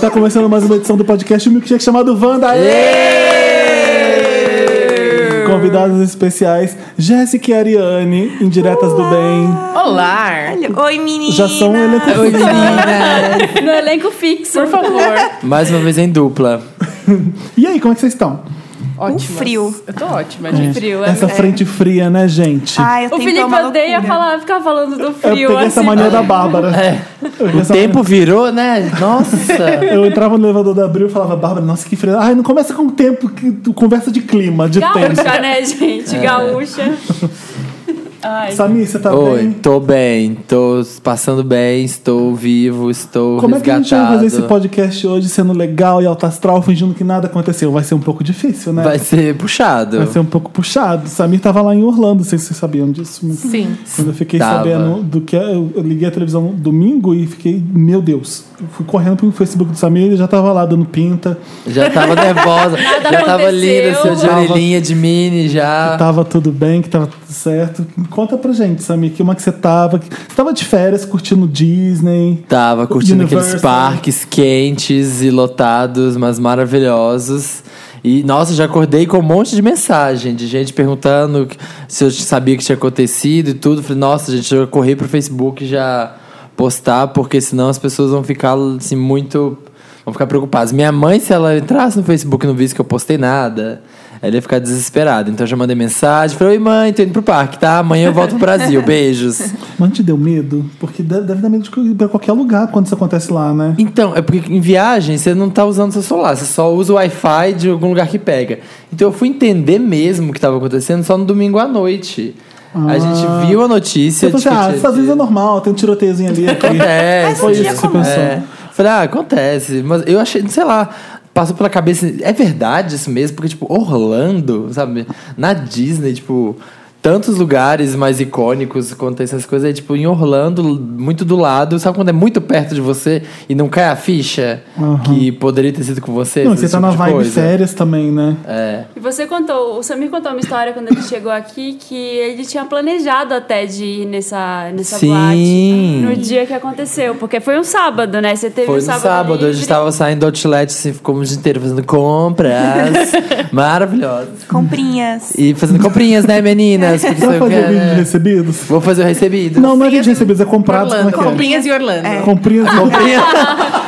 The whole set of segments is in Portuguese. Tá começando mais uma edição do podcast Milkshake chamado Wanda. Aê! Convidados especiais, Jéssica e Ariane, indiretas do bem. Olá! Oi, menina! Já são eletrônicos. No elenco fixo. Por favor. Mais uma vez em dupla. E aí, como é que vocês estão? Ótimo. Um frio. Eu tô ótima, gente. frio, é. Essa frente fria, né, gente? Ai, eu O tenho Felipe uma odeia loucura. falar, ficar falando do eu frio. peguei essa assim. mania da Bárbara. É, Eu peguei o essa tempo virou, né? mania. Nossa. Eu entrava no elevador da Abril e falava, Bárbara, nossa, que frio. Ai, não começa com o tempo, que tu conversa de clima, de tempo. Gaúcha, né, É. gente? Gaúcha. Ai. Samir, você tá Oi, bem? tô bem, tô passando bem, estou vivo, estou Como é que a resgatado. gente vai fazer esse podcast hoje sendo legal e alto astral, fingindo que nada aconteceu? Vai ser um pouco difícil, né? Vai ser puxado. Vai ser um pouco puxado. Samir tava lá em Orlando, não sei se vocês sabiam disso. mas Sim. Quando eu fiquei Tava. sabendo do que. é, Eu, eu liguei a televisão no domingo e fiquei, meu Deus. Eu fui correndo pro Facebook do Samir ele já tava lá dando pinta. Já tava nervosa, já tava aconteceu. linda, seu de Tava- orelhinha de mini já. Tava tudo bem, que tava tudo certo. Conta pra gente, Samir, como é que você tava? Você tava de férias curtindo Disney. Tava curtindo aqueles Universal. parques quentes e lotados, mas maravilhosos. E, nossa, já acordei com um monte de mensagem de gente perguntando se eu sabia que tinha acontecido e tudo. Falei, nossa, gente, eu corri pro Facebook já postar, porque senão as pessoas vão ficar, assim, muito... Vão ficar preocupadas. Minha mãe, se ela entrasse no Facebook e não visse que eu postei nada, ela ia ficar desesperada. Então eu já mandei mensagem. Falei, oi mãe, tô indo pro parque, tá? Amanhã eu volto pro Brasil. Beijos. Mas te deu medo? Porque deve, deve dar medo de ir pra qualquer lugar quando isso acontece lá, né? Então, é porque em viagem você não tá usando seu celular, você só usa o Wi-Fi de algum lugar que pega. Então eu fui entender mesmo o que estava acontecendo só no domingo à noite. Ah. a gente viu a notícia. Você falou assim, tipo, ah, tinha- às vezes é normal, tem um tiroteiozinho ali. aqui. Acontece. Mas um Foi dia isso que você acontece. pensou. É. Falei, ah, acontece. Mas eu achei, sei lá, passou pela cabeça. É verdade isso mesmo? Porque, tipo, Orlando, sabe? Na Disney, tipo. Tantos lugares mais icônicos acontecem essas coisas. É, tipo, em Orlando, muito do lado. Sabe quando é muito perto de você e não cai a ficha Aham. que poderia ter sido com você? Não, e esse você tá tipo na de vibe coisa? férias também, né? É. E você contou, o Samir contou uma história quando ele chegou aqui que ele tinha planejado até de ir nessa, nessa Sim. boate no dia que aconteceu. Porque foi um sábado, né? Você teve Foi um no sábado. sábado, a gente livre. tava saindo do outlet, assim, ficamos o dia inteiro fazendo compras. maravilhosas. Comprinhas. E fazendo comprinhas, né, meninas? Porque Você vai sabe o que fazer é, vídeo de né? recebidos? Vou fazer o recebido. Não, não é vídeo de recebidos, é comprado. Como é Orlando. que é? Comprinhas em Orlando. Comprinhas. Comprinha-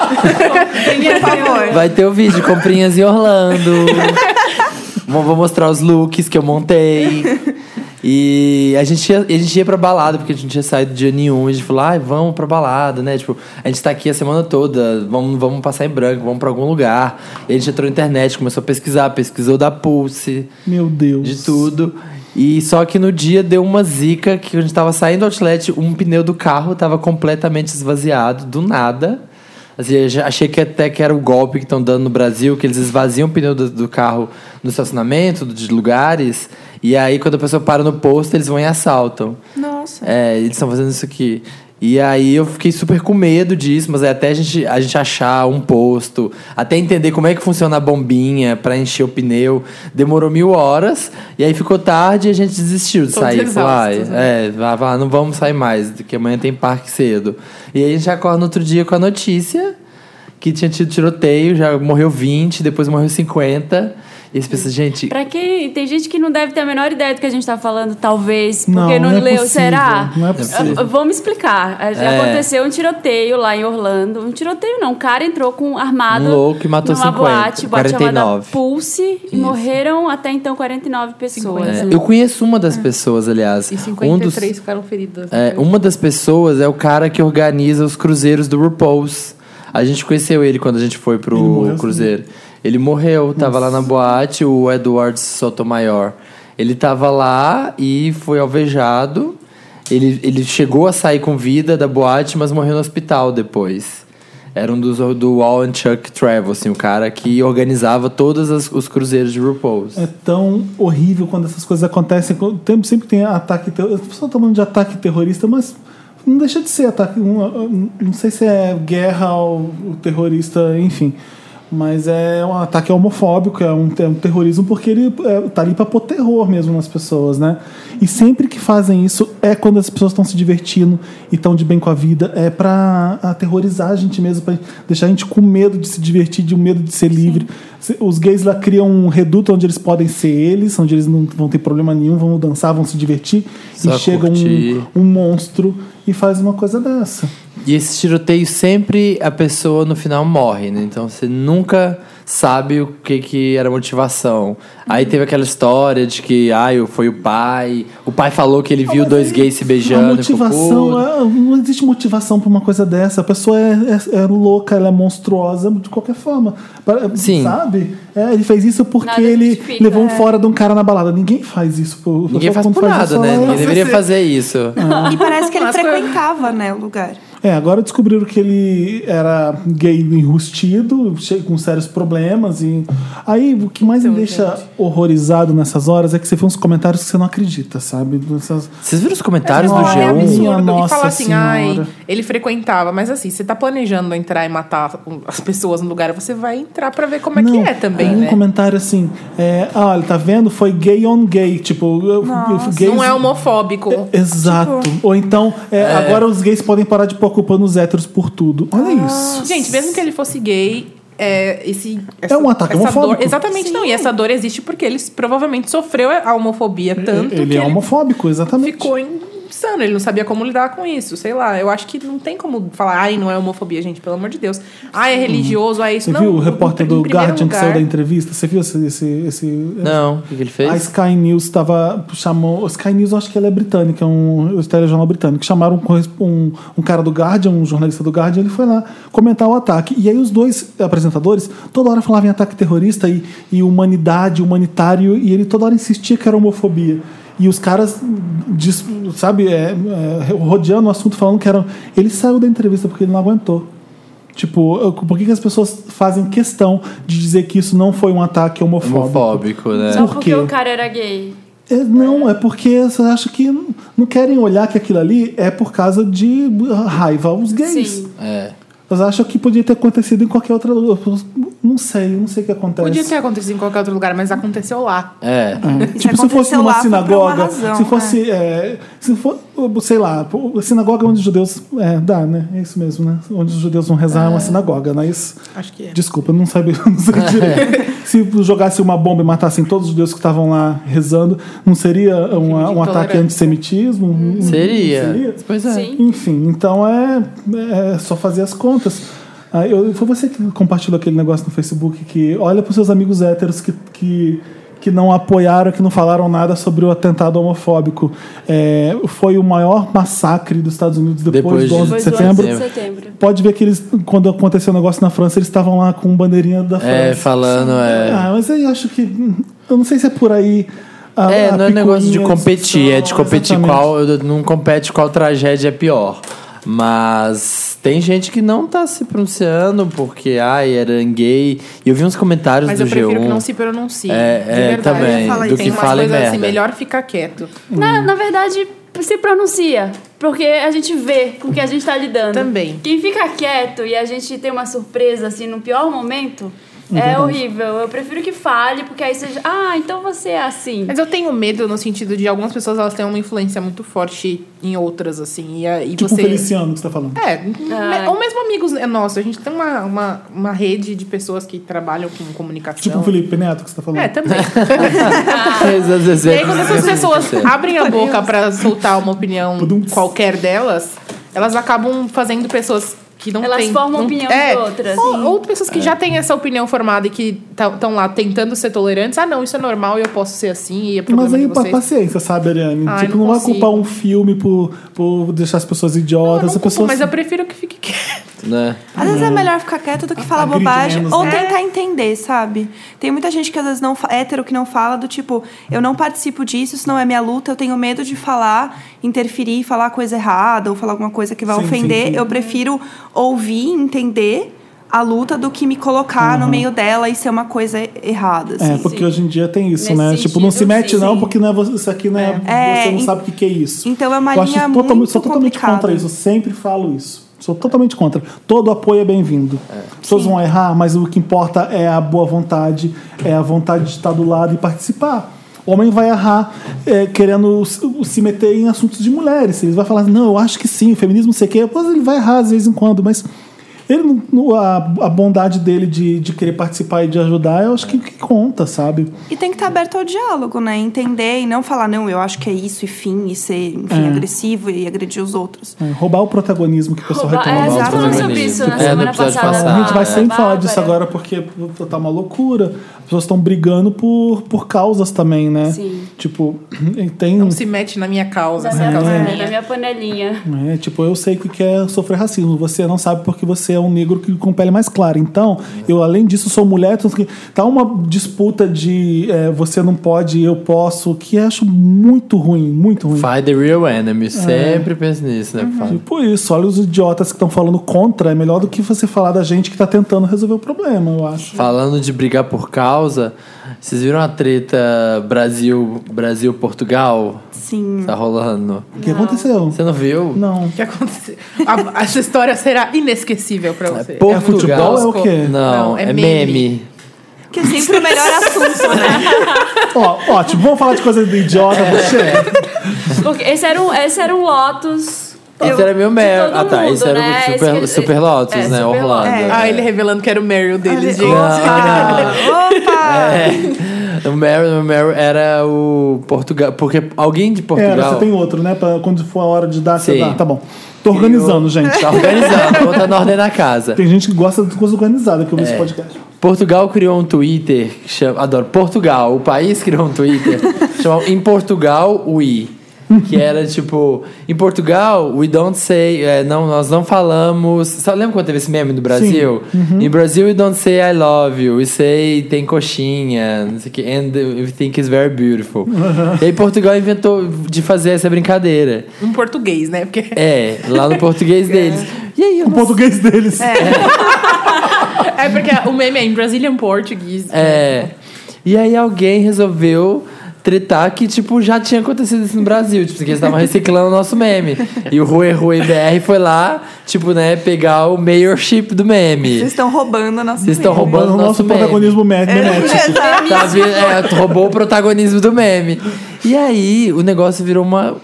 Por favor. Vai ter o vídeo, comprinhas em Orlando. vou, vou mostrar os looks que eu montei. E a gente, ia, a gente ia pra balada, porque a gente não tinha saído dia nenhum. A gente falou, ai, vamos pra balada, né? Tipo, a gente tá aqui a semana toda, vamos, vamos passar em branco, vamos pra algum lugar. E a gente entrou na internet, começou a pesquisar, pesquisou da Pulse. Meu Deus. de tudo. E só que no dia deu uma zica que a gente tava saindo do outlet, um pneu do carro tava completamente esvaziado, do nada. Assim, eu já achei que até que era o golpe que estão dando no Brasil, que eles esvaziam o pneu do, do carro no estacionamento, de lugares. E aí, quando a pessoa para no posto, eles vão e assaltam. Nossa. É, eles estão fazendo isso aqui. E aí eu fiquei super com medo disso, mas aí até a gente, a gente achar um posto, até entender como é que funciona a bombinha pra encher o pneu, demorou mil horas, e aí ficou tarde e a gente desistiu de Todos sair. Falou, ai, exaustos, né?" é, vai, vai, não vamos sair mais, que amanhã tem parque cedo. E aí a gente acorda no outro dia com a notícia que tinha tido tiroteio, já morreu 20, depois morreu 50. E as pessoas, gente, Pra quem. Tem gente que não deve ter a menor ideia do que a gente tá falando, talvez, Não, porque não, não é leu. possível, Será? não é possível. Ah, Vamos explicar. Ah, Já É. aconteceu um tiroteio lá em Orlando. Um tiroteio não. Um cara entrou com um armado. Um louco e matou numa 50, boate, boate chamada 49. Pulse. E morreram até então 49 pessoas. é, eu conheço uma das pessoas, aliás. Ah. E um dos- 53 ficaram feridas. né? É, uma das pessoas é o cara que organiza os cruzeiros do RuPaul's. A gente conheceu ele quando a gente foi pro Ele morreu, cruzeiro. Ele morreu, tava lá na boate, o Edward Sotomayor. Ele tava lá e foi alvejado. Ele, ele chegou a sair com vida da boate, mas morreu no hospital depois. Era um dos do Wall and Chuck Travel, assim, o cara que organizava todos as- os cruzeiros de RuPaul's. É tão horrível quando essas coisas acontecem. Quando- tem- Sempre tem ataque terrorista. As pessoas estão falando de ataque terrorista, mas não deixa de ser ataque. um- um- não sei se é guerra ou terrorista, enfim. Mas é um ataque homofóbico, é um, é um terrorismo, porque ele é, tá ali pra pôr terror mesmo nas pessoas, né? E sempre que fazem isso é quando as pessoas estão se divertindo e estão de bem com a vida, é pra aterrorizar a gente mesmo, pra deixar a gente com medo de se divertir, de um medo de ser livre. Se- Os gays lá criam um reduto onde eles podem ser eles, onde eles não vão ter problema nenhum, vão dançar, vão se divertir. Só e chega um, curtir. um monstro e faz uma coisa dessa. E esse tiroteio sempre a pessoa no final morre, né? Então você nunca sabe o que, que era a motivação. Aí teve aquela história de que ah, foi o pai, o pai falou que ele viu dois gays se beijando. A e ficou motivação, puto. é- não existe motivação pra uma coisa dessa. A pessoa é, é- é louca, ela é monstruosa de qualquer forma. Pra- Sim. Sabe? É, ele fez isso porque Nada ele justifica, levou um é. fora de um cara na balada. Ninguém faz isso. Por, Ninguém só faz quando por faz isso, nada, né? ela- Ninguém deveria fazer isso. E parece que ele Mas foi- frequentava, né, o lugar. É, agora descobriram que ele era gay enrustido, che- com sérios problemas. E... Aí o que mais Então, me deixa horrorizado nessas horas é que você vê uns comentários que você não acredita, sabe? Nessas- Vocês viram os comentários do Não, é G1? G1? absurdo. Minha e falar Nossa assim, Senhora. ai, ele frequentava. Mas assim, você tá planejando entrar e matar um- as pessoas no lugar, você vai entrar pra ver como é que é também, tem um né? comentário assim, é, ah, olha, tá vendo? Foi gay on gay. Tipo, eu- eu- gays... é, Não é homofóbico. Exato. Tipo. Ou então, é, agora os gays podem parar de pôr a culpa nos héteros por tudo. Olha isso. Ah. Gente, mesmo que ele fosse gay, é, esse, É um ataque essa homofóbico. dor, Exatamente, não. E essa dor existe porque ele provavelmente sofreu a homofobia tanto ele que é homofóbico, ele exatamente. ficou insano. Ele não sabia como lidar com isso, sei lá. Eu acho que não tem como falar, ai, não é homofobia, gente, pelo amor de Deus. Ai, é religioso, ai, isso Você não. viu o repórter em do primeiro Guardian que lugar- saiu da entrevista? Você viu esse. esse, esse- Não, o que, que ele A fez? Sky News tava, chamou. A Sky News, eu acho que ela é britânica, é um telejornal britânico. Chamaram um corresp- um, um cara do Guardian, um jornalista do Guardian, ele foi lá comentar o ataque. E aí os dois apresentadores toda hora falavam em ataque terrorista e, e humanidade, humanitário, e ele toda hora insistia que era homofobia. E os caras, dis- sabe, é, é, rodeando o assunto, falando que era. Ele saiu da entrevista porque ele não aguentou. Tipo, eu- por que, que as pessoas fazem questão de dizer que isso não foi um ataque homofóbico? Homofóbico, né? Só Por porque quê? o cara era gay. É, não, é porque vocês acham que n- não querem olhar que aquilo ali é por causa de raiva aos gays. Sim. É. Elas acham que podia ter acontecido em qualquer outra lugar. Não sei, não sei o que acontece. Podia ter acontecido em qualquer outro lugar, mas aconteceu lá. É. Isso Tipo, se fosse aconteceu numa lá, foi por uma sinagoga, razão, se fosse, é, se for, sei lá, pô, sinagoga onde os judeus, é, dá, né? É isso mesmo, né? Onde os judeus vão rezar é uma sinagoga, não é isso? Acho que é. Desculpa, eu não sabia, não sei direito. Se jogasse uma bomba e matassem todos os deuses que estavam lá rezando, não seria uma- um ataque intolerância. a antissemitismo? Um, Não- não Seria. Pois é. Sim. Enfim, então é, é só fazer as contas. Ah, eu, foi você que compartilhou aquele negócio no Facebook que olha para seus amigos héteros que, que, que não apoiaram, que não falaram nada sobre o atentado homofóbico. É, foi o maior massacre dos Estados Unidos depois, Depois de- do 11 de Depois do 11 setembro. de setembro. Pode ver que eles, quando aconteceu o negócio na França, eles estavam lá com bandeirinha da É, França. falando, é. Ah, mas eu acho que. Eu não sei se é por aí. a- É, a não é negócio de Ah, picuinha, competir, é de discussão, competir exatamente. qual. Não compete qual tragédia é pior. Mas tem gente que não tá se pronunciando porque, ai, era gay. E eu vi uns comentários Mas do eu prefiro G1. que não se pronuncie. É, de é, verdade. também, Eu ia falar do isso. Tem que umas fala é coisas merda. assim, melhor ficar quieto. Na, na verdade, se pronuncia. Porque a gente vê com o que a gente tá lidando. Também. Quem fica quieto e a gente tem uma surpresa, assim, no pior momento, é horrível. Eu prefiro que fale, porque aí seja... Ah, então você é assim. Mas eu tenho medo no sentido de algumas pessoas elas têm uma influência muito forte em outras, assim. E, a- e Tipo o você. Feliciano que você tá falando. É, me- ou mesmo amigos é, nossos. A gente tem uma, uma, uma rede de pessoas que trabalham com comunicação. Tipo o Felipe Neto que você tá falando. Então, É, também. Às vezes e é- aí, quando essas pessoas Sim. abrem a boca pra soltar uma opinião qualquer delas, elas acabam fazendo pessoas que não Elas têm... formam não- é, opinião de outras. Ou, ou pessoas que É. já têm essa opinião formada e que estão lá tentando ser tolerantes. Ah, não, isso é normal e eu posso ser assim e é problema Mas aí, de pa- vocês. paciência, sabe, Ariane? Ai, tipo, não não, vai consigo. culpar um filme por, por deixar as pessoas Eu não idiotas. é as culpo, pessoas... mas eu prefiro que fique quieto. Né? Às vezes é melhor ficar quieto do que falar Agride bobagem menos, ou né? tentar entender, sabe? Tem muita gente que às vezes não fa- hétero que não fala do tipo, eu não participo disso, isso não é minha luta, eu tenho medo de falar, interferir, falar coisa errada ou falar alguma coisa que vai Sim, sim, ofender. sim. Eu prefiro ouvir, entender a luta do que me colocar no meio dela e ser uma coisa errada. Uhum. É, assim. porque sim. hoje em dia tem isso, Nesse né? tipo, não se sentido, mete sim. não, porque não é você, isso aqui não é, É, você não en- sabe o que, que é isso. então é uma eu acho linha totalmente, muito sou totalmente complicada. contra isso, eu sempre falo isso. Sou totalmente contra. Todo apoio é bem-vindo. As pessoas vão errar, mas o que importa é a boa vontade, é a vontade de estar do lado e participar. O homem vai errar é, querendo s- se meter em assuntos de mulheres. Ele vai falar, não, eu acho que sim, o feminismo não sei o quê. Pois ele vai errar de vez em quando, mas ele, não- não- a, a bondade dele de, de querer participar e de ajudar, eu acho que, que conta, sabe? E tem que estar aberto ao diálogo, né? Entender e não falar, não, eu acho que é isso e fim, e ser, enfim, É. agressivo e agredir os outros. É, roubar o protagonismo que o pessoal Roubar- É, reclama. a gente Exato. falou sobre isso na É, no semana episódio passada. passado. A gente é. vai da sempre falar disso Bárbara. agora porque pô, tá uma loucura. As pessoas estão brigando por, por causas também, né? Sim. Tipo, tem. Não se mete na minha causa. Da essa minha causa panelinha, minha. minha panelinha. É, tipo, eu sei que quer sofrer racismo. Você não sabe porque você é um negro que com pele mais clara. Então, eu, além disso, sou mulher. então, assim, Tá uma disputa de é, você não pode, eu posso, que eu acho muito ruim, muito ruim. Find the real É. enemy. Sempre penso nisso, Uhum. né? Fábio? Tipo isso, olha os idiotas que estão falando contra. É melhor do que você falar da gente que tá tentando resolver o problema, eu acho. Falando de brigar por causa, vocês viram a treta Brasil- Brasil-Portugal? Sim. tá rolando. O que aconteceu? Você não viu? Não. O que aconteceu? A- essa história será inesquecível pra você. Portugal. É futebol, é o quê? Não, é, meme. Que é sempre o melhor assunto, né? Ó, ótimo, vamos falar de coisa do idiota, É, você. Porque esse era um, esse era um Lotus. Esse era meu Mel. todo Ah, tá. mundo, Esse era né? o Super, Esse- Super Lotus, é, né? Super Orlando. Lotus. Ah, ele revelando que era o Meryl Ah, deles, gente. Ah, Não, Opa! É. não. O Meryl, o Meryl era o Portugal. Porque alguém de Portugal. Era, você tem outro, né? Pra quando for a hora de dar, você Sim. dá. Tá bom. Tô organizando, gente. Tá organizando, botando ordem na casa. Tem gente que gosta de coisa organizada que eu vi É. esse podcast. Portugal criou um Twitter que chama. Adoro. Portugal, o país criou um Twitter chamado Em Portugal We. Que era tipo, em Portugal, we don't say, é, não, nós não falamos. Sabe, lembra quando teve esse meme do Brasil? Em Brasil, we don't say I love you, we say tem coxinha, não sei o que, and we think it's very beautiful. E aí Portugal inventou de fazer essa brincadeira. Um português, né? Porque É, lá no português deles. E aí, eu O não português deles. É porque o meme é em Brazilian Portuguese. É. E aí alguém resolveu tretar que, tipo, já tinha acontecido isso no Brasil. Tipo, que eles estavam reciclando o nosso meme. E o Rui Rui BR foi lá, tipo, né, pegar o mayorship do Vocês meme. estão roubando a nossa Vocês estão vida. roubando o nosso meme. protagonismo É. meme. memético. Tá vi- é, roubou o protagonismo do meme. E aí o negócio virou uma,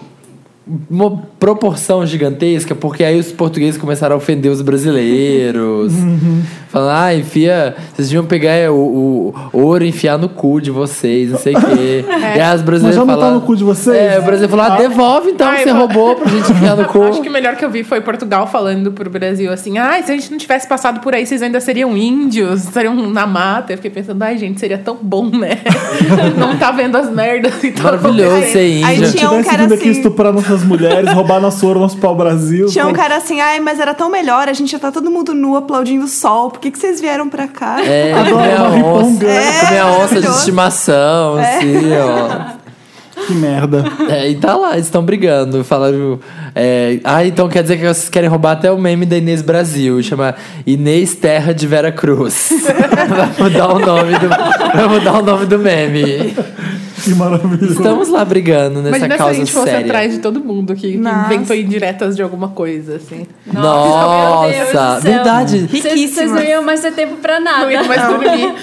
uma proporção gigantesca, porque aí os portugueses começaram a ofender os brasileiros. Uhum. Falando, ah, enfia, vocês deviam pegar é, o, o ouro e enfiar no cu de vocês, não sei o quê. E aí os Mas já brasileiros não tá falaram... no cu de vocês? É, o brasileiro falou, ah, devolve então, Ai, que você eu- roubou pra gente enfiar no cu. Acho que o melhor que eu vi foi Portugal falando pro Brasil assim: ai, se a gente não tivesse passado por aí, vocês ainda seriam índios, seriam na mata. Eu fiquei pensando, ai, gente, seria tão bom, né? não tá vendo as merdas e tá Maravilhoso Aí- ser aí índia. Se Tinha um tivesse cara vindo aqui assim- estuprar nossas mulheres, roubar nosso ouro, nosso pau-brasil. Tinha um cara assim, ai, mas era tão melhor, a gente já tá todo mundo nu aplaudindo o sol, por que, que vocês vieram pra cá? É, comer a uma onça, riponga. É, comer a onça de maravilhoso. estimação, assim, ó. Que merda. É, e tá lá, eles estão brigando. Falaram. é, ah, então quer dizer que vocês querem roubar até o meme da Inês Brasil. Chama Inês Terra de Vera Cruz. vai, mudar o nome do, vai mudar o nome do meme. Que maravilha. Estamos lá brigando nessa Imagina se a causa gente fosse séria. atrás de todo mundo que, que Nossa. inventou indiretas de alguma coisa, assim. Nossa, meu Deus do céu. verdade. Vocês vocês não iam mais ter tempo pra nada. Não ia mais dormir.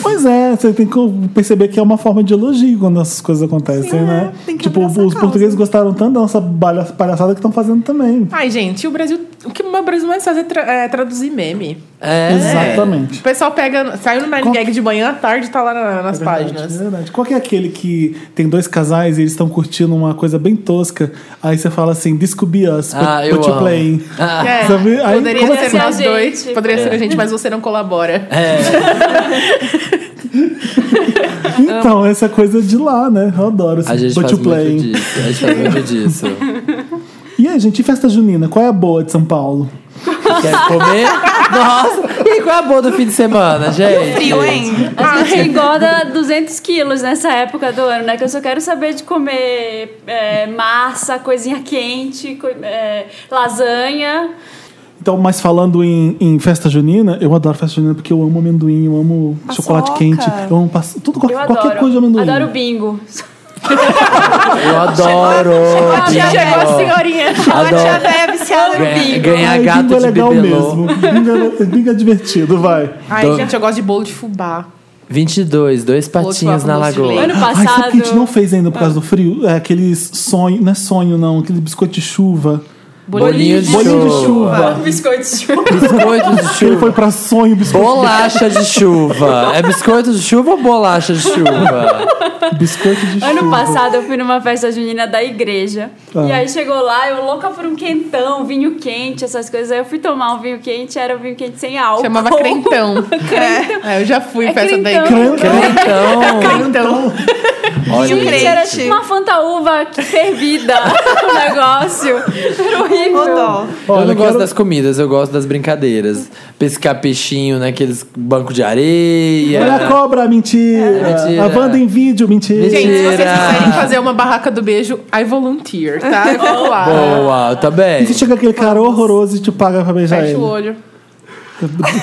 Pois é, você tem que perceber que é uma forma de elogio quando essas coisas acontecem, Sim, né? é, tem que tipo, os abraçar a causa. portugueses gostaram tanto da nossa balha- palhaçada que estão fazendo também. Ai, gente, o Brasil. O que o Brasil mais faz é, tra- é traduzir meme. É. Exatamente. O pessoal pega. Saiu no Nine Qual- Gag de manhã à tarde tá lá na- É verdade, nas né? páginas. É verdade. Qual que é aquele que tem dois casais e eles estão curtindo uma coisa bem tosca? Aí você fala assim, this could be us, but, Ah, eu but you amo. playing. Ah, É, Sabe? Aí poderia como é ser que- nós Ser a dois. gente. Poderia É. ser a gente, mas você não colabora. Então, essa coisa de lá, né? Eu adoro esse a gente but faz you muito playing. disso. A gente faz muito disso. E aí, gente, e festa junina? Qual é a boa de São Paulo? Quer comer? Nossa! E aí, qual é a boa do fim de semana, gente? Frio, hein? A gente engorda 200 quilos nessa época do ano, né? Que eu só quero saber de comer é, massa, coisinha quente, co- é, lasanha. Então, mas falando em, em festa junina, eu adoro festa junina porque eu amo amendoim, eu amo Paçoca. chocolate quente, eu amo paç... tudo, qual- Eu qualquer adoro. coisa um. de amendoim. Adoro bingo. Eu adoro. Chegou assim, a senhorinha. Adoro. Tia Bebe Especial do Ganhar, bingo. ganhar Ai, gato bingo é de legal bibelô. mesmo. Bingo é, bingo é divertido, vai. Ai, Do- gente, eu gosto de bolo de fubá. 22, dois patinhos Outro na óculos de lagoa. leite. Ano Ai, sabe o que a gente passado- não fez ainda por causa do Ah. frio? É aqueles sonho, não é sonho não, aquele biscoito de chuva. Bolinho de Bolinho de chuva. chuva. Biscoito de chuva. Biscoito de Ele foi chuva. pra sonho, biscoito, Bolacha de chuva. É biscoito de chuva ou bolacha de chuva? biscoito de chuva. Ano passado eu fui numa festa junina da igreja. Ah. E aí chegou lá, eu louca por um quentão, vinho quente, essas coisas. Aí eu fui tomar um vinho quente, era um vinho quente sem álcool. Chamava crentão. É, eu já fui em É festa da crentão. igreja. Então, Crentão. olha Gente, aí. Era tipo uma fantaúva que fervida o negócio. Era horrível. Ô, dó. eu não Olha, eu gosto quero- das comidas, eu gosto das brincadeiras. Pescar peixinho naqueles bancos de areia. Olha a cobra, mentira. mentira. A banda em vídeo, mentira. É, Gente, se vocês Mentira. quiserem fazer uma barraca do beijo, I volunteer, tá? Eu fico lá. Boa, tá bem. E se chega aquele cara horroroso e te paga pra beijar Fecha o ele? olho.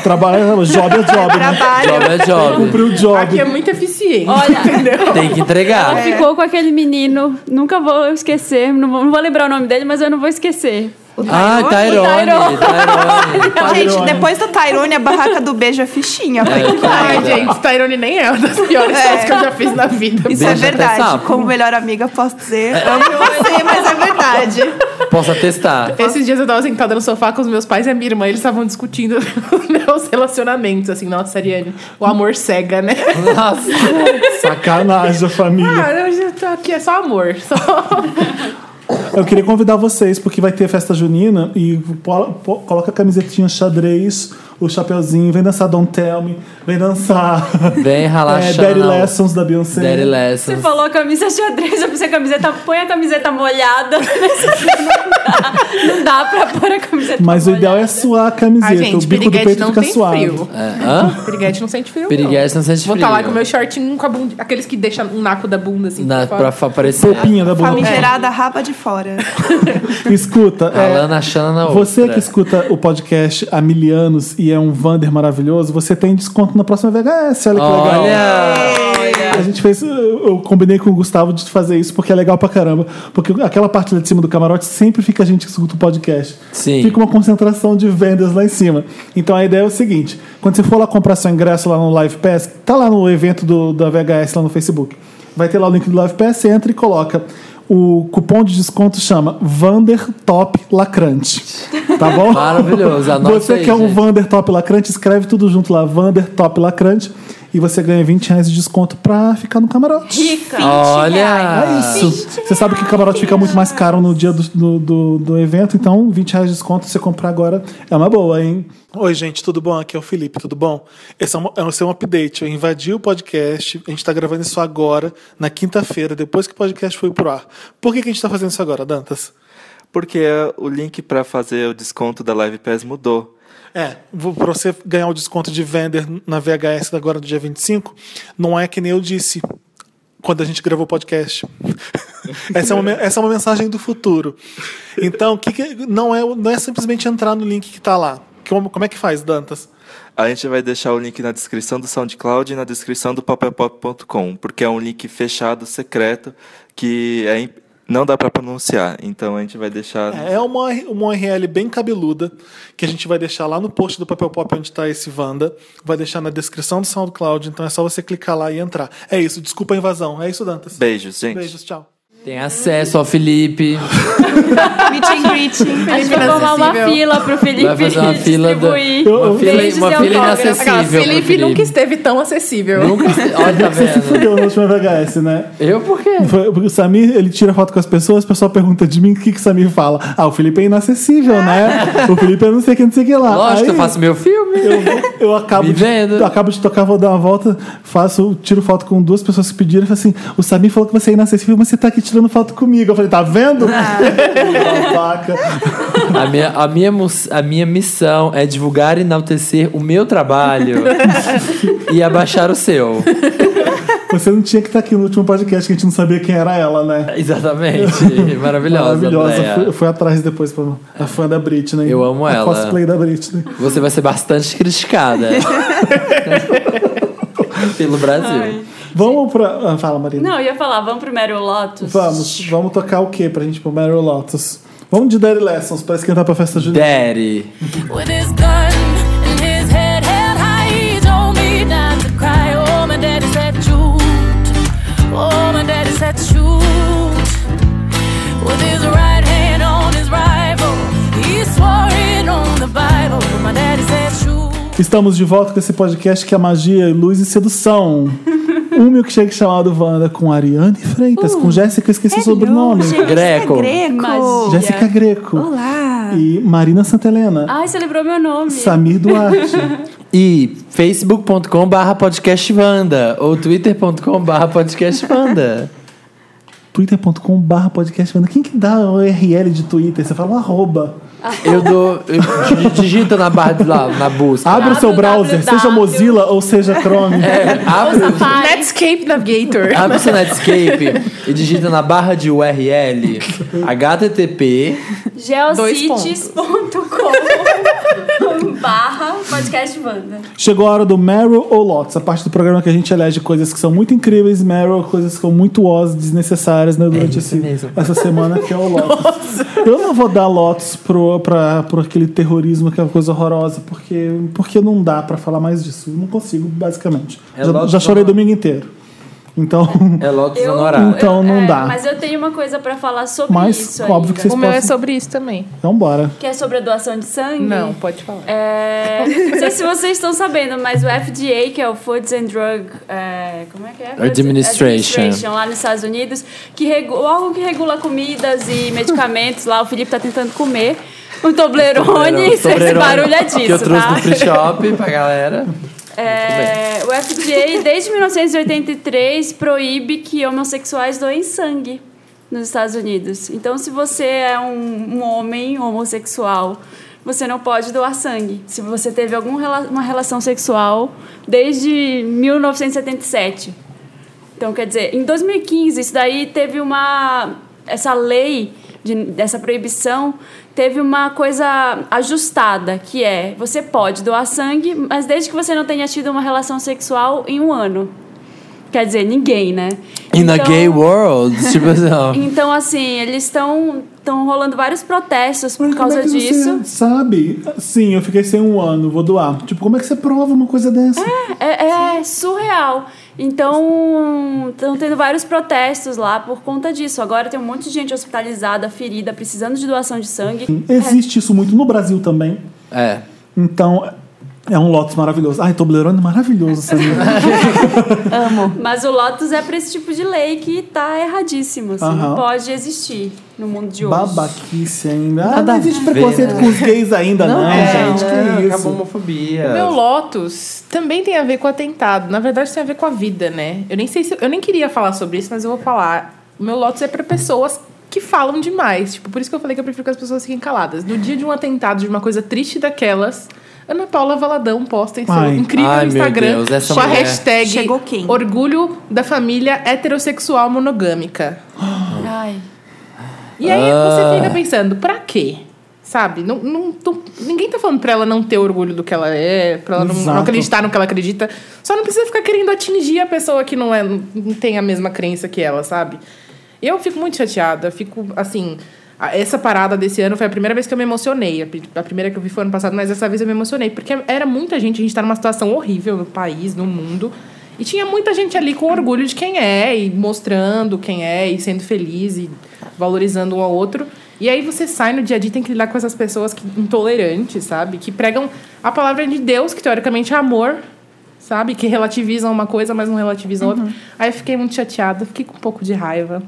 Trabalha, job é job, né? Trabalho. Job é job. Cumpriu o job. Aqui é muito eficiente. Olha, Tem que Ela entregar. ficou com aquele menino, nunca vou esquecer, não vou, não vou lembrar o nome dele, mas eu não vou esquecer. Ah, Tyrone. Tyrone. Tyrone. Gente, depois da Tyrone, a barraca do beijo é fichinha. Ai, gente, Tyrone nem é uma das piores É. coisas que eu já fiz na vida. Isso Beijo até é sapo. É. verdade. Como melhor amiga, posso dizer. Amo você, mas é verdade. Posso atestar. Esses dias eu tava sentada no sofá com os meus pais e a minha irmã, eles estavam discutindo os meus relacionamentos, assim, nossa, Ariane, o amor cega, né? Nossa. Sacanagem, a família. Ah, eu já tô aqui, é só amor. Só... Eu queria convidar vocês, porque vai ter festa junina e po- po- coloca a camisetinha xadrez, o chapeuzinho, vem dançar Don't Tell Me, vem dançar Vem ralar é, chão. Daddy Lessons da Beyoncé. Daddy Você Lessons. falou camisa xadrez, eu pensei camiseta, põe a camiseta molhada. não, dá, não dá pra pôr a camiseta Mas o molhada. ideal é suar a camiseta, Ai, Ah, gente, o bico do piriguete peito não fica tem suave. frio. É, hã? Piriguete não sente frio, não. Piriguete não sente Vou frio. estar lá com meu shortinho com a bunda, aqueles que deixam um naco da bunda, assim, Na, pra fora. pra fa- aparecer. Popinha da boca. É. Famigerada raba de fora. Escuta, A é, Lana achando Tá na outra. Você que escuta o podcast há mil anos e é um Vander maravilhoso, você tem desconto na próxima VHS. Olha que legal. Olha! A gente fez, eu eu combinei com o Gustavo de fazer isso porque é legal pra caramba. Porque aquela parte lá de cima do camarote sempre fica a gente que escuta o podcast. Sim. Fica uma concentração de vendas lá em cima. Então a ideia é o seguinte: quando você for lá comprar seu ingresso lá no Live Pass, tá lá no evento do, da VHS lá no Facebook. Vai ter lá o link do Live Pass, você entra e coloca. O cupom de desconto chama Vander Top Lacrante. Tá bom? Maravilhoso, anota Você aí, que é um gente. Vander Top Lacrante, escreve tudo junto lá, Vander Top Lacrante, e você ganha 20 reais de desconto pra ficar no camarote. Rica. É Olha! isso. Você sabe que o camarote fica muito mais caro no dia do, do, do- do evento, então 20 reais de desconto se você comprar agora é uma boa, hein? Oi, gente, tudo bom? Aqui é o Felipe, tudo bom? Esse é, um, esse é um update. Eu invadi o podcast, a gente tá gravando isso agora, na quinta-feira, depois que o podcast foi pro ar. Por que, que a gente tá fazendo isso agora, Dantas? Porque o link pra fazer o desconto da Live Pass mudou. É, vo- pra você ganhar o desconto de vender na VHS agora do dia 25, não é que nem eu disse quando a gente gravou o podcast. essa, é uma, men- essa é uma mensagem do futuro. Então, o que que- não, é, não é simplesmente entrar no link que tá lá. Como, como é que faz, Dantas? A gente vai deixar o link na descrição do SoundCloud e na descrição do papelpop.com, porque é um link fechado, secreto, que é imp- não dá pra pronunciar. Então a gente vai deixar. É uma, uma URL bem cabeluda que a gente vai deixar lá no post do Papel Pop onde está esse Wanda. Vai deixar na descrição do SoundCloud, então é só você clicar lá e entrar. É isso, desculpa a invasão. É isso, Dantas. Beijos, gente. Beijos, tchau. Tem acesso ao Felipe. Meet and greeting. A gente vai Felipe formar uma inacessível. fila pro Felipe Vai fazer uma fila da- distribuir. Eu- eu- Uma Beijos fila, e uma fila autógrafos. inacessível. Aquela, pro Felipe nunca esteve tão acessível. Nunca este- Olha, tá Você se vendo? fudeu na última VHS, né? Eu por quê? Foi- Porque o Samir, ele tira foto com as pessoas, o pessoal pergunta de mim o que, que o Samir fala. Ah, o Felipe é inacessível, né? O Felipe é não sei quem, não sei quem lá. Lógico, Aí, eu faço meu filme. eu, vou- eu acabo Me de, vendo. eu acabo de tocar, vou dar uma volta, faço, tiro foto com duas pessoas que pediram e falo assim: o Samir falou que você é inacessível, mas você tá aqui tirando foto comigo. Eu falei, tá vendo? Ah. Babaca. A minha, a, minha, mus- a minha missão é divulgar e enaltecer o meu trabalho e abaixar o seu. Você não tinha que estar aqui no último podcast que a gente não sabia quem era ela, né? Exatamente. Maravilhosa, Andréa. Fui, fui atrás depois pra, a fã da Britney. Eu amo a ela. Cosplay da Britney. Você vai ser bastante criticada pelo Brasil. Vamos pra. ah, fala, Marina. Não, eu ia falar, vamos pro Meryl Lotus. Vamos, vamos tocar o quê pra gente pro Meryl Lotus? Vamos Vamos de Daddy Lessons pra esquentar pra festa junina. Daddy. With his gun and his head held high, he told me not to cry. Oh, my daddy said shoot. Oh, my daddy said shoot. With his right hand on his rifle, he swore it on the Bible. My daddy said shoot. Estamos de volta com esse podcast que é magia, luz e sedução. Um milkshake chamado Wanda com Ariane Freitas, com Jéssica, esqueci o sobrenome. Uh, é Gente, Greco. É greco. Mas- Jéssica Greco. Olá. E Marina Santelena. Ai, você lembrou meu nome. Samir Duarte. E facebook.com barra podcastvanda ou twitter.com barra podcastvanda. twitter.com barra podcast Wanda. Quem que dá o URL de Twitter? Você fala um arroba. Eu dou. eu dig- digita na barra de lá, na busca. Abre o seu browser, www. seja Mozilla ou seja Chrome. É, abre, o- Pai, Netscape Navigator. Ah, abre o seu Netscape e digita na barra de URL http geocities.com barra podcast banda. Chegou a hora do Meryl ou Lots, a parte do programa que a gente elege coisas que são muito incríveis, Meryl, coisas que são muito oz, desnecessárias É, né, durante isso esse- mesmo. essa semana, que é o Lotus. Eu não vou dar Lotus pro, pra, pro aquele terrorismo que é uma coisa horrorosa, porque, porque não dá pra falar mais disso. Não consigo, basicamente. É já, Lotus já chorei pra- domingo inteiro. Então, é Lotus Eu- honorário. Então não é, dá. Mas eu tenho uma coisa pra falar sobre Mas, isso óbvio ainda. que vocês- O meu é posso- sobre isso também. então bora. Que é sobre a doação de sangue? Não, pode falar. É, não sei se vocês estão sabendo, mas o FDA, que é o Foods and Drug... é, como é que é? Foods and Administration. Administration, lá nos Estados Unidos, que regu- o órgão que regula comidas e medicamentos lá, o Felipe tá tentando comer um Toblerone, esse Sobreiro- barulho é disso, Que eu trouxe tá? no free shop pra galera. É, o FDA, desde 1983, proíbe que homossexuais doem sangue nos Estados Unidos. Então, se você é um, um homem homossexual, você não pode doar sangue. Se você teve alguma relação sexual desde 1977. Então, quer dizer, em 2015, isso daí teve uma. Essa lei, de, dessa proibição, teve uma coisa ajustada, que é: você pode doar sangue, mas desde que você não tenha tido uma relação sexual em um ano. Quer dizer, ninguém, né? In a Então- gay world. Tipo assim, ó. Então, assim, eles estão estão rolando vários protestos por causa como é que disso. Você sabe? Sim, eu fiquei sem um ano, vou doar. Tipo, como é que você prova uma coisa dessa? É, é surreal. Então, estão tendo vários protestos lá por conta disso. Agora tem um monte de gente hospitalizada, ferida, precisando de doação de sangue. é. Existe isso muito no Brasil também. É. Então, é um Lotus maravilhoso. Ai, Toblerone maravilhoso, Samir. É Mas o Lotus é pra esse tipo de lei que tá erradíssimo. Assim, Aham. Não pode existir no mundo de hoje. Babaquice ainda. Ah, Nada não existe a ver, preconceito né? com os gays ainda, não, gente. é, Que Acabou a isso? homofobia. Meu Lotus também tem a ver com atentado. Na verdade, tem a ver com a vida, né? Eu nem sei se. Eu nem queria falar sobre isso, mas eu vou falar. O meu Lotus é pra pessoas que falam demais. Tipo, por isso que eu falei que eu prefiro que as pessoas fiquem caladas. No dia de um atentado, de uma coisa triste daquelas. Ana Paula Valadão posta em seu Ai. incrível Ai, meu Instagram Deus, essa com a mulher. hashtag Chegou quem? Orgulho da Família Heterossexual Monogâmica. Ai. E aí Ah. você fica pensando, pra quê? Sabe? Não, não, tô- ninguém tá falando pra ela não ter orgulho do que ela é, pra ela não, não Exato. acreditar no que ela acredita. Só não precisa ficar querendo atingir a pessoa que não, é, não tem a mesma crença que ela, sabe? Eu fico muito chateada, fico assim. a- Essa parada desse ano foi a primeira vez que eu me emocionei. A pri- A primeira que eu vi foi ano passado, mas dessa vez eu me emocionei. Porque era muita gente, a gente tá numa situação horrível no país, no mundo. E tinha muita gente ali com orgulho de quem é, e mostrando quem é, e sendo feliz, e valorizando um ao outro. E aí você sai no dia a dia e tem que lidar com essas pessoas que, intolerantes, sabe? Que pregam a palavra de Deus, que teoricamente é amor, sabe? Que relativizam uma coisa, mas não relativizam Uhum. outra. Aí eu fiquei muito chateada, fiquei com um pouco de raiva.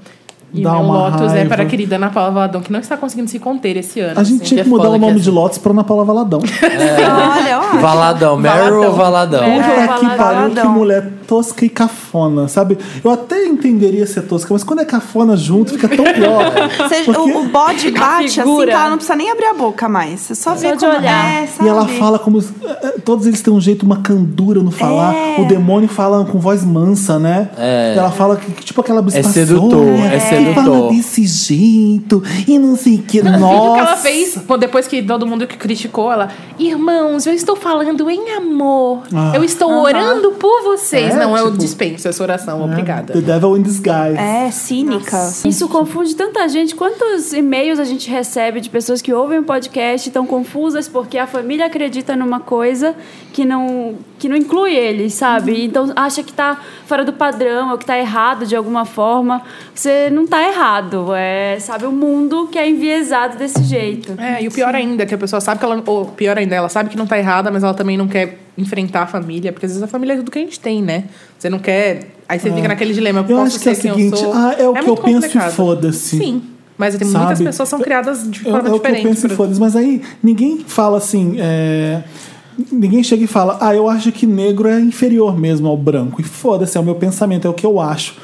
E Dá meu uma Lotus é raiva. para a querida Ana Paula Valadão, que não está conseguindo se conter esse ano. A gente assim. tinha que que é mudar foda o nome que é de Lotus pra Ana Paula Valadão. Puta Olha, ó. Valadão. Meryl ou Valadão? Meryl. É, que pariu, Valadão. que mulher tosca e cafona, sabe? Eu até entenderia ser tosca, mas quando é cafona junto, fica tão pior. Você- Porque- o, o bode bate assim que figura. ela não precisa nem abrir a boca mais. Você só vê de como olhar. é, E sabe? ela fala como. eh, eh, Todos eles têm um jeito, uma candura no falar. É. O demônio fala com voz mansa, né? É. Ela fala que, tipo aquela É bispaçona. sedutor, é É, ele fala tentou. desse jeito e não sei o que. O vídeo que ela Nossa! fez, pô, depois que todo mundo que criticou ela, irmãos, eu estou falando em amor. Ah. Eu estou orando por vocês. É, Não, eu tipo- dispenso essa oração, obrigada. The Devil in Disguise. É, cínica. Isso confunde tanta gente. Quantos e-mails a gente recebe de pessoas que ouvem o podcast e estão confusas porque a família acredita numa coisa que não, que não inclui eles, Uhum. sabe? Então acha que tá fora do padrão ou que tá errado de alguma forma. Você não tá errado. É, sabe, o mundo que é enviesado desse jeito. É, e o pior ainda, é que a pessoa sabe que ela. Ou pior ainda, ela sabe que não tá errada, mas ela também não quer enfrentar a família, porque às vezes a família é tudo que a gente tem, né? Você não quer. Aí você fica naquele dilema. É. Eu posso acho que é o ser quem seguinte, eu sou? ah, é o que muito eu penso e complicado. foda-se. Sim. Mas tem Sabe? muitas pessoas são criadas de Eu- forma é o que eu diferente. penso e por- foda-se. Mas aí ninguém fala assim. é, Ninguém chega e fala, ah, eu acho que negro é inferior mesmo ao branco. E foda-se, é o meu pensamento, é o que eu acho.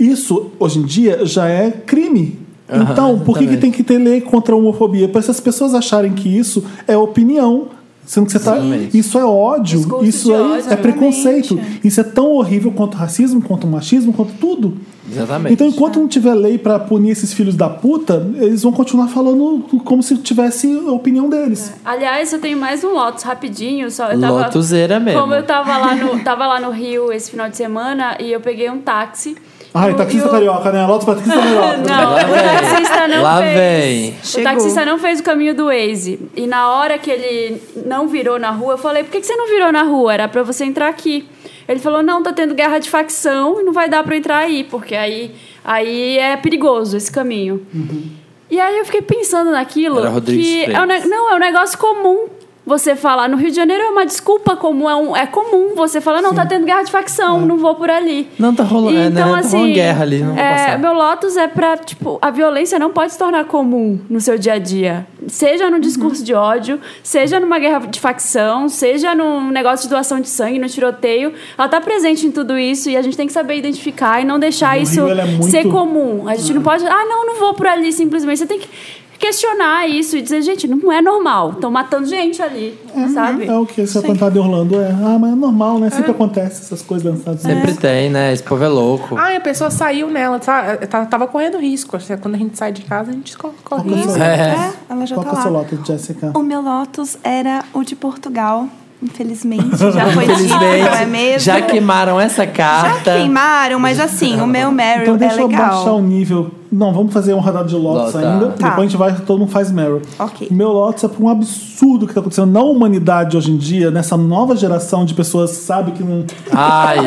Isso, hoje em dia, já é crime. então, por que, que exatamente. tem que ter lei contra a homofobia? Para essas pessoas acharem que isso é opinião. Sendo que você tá. Exatamente. Isso é ódio, Discurso isso de é, ódio, é exatamente. preconceito. Isso é tão horrível quanto racismo, quanto machismo, quanto tudo. Exatamente. Então, enquanto não tiver lei pra punir esses filhos da puta, eles vão continuar falando como se tivesse a opinião É. deles. Aliás, eu tenho mais um Lotus rapidinho. Só, eu tava, Lotuseira mesmo. Como eu tava lá, no, tava lá no Rio esse final de semana e eu peguei um táxi. E Ai, o- taxista e o- carioca, né? Lotus pra taxista carioca. Não, Lá o vem. taxista não Lá fez. vem. O Chegou. taxista não fez o caminho do Waze. E na hora que ele não virou na rua, eu falei: por que que você não virou na rua? Era pra você entrar aqui. Ele falou: não, tá tendo guerra de facção e não vai dar pra eu entrar aí, porque aí, aí é perigoso esse caminho. Uhum. E aí eu fiquei pensando naquilo. Era Rodrigues que Freitas. é um ne- não, é um negócio comum você falar. No Rio de Janeiro é uma desculpa comum, é, um- é comum você falar, não, tá tendo guerra de facção, não vou por ali. É. Então, Não, tá rolando- é, né? Tá rolando guerra ali, não vou é, passar. meu Lotus é pra, tipo, a violência não pode se tornar comum no seu dia a dia. Seja no discurso Uhum. de ódio, seja numa guerra de facção, seja num negócio de doação de sangue, no tiroteio. Ela tá presente em tudo isso e a gente tem que saber identificar e não deixar No isso Rio ela é muito- É. ser comum. A gente não pode, ah, não, não vou por ali simplesmente. Você tem que questionar isso e dizer, gente, não é normal. Estão matando gente ali, sabe? É o que esse atentado em Orlando é. Ah, mas é normal, né? Sempre acontece essas coisas lançadas. Sempre tem, né? Esse povo é louco. Ai, a pessoa saiu nela, tá, tá- tava correndo risco. Quando a gente sai de casa, a gente co- corre Qual que é o risco. seu- É. É, ela já Qual que tá é o lá. seu Lotus, Jessica? O meu Lotus era o de Portugal. Infelizmente, já foi dito, não é Infelizmente, mesmo? já queimaram essa Já carta. queimaram, mas assim, o meu Meryl Então deixa é eu baixar legal. o nível. Não, vamos fazer um radar de Lotus Lota. ainda. Tá. Depois a gente vai, todo mundo faz Meryl. Ok. Meu Lotus é por um absurdo que tá acontecendo na humanidade hoje em dia, nessa nova geração de pessoas, sabe, que não. Ai,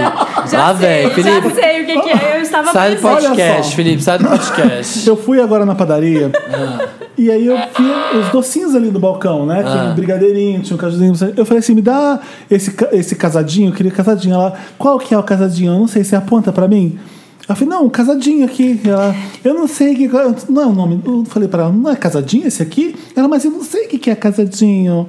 lá vem, Felipe. Já sei o que, que é. Eu estava Sai do pensando. Olha só. podcast, Felipe, sai do podcast. Eu fui agora na padaria Ah. e aí eu vi os docinhos ali no balcão, né? Tinha um Ah. brigadeirinho, tinha um cajuzinho. não sei. Eu falei assim: me dá esse, ca- esse casadinho, eu queria casadinho. Ela, qual que é o casadinho? Eu não sei, você aponta pra mim? Ela falou, não, um casadinho aqui. Ela, eu não sei o que. Não é o nome. Eu falei pra ela, não é casadinho esse aqui? Ela, mas eu não sei o que que é casadinho.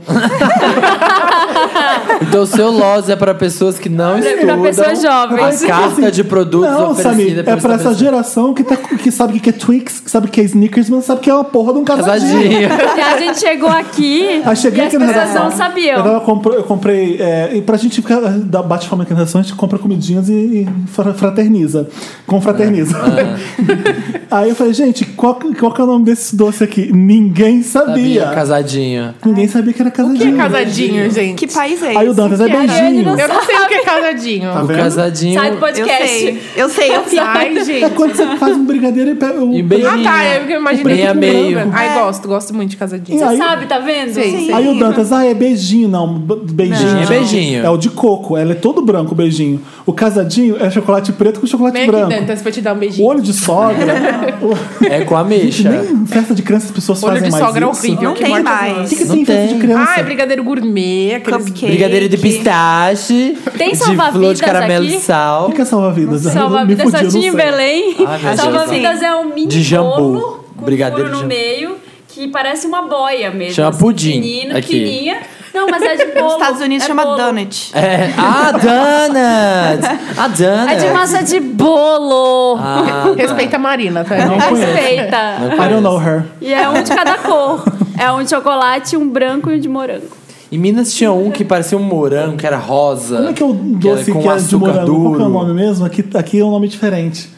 Então, o seu Lotus é para pessoas que não estudam. pessoas jovens. A carta de produtos assim, Não, Samir, oferecida pelo é pra essa estabelecimento. geração que, tá, que sabe o que que é Twix, que sabe o que é Snickers, mas não sabe o que é uma porra de um casadinho. Casadinho. E a gente chegou aqui Aí Ah, cheguei Ah, e as aqui na pessoas redação. não Eu, sabiam. tava compro- eu comprei. É, e pra gente ficar da- bate fome aqui na redação, a gente compra comidinhas e, e fra- fraterniza. Confraterniza. É, Aí eu falei, gente, qual, que- qual que é o nome desse doce aqui? Ninguém sabia. Sabia, Casadinho. Ninguém sabia que era O que é casadinho. casadinho, gente? Que país é esse? Aí o Dantas é Que era? beijinho. Eu não sei o que é casadinho. Tá O vendo? casadinho. Sai do Eu podcast. sei, eu sei, eu sei. Ai, É gente. quando você faz um brigadeiro e pega o. E beijinho. Ah, tá. É porque eu imaginei Meio a que meio. branco. Ai, gosto, gosto muito de casadinho. E aí, Sabe, tá vendo? Sim. aí o Dantas, ah, é beijinho, não. b- Beijinho. Não. É beijinho. É o de coco, ela é todo branco o beijinho. O casadinho é chocolate preto com chocolate Vem aqui, branco. Dantas, pra te dar um O beijinho. olho de sogra. o- É com a mecha. Nem em festa de criança as pessoas Olho fazem de mais sogra é isso. horrível. Não que tem morte mais. horrorosa. O que, que Não tem, em festa tem. de criança? Ah, é brigadeiro gourmet. Aqueles... Cupcake. Brigadeiro de pistache. Tem de flor salva-vidas de caramelo aqui? e sal. o que é salva-vidas? Eu me Salva-vidas fudi, eu só não tinha em sei. Belém. Ai, meu Deus. Salva-vidas é um é mini De jambu. bolo com Brigadeiro furo de no jambu. meio que parece uma boia mesmo. Chama assim, pudim Pequenino, aqui. pequenininha. Não, mas é de bolo. Nos Estados Unidos é chama bolo. donut. É. Ah, donuts. Ah, A donuts. É de massa de bolo. Ah, Respeita a Marina, tá? Não conheço. Respeita. I don't know her. E é um de cada cor. É um de chocolate, um branco e um de morango. Em Minas tinha um que parecia um morango, que era rosa. Como é que é o era doce que, com é de açúcar morango? Qual que é duro. o nome mesmo? Aqui, aqui é um nome diferente.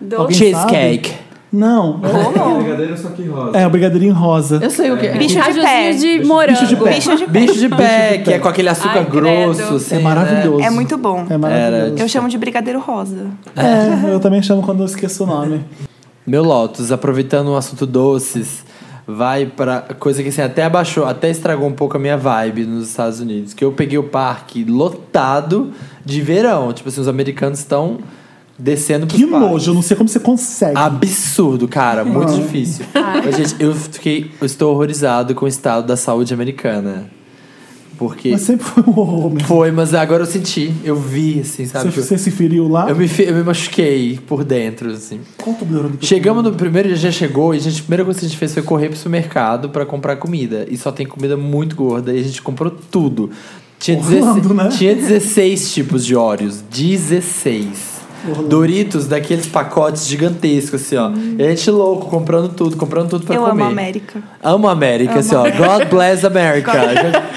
Doce. Cheesecake. Não. Como? Brigadeiro só que rosa. É, o brigadeirinho rosa. Eu sei o que é. Bicho de pé. Cajuzinho de morango. Bicho de pé. Bicho de pé. Bicho de pé, que pé. é com aquele açúcar Ai, grosso. credo. assim, É maravilhoso. É muito bom. É maravilhoso. Eu chamo de brigadeiro rosa. É, eu também chamo quando eu esqueço o nome. Meu Lotus, aproveitando o assunto doces, vai pra coisa que assim, até abaixou, até estragou um pouco a minha vibe nos Estados Unidos. Que eu peguei o parque lotado de verão. Tipo assim, os americanos estão descendo pros Que parques. nojo, eu não sei como você consegue. Absurdo, cara, muito difícil. Mas, gente, eu fiquei, eu estou horrorizado com o estado da saúde americana. Porque Mas sempre foi um horror, meu. foi, mas agora eu senti, eu vi, assim, sabe? Você, Eu- você se feriu lá? eu, me, fe- eu me machuquei por dentro, assim. Conta o Bruno. Chegamos no primeiro dia, já chegou e a, gente, a primeira coisa que a gente fez foi correr pro supermercado pra comprar comida. E só tem comida muito gorda e a gente comprou tudo. Tinha, Orlando, 16, né? tinha 16 tipos de Oreos. 16. Doritos daqueles pacotes gigantescos, assim, ó. E a gente louco, comprando tudo, comprando tudo pra Eu comer. amo a América. Amo a América, assim, ó. God bless America.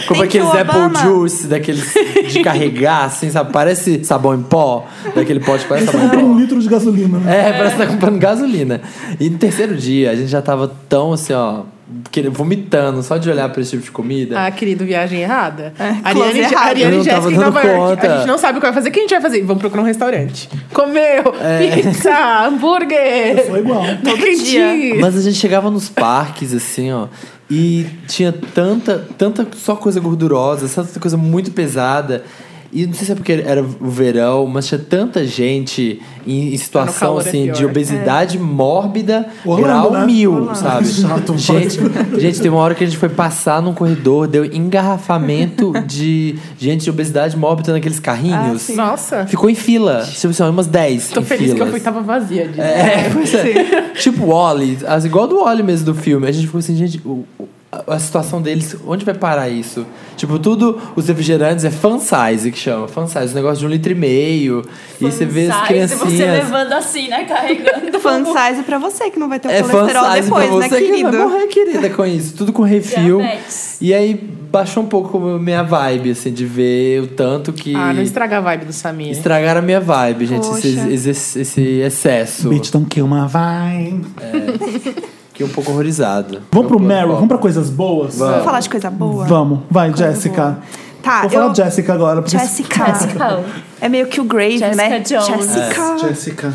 Como Thank you, aqueles apple Obama. juice, daqueles de carregar, assim, sabe? Parece sabão em pó. Daquele pote que parece sabão em pó. Comprou um litro de gasolina, né? É, parece que tá comprando gasolina. E no terceiro dia, a gente já tava tão assim, ó, querendo- vomitando só de olhar pra esse tipo de É. comida. Ah, querido, viagem errada. close Ariane, errado. Ariane Eu não e tava Jéssica em dando Nova York. conta. A gente não sabe o que vai fazer. O que a gente vai fazer? Vamos procurar um restaurante. Comeu, É. pizza, hambúrguer. Foi igual. Todo dia. Mas a gente chegava nos parques, assim, ó, e tinha tanta, tanta só coisa gordurosa, tanta coisa muito pesada. E não sei se é porque era o verão, mas tinha tanta gente em, em situação calor é assim, de pior. obesidade mórbida, Orlando, grau né? mil, Orlando. sabe? Chato, mas- gente, gente, tem uma hora que a gente foi passar num corredor, deu engarrafamento de gente de obesidade mórbida naqueles carrinhos. Nossa. Ficou em fila, tipo assim, umas 10 Ah, Tô em feliz que eu filas. fui, tava vazia disso. É, pois é. Tipo o Wally, as- igual do Wally mesmo do filme. A gente ficou assim, gente, o- o- a, a situação deles, onde vai parar isso? Tipo, tudo, os refrigerantes é fan size que chama, fan size, um negócio de um litro e meio. e você vê as Sai, se você criancinhas. levando assim, né? Carregando. Fan size pra você, que não vai ter o É fan colesterol size depois, pra você né, que vai querido? morrer, querida, com isso. Tudo com refil. Diabetes. E aí baixou um pouco a minha vibe, assim, de ver o tanto que. Ah, não estraga a vibe do Samir. Estragaram a minha vibe, gente, esse, Poxa. esse- esse excesso. Bitch, don't kill my vibe. Fiquei um pouco horrorizado. Vamos pro Eu- Meryl, vamos pra coisas boas? Vamos falar de coisa boa? Vamos. Vai, Jéssica. Tá, Vou eu... falar de Jéssica agora. Porque... Jessica. Jessica. É meio que o Grave, Jessica né? Jones. Jessica. Jéssica.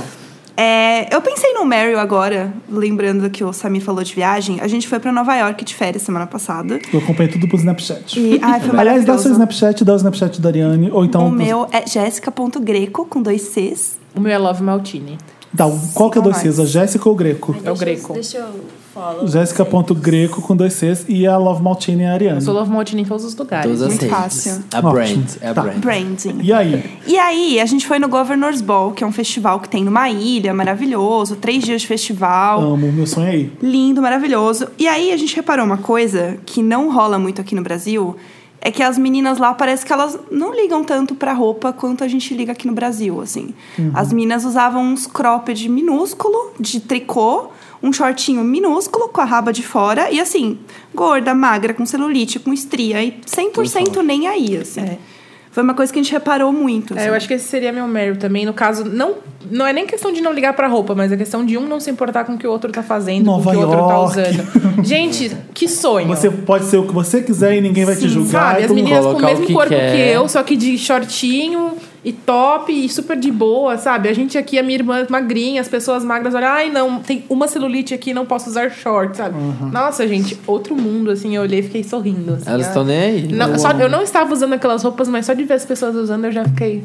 É, eu pensei no Meryl agora, lembrando que o Samir falou de viagem. A gente foi pra Nova York de férias semana passada. Eu acompanho tudo pro Snapchat. E, ai, foi Aliás, dá seu maravilhoso. Snapchat, dá o Snapchat da Ariane. Ou então. O meu é jessica.greco, com dois Cs. O meu é Love Maltini. Dá, o- qual que é o dois Siga Cs? A nós. Jéssica ou o Greco? É o Greco. Deixa eu follow. Jéssica.greco com dois Cs e a Love Maltini e a Ariane. Eu sou Love Maltini em todos os lugares. Todas as Muito redes. fácil. A Ótimo. brand, é a Tá. brand. Branding. E aí? E aí, a gente foi no Governor's Ball, que é um festival que tem numa ilha, maravilhoso. Três dias de festival. Amo, meu sonho é aí. Lindo, maravilhoso. E aí a gente reparou uma coisa que não rola muito aqui no Brasil, é que as meninas lá parece que elas não ligam tanto pra roupa quanto a gente liga aqui no Brasil, assim. Uhum. As meninas usavam uns cropped minúsculo de tricô, um shortinho minúsculo com a raba de fora e assim, gorda, magra, com celulite, com estria e 100% Uhum. nem aí, assim. Foi uma coisa que a gente reparou muito. É, eu assim. acho que esse seria meu mérito também. No caso, não, não é nem questão de não ligar pra roupa, mas é questão de um não se importar com o que o outro tá fazendo, Nova com o que o outro tá York. usando. Gente, que sonho. Você pode ser o que você quiser e ninguém vai te julgar. Sabe, e as todo mundo- meninas com o colocar o mesmo que corpo quer. que eu, só que de shortinho e top e super de boa, sabe? A gente aqui, a minha irmã é magrinha, as pessoas magras olham, ai não, tem uma celulite aqui, não posso usar short, sabe? Uhum. Nossa, gente, outro mundo, assim, eu olhei e fiquei sorrindo. assim, Elas ah. estão nem aí. Não, só- eu não estava usando aquelas roupas, mas só de ver as pessoas usando eu já fiquei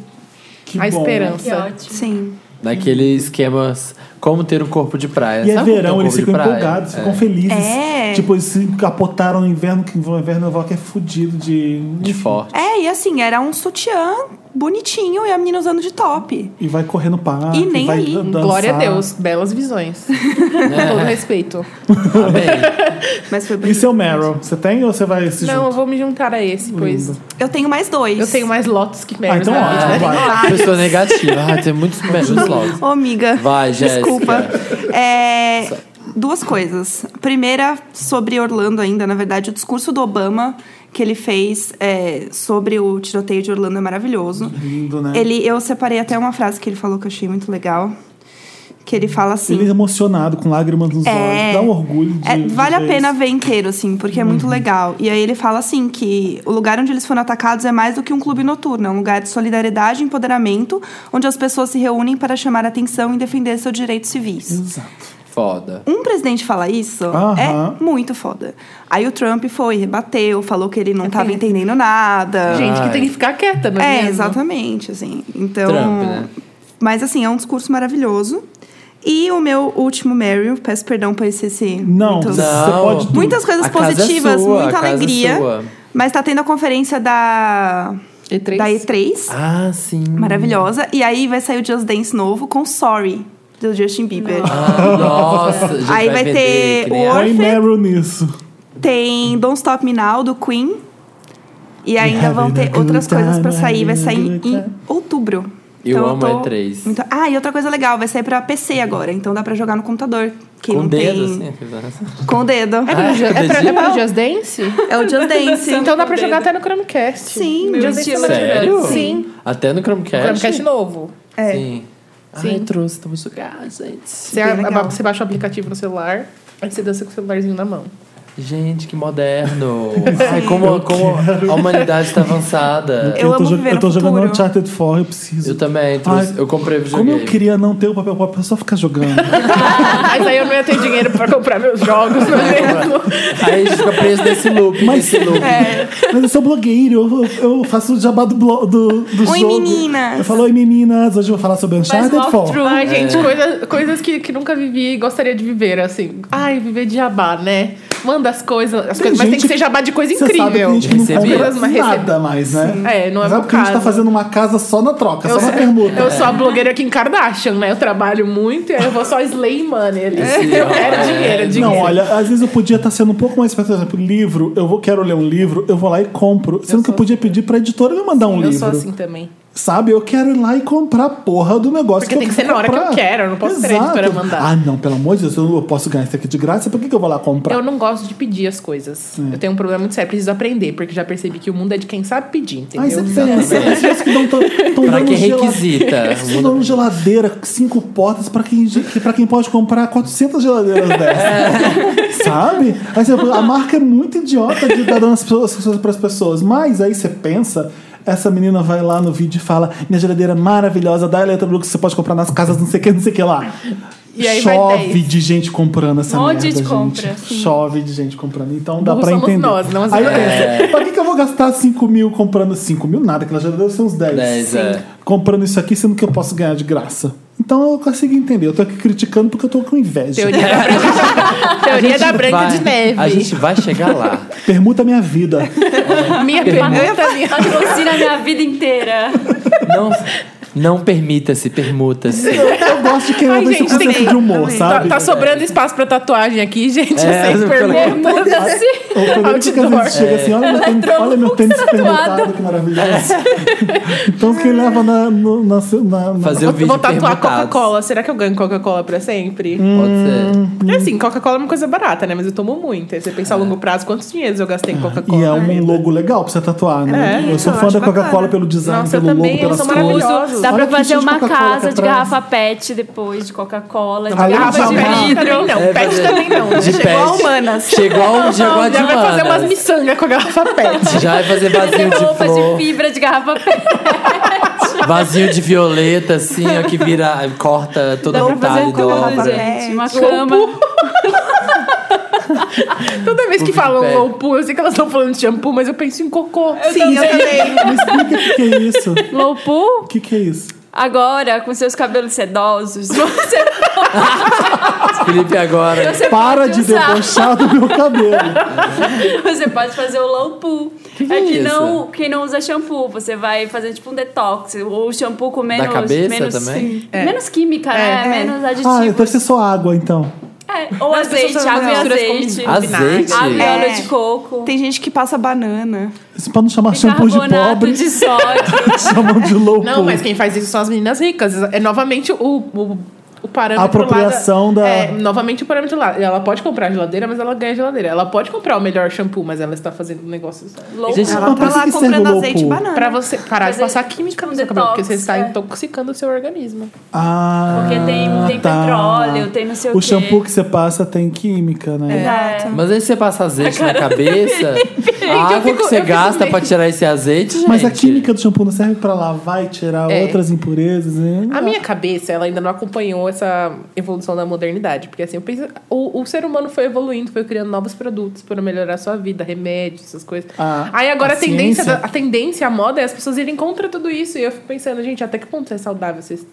Que a bom. Que esperança. ótimo. Sim. Naquele esquema como ter um corpo de praia. E Sabe é como ter um verão, eles corpo de ficam praia? empolgados, É. ficam felizes. É. Tipo, eles se capotaram no inverno, que o inverno Nova York é fudido de. De forte. É, e assim, era um sutiã bonitinho e a menina usando de top. E vai correr no parque. E nem vai aí. dançar. É. Glória a Deus, belas visões. Com todo respeito. Tá Amém. Mas foi E bonito. seu Meryl? Você tem ou você vai se Não, juntar? eu vou me juntar a esse, pois Lindo. Eu tenho mais dois. eu tenho mais lotos que Ah, Meryl. então na vida. ótimo, vai. Pessoa negativa. Ah, tem muitos beijos logo. Ô, amiga. Vai, Jéssica. Desculpa. É, duas coisas. Primeira, sobre Orlando ainda, na verdade, o discurso do Obama que ele fez é, sobre o tiroteio de Orlando é maravilhoso. Lindo, né? Ele, eu separei até uma frase que ele falou que eu achei muito legal. que ele fala assim. Ele é emocionado, com lágrimas nos olhos. Dá um orgulho de, É, de vale a ver pena isso. Uhum. ver inteiro, assim, porque é muito legal. E aí ele fala assim que o lugar onde eles foram atacados é mais do que um clube noturno, é um lugar de solidariedade e empoderamento, onde as pessoas se reúnem para chamar a atenção e defender seus direitos civis. Exato. Foda. Um presidente falar isso Aham. é muito foda. Aí o Trump foi, rebateu, falou que ele É não estava entendendo nada. Gente que Ai. tem que ficar quieta, não É, mesmo? exatamente, assim. Então, Trump, né? mas assim, é um discurso maravilhoso. E o meu último Meryl, peço perdão por esse, esse Não, muito- Você pode tudo. muitas coisas A casa é positivas, sua, muita a casa é alegria. sua. Mas tá tendo a conferência da E3? da E3, Ah, sim. maravilhosa, e aí vai sair o Just Dance novo com Sorry do Justin Bieber. Ah, nossa, a gente Aí vai vender, ter que nem o a- Põe Perfect. Meryl nisso. Tem Don't Stop Me Now do Queen. E ainda vão ter outras coisas pra sair, vai sair em outubro. Então Eu amo tô E3. muito- Ah, e outra coisa legal, vai sair pra PC agora, então dá pra jogar no computador. Que Com não o dedo, tem... assim. Com o dedo. É pro, Ah, é é pra, é dedinho? pro Just Dance? É o Just Dance. então dá pra jogar até no Chromecast. Sim, Just meu Dance estilo. é maravilhoso. Sério? Sim. Até no Chromecast. Chromecast novo. É. Sim. Sim. Ai, trouxe, tamo sugado, gente. Você, Bem legal. você baixa o aplicativo no celular, aí você dança com o celularzinho na mão. Gente, que moderno. Ai, como, como a humanidade tá avançada. Eu amo tô, jo- viver eu tô no jogando futuro. Uncharted 4, eu preciso. Eu também trouxe. Ai, eu comprei Como videogame. eu queria não ter o papel pop, é só ficar jogando. Mas aí eu não ia ter dinheiro pra comprar meus jogos, não é mesmo? Aí a gente fica preso nesse loop, nesse loop. É. Mas eu sou blogueiro, eu, eu faço o jabá do, blo- do, do Oi, jogo. meninas. Eu falo, oi meninas, hoje eu vou falar sobre Faz Uncharted 4. walkthrough. Ai, gente, coisa- coisas que, que nunca vivi e gostaria de viver, assim. Ai, viver de jabá, né? Manda as coisas, as coisas mas tem gente- que ser jabá de coisa Você sabe que incrível. a gente não Recebi. compra Mas nada recebe- mais, né? Sim. É, não é Sabe meu porque a gente tá caso. fazendo uma casa só na troca, Eu só sou, na permuta. eu sou a blogueira aqui em Kardashian, né? Eu trabalho muito e aí eu vou só slay money ali. Eu é. quero dinheiro, dinheiro. É. Não, olha, às vezes eu podia estar sendo um pouco mais esperto. Por exemplo, livro, eu vou, quero ler um livro, eu vou lá e compro. Sendo que eu podia pedir pra editora me mandar um assim. eu livro. sou assim também. Sabe? Eu quero ir lá e comprar a porra do negócio. Porque eu tem que ser na hora que eu comprar. quero, eu não posso ter a editora mandar. Ah, não, pelo amor de Deus, eu eu posso ganhar isso aqui de graça, por que, que eu vou lá comprar? Eu não gosto de pedir as coisas. É. Eu tenho um problema muito sério, preciso aprender, porque já percebi que o mundo é de quem sabe pedir, Aí você entendeu? pensa, as pessoas é que estão Pra dando quem gela- requisita. As pessoas tão dando geladeira, cinco portas, pra quem, que- pra quem pode comprar 400 geladeiras dessas. Sabe? Aí você, a marca é muito idiota de dar dando as pessoas, as coisas pras pessoas. Mas aí você pensa. Essa menina vai lá no vídeo e fala: Minha geladeira é maravilhosa, da Electrolux, você pode comprar nas casas, não sei o que, não sei o que lá. E aí vai Chove 10. de gente comprando essa Um monte merda, de gente. compra, Chove de gente comprando. Então dá Burro pra somos entender. nós, não é. as aí é, ideias. pensa, É. Pra que, que eu vou gastar 5 mil comprando 5 mil? Nada, que ela já deve ser uns 10. 10, é. Comprando isso aqui, sendo que eu posso ganhar de graça. Então eu consigo entender. Eu tô aqui criticando porque eu tô com inveja. Teoria da Branca, Teoria da Branca vai- de Neve. A gente vai chegar lá. Permuta a minha vida. Minha é pergunta, minha... é Patrocina a minha vida inteira. Não, não permita-se, permuta-se. Eu, eu gosto de quem Ai, leva esse gente, conceito tem- de humor, Tá, sabe? tá sobrando espaço pra tatuagem aqui, gente. né? É, Vocês eu perguntam. Ou quando ele fica, às vezes, chega assim, É. olha meu tênis, um olha meu tênis permutado, que maravilhoso. É. Então quem leva na... no- na, na, na- Fazer o Eu vídeo vou tatuar permutados. Coca-Cola. Será que eu ganho Coca-Cola pra sempre? Uhum. Hum. Pode Porque assim, Coca-Cola é uma coisa barata, né? Mas eu tomo muito. Aí você pensa a longo prazo, quantos dinheiros eu gastei em Coca-Cola? E é na um vida? logo legal pra você tatuar, né? É, eu sou eu fã acho da Coca-Cola bacana. pelo design, Nossa, eu pelo também, logo, pelas eles são maravilhosos. cores. maravilhosos. Dá Olha pra que fazer cheio de uma Coca-Cola casa de atrás. garrafa pet depois, de Coca-Cola, de Além de garrafa de amarrar. Pet vidro. também não, É, pet mas- também não. né? ser. De Igual pet. humanas. Chegou a um, chegou a Já vai fazer umas de miçangas com a garrafa pet. Você Já vai fazer um vasinho de Roupa de flor, fibra de garrafa pet. vasinho de violeta, assim, ó, que vira, corta toda Dá a pra fazer metade um do cama, obra. gente. Uma cama. Toda vez que Pulo de falam pé. low eu sei que elas estão falando de shampoo, mas eu penso em cocô. Sim, eu também. Me explica o que, que é isso. O Low pool. que, que é isso? Agora, com seus cabelos sedosos, você Felipe agora. Você Para pode de usar. debochar do meu cabelo. Ah, Você pode fazer o low poo. é que beleza. não, quem não usa shampoo, você vai fazer tipo um detox. Ou shampoo com menos. cabeça menos, também? É. Menos química, né? Menos Ah, aditivos. deve ser só água, então. É, Ou As azeite, pessoas fazem água e misturas com azeite. Azeite? Água e óleo É. de coco. Tem gente que passa banana. Isso pra não chamar shampoo um de Bicarbonato pobre, de, sódio. chamam de louco. Não, mas quem faz isso são as meninas ricas. É novamente o, o o parâmetro A apropriação lá da- É, novamente o parâmetro lá. Ela pode comprar a geladeira, mas ela ganha a geladeira. Ela pode comprar o melhor shampoo, mas ela está fazendo um negócio... Louco. Gente, Ela Mas tá pra lá que serve comprando o low azeite e pool? banana. Pra você parar de Fazer passar química no um seu cabelo, porque você detox, está é. intoxicando o seu organismo. Ah, Porque tem- tem tá. petróleo, tem não sei o O quê. É shampoo que você passa tem química, né? Exato. Mas aí você passa azeite na cabeça, a eu água fico- que você eu fico gasta meio- pra tirar esse azeite, Mas a gente. química do shampoo não serve pra lavar e tirar É. outras impurezas, né? A minha cabeça, ela ainda não acompanhou essa evolução da modernidade. Porque assim, eu penso, o, o ser humano foi evoluindo, foi criando novos produtos para melhorar a sua vida, remédios, essas coisas. A- Aí agora a a, tendência, ciência? da- a tendência, a moda é as pessoas irem contra tudo isso. E eu fico pensando, gente, até que ponto é saudável vocês.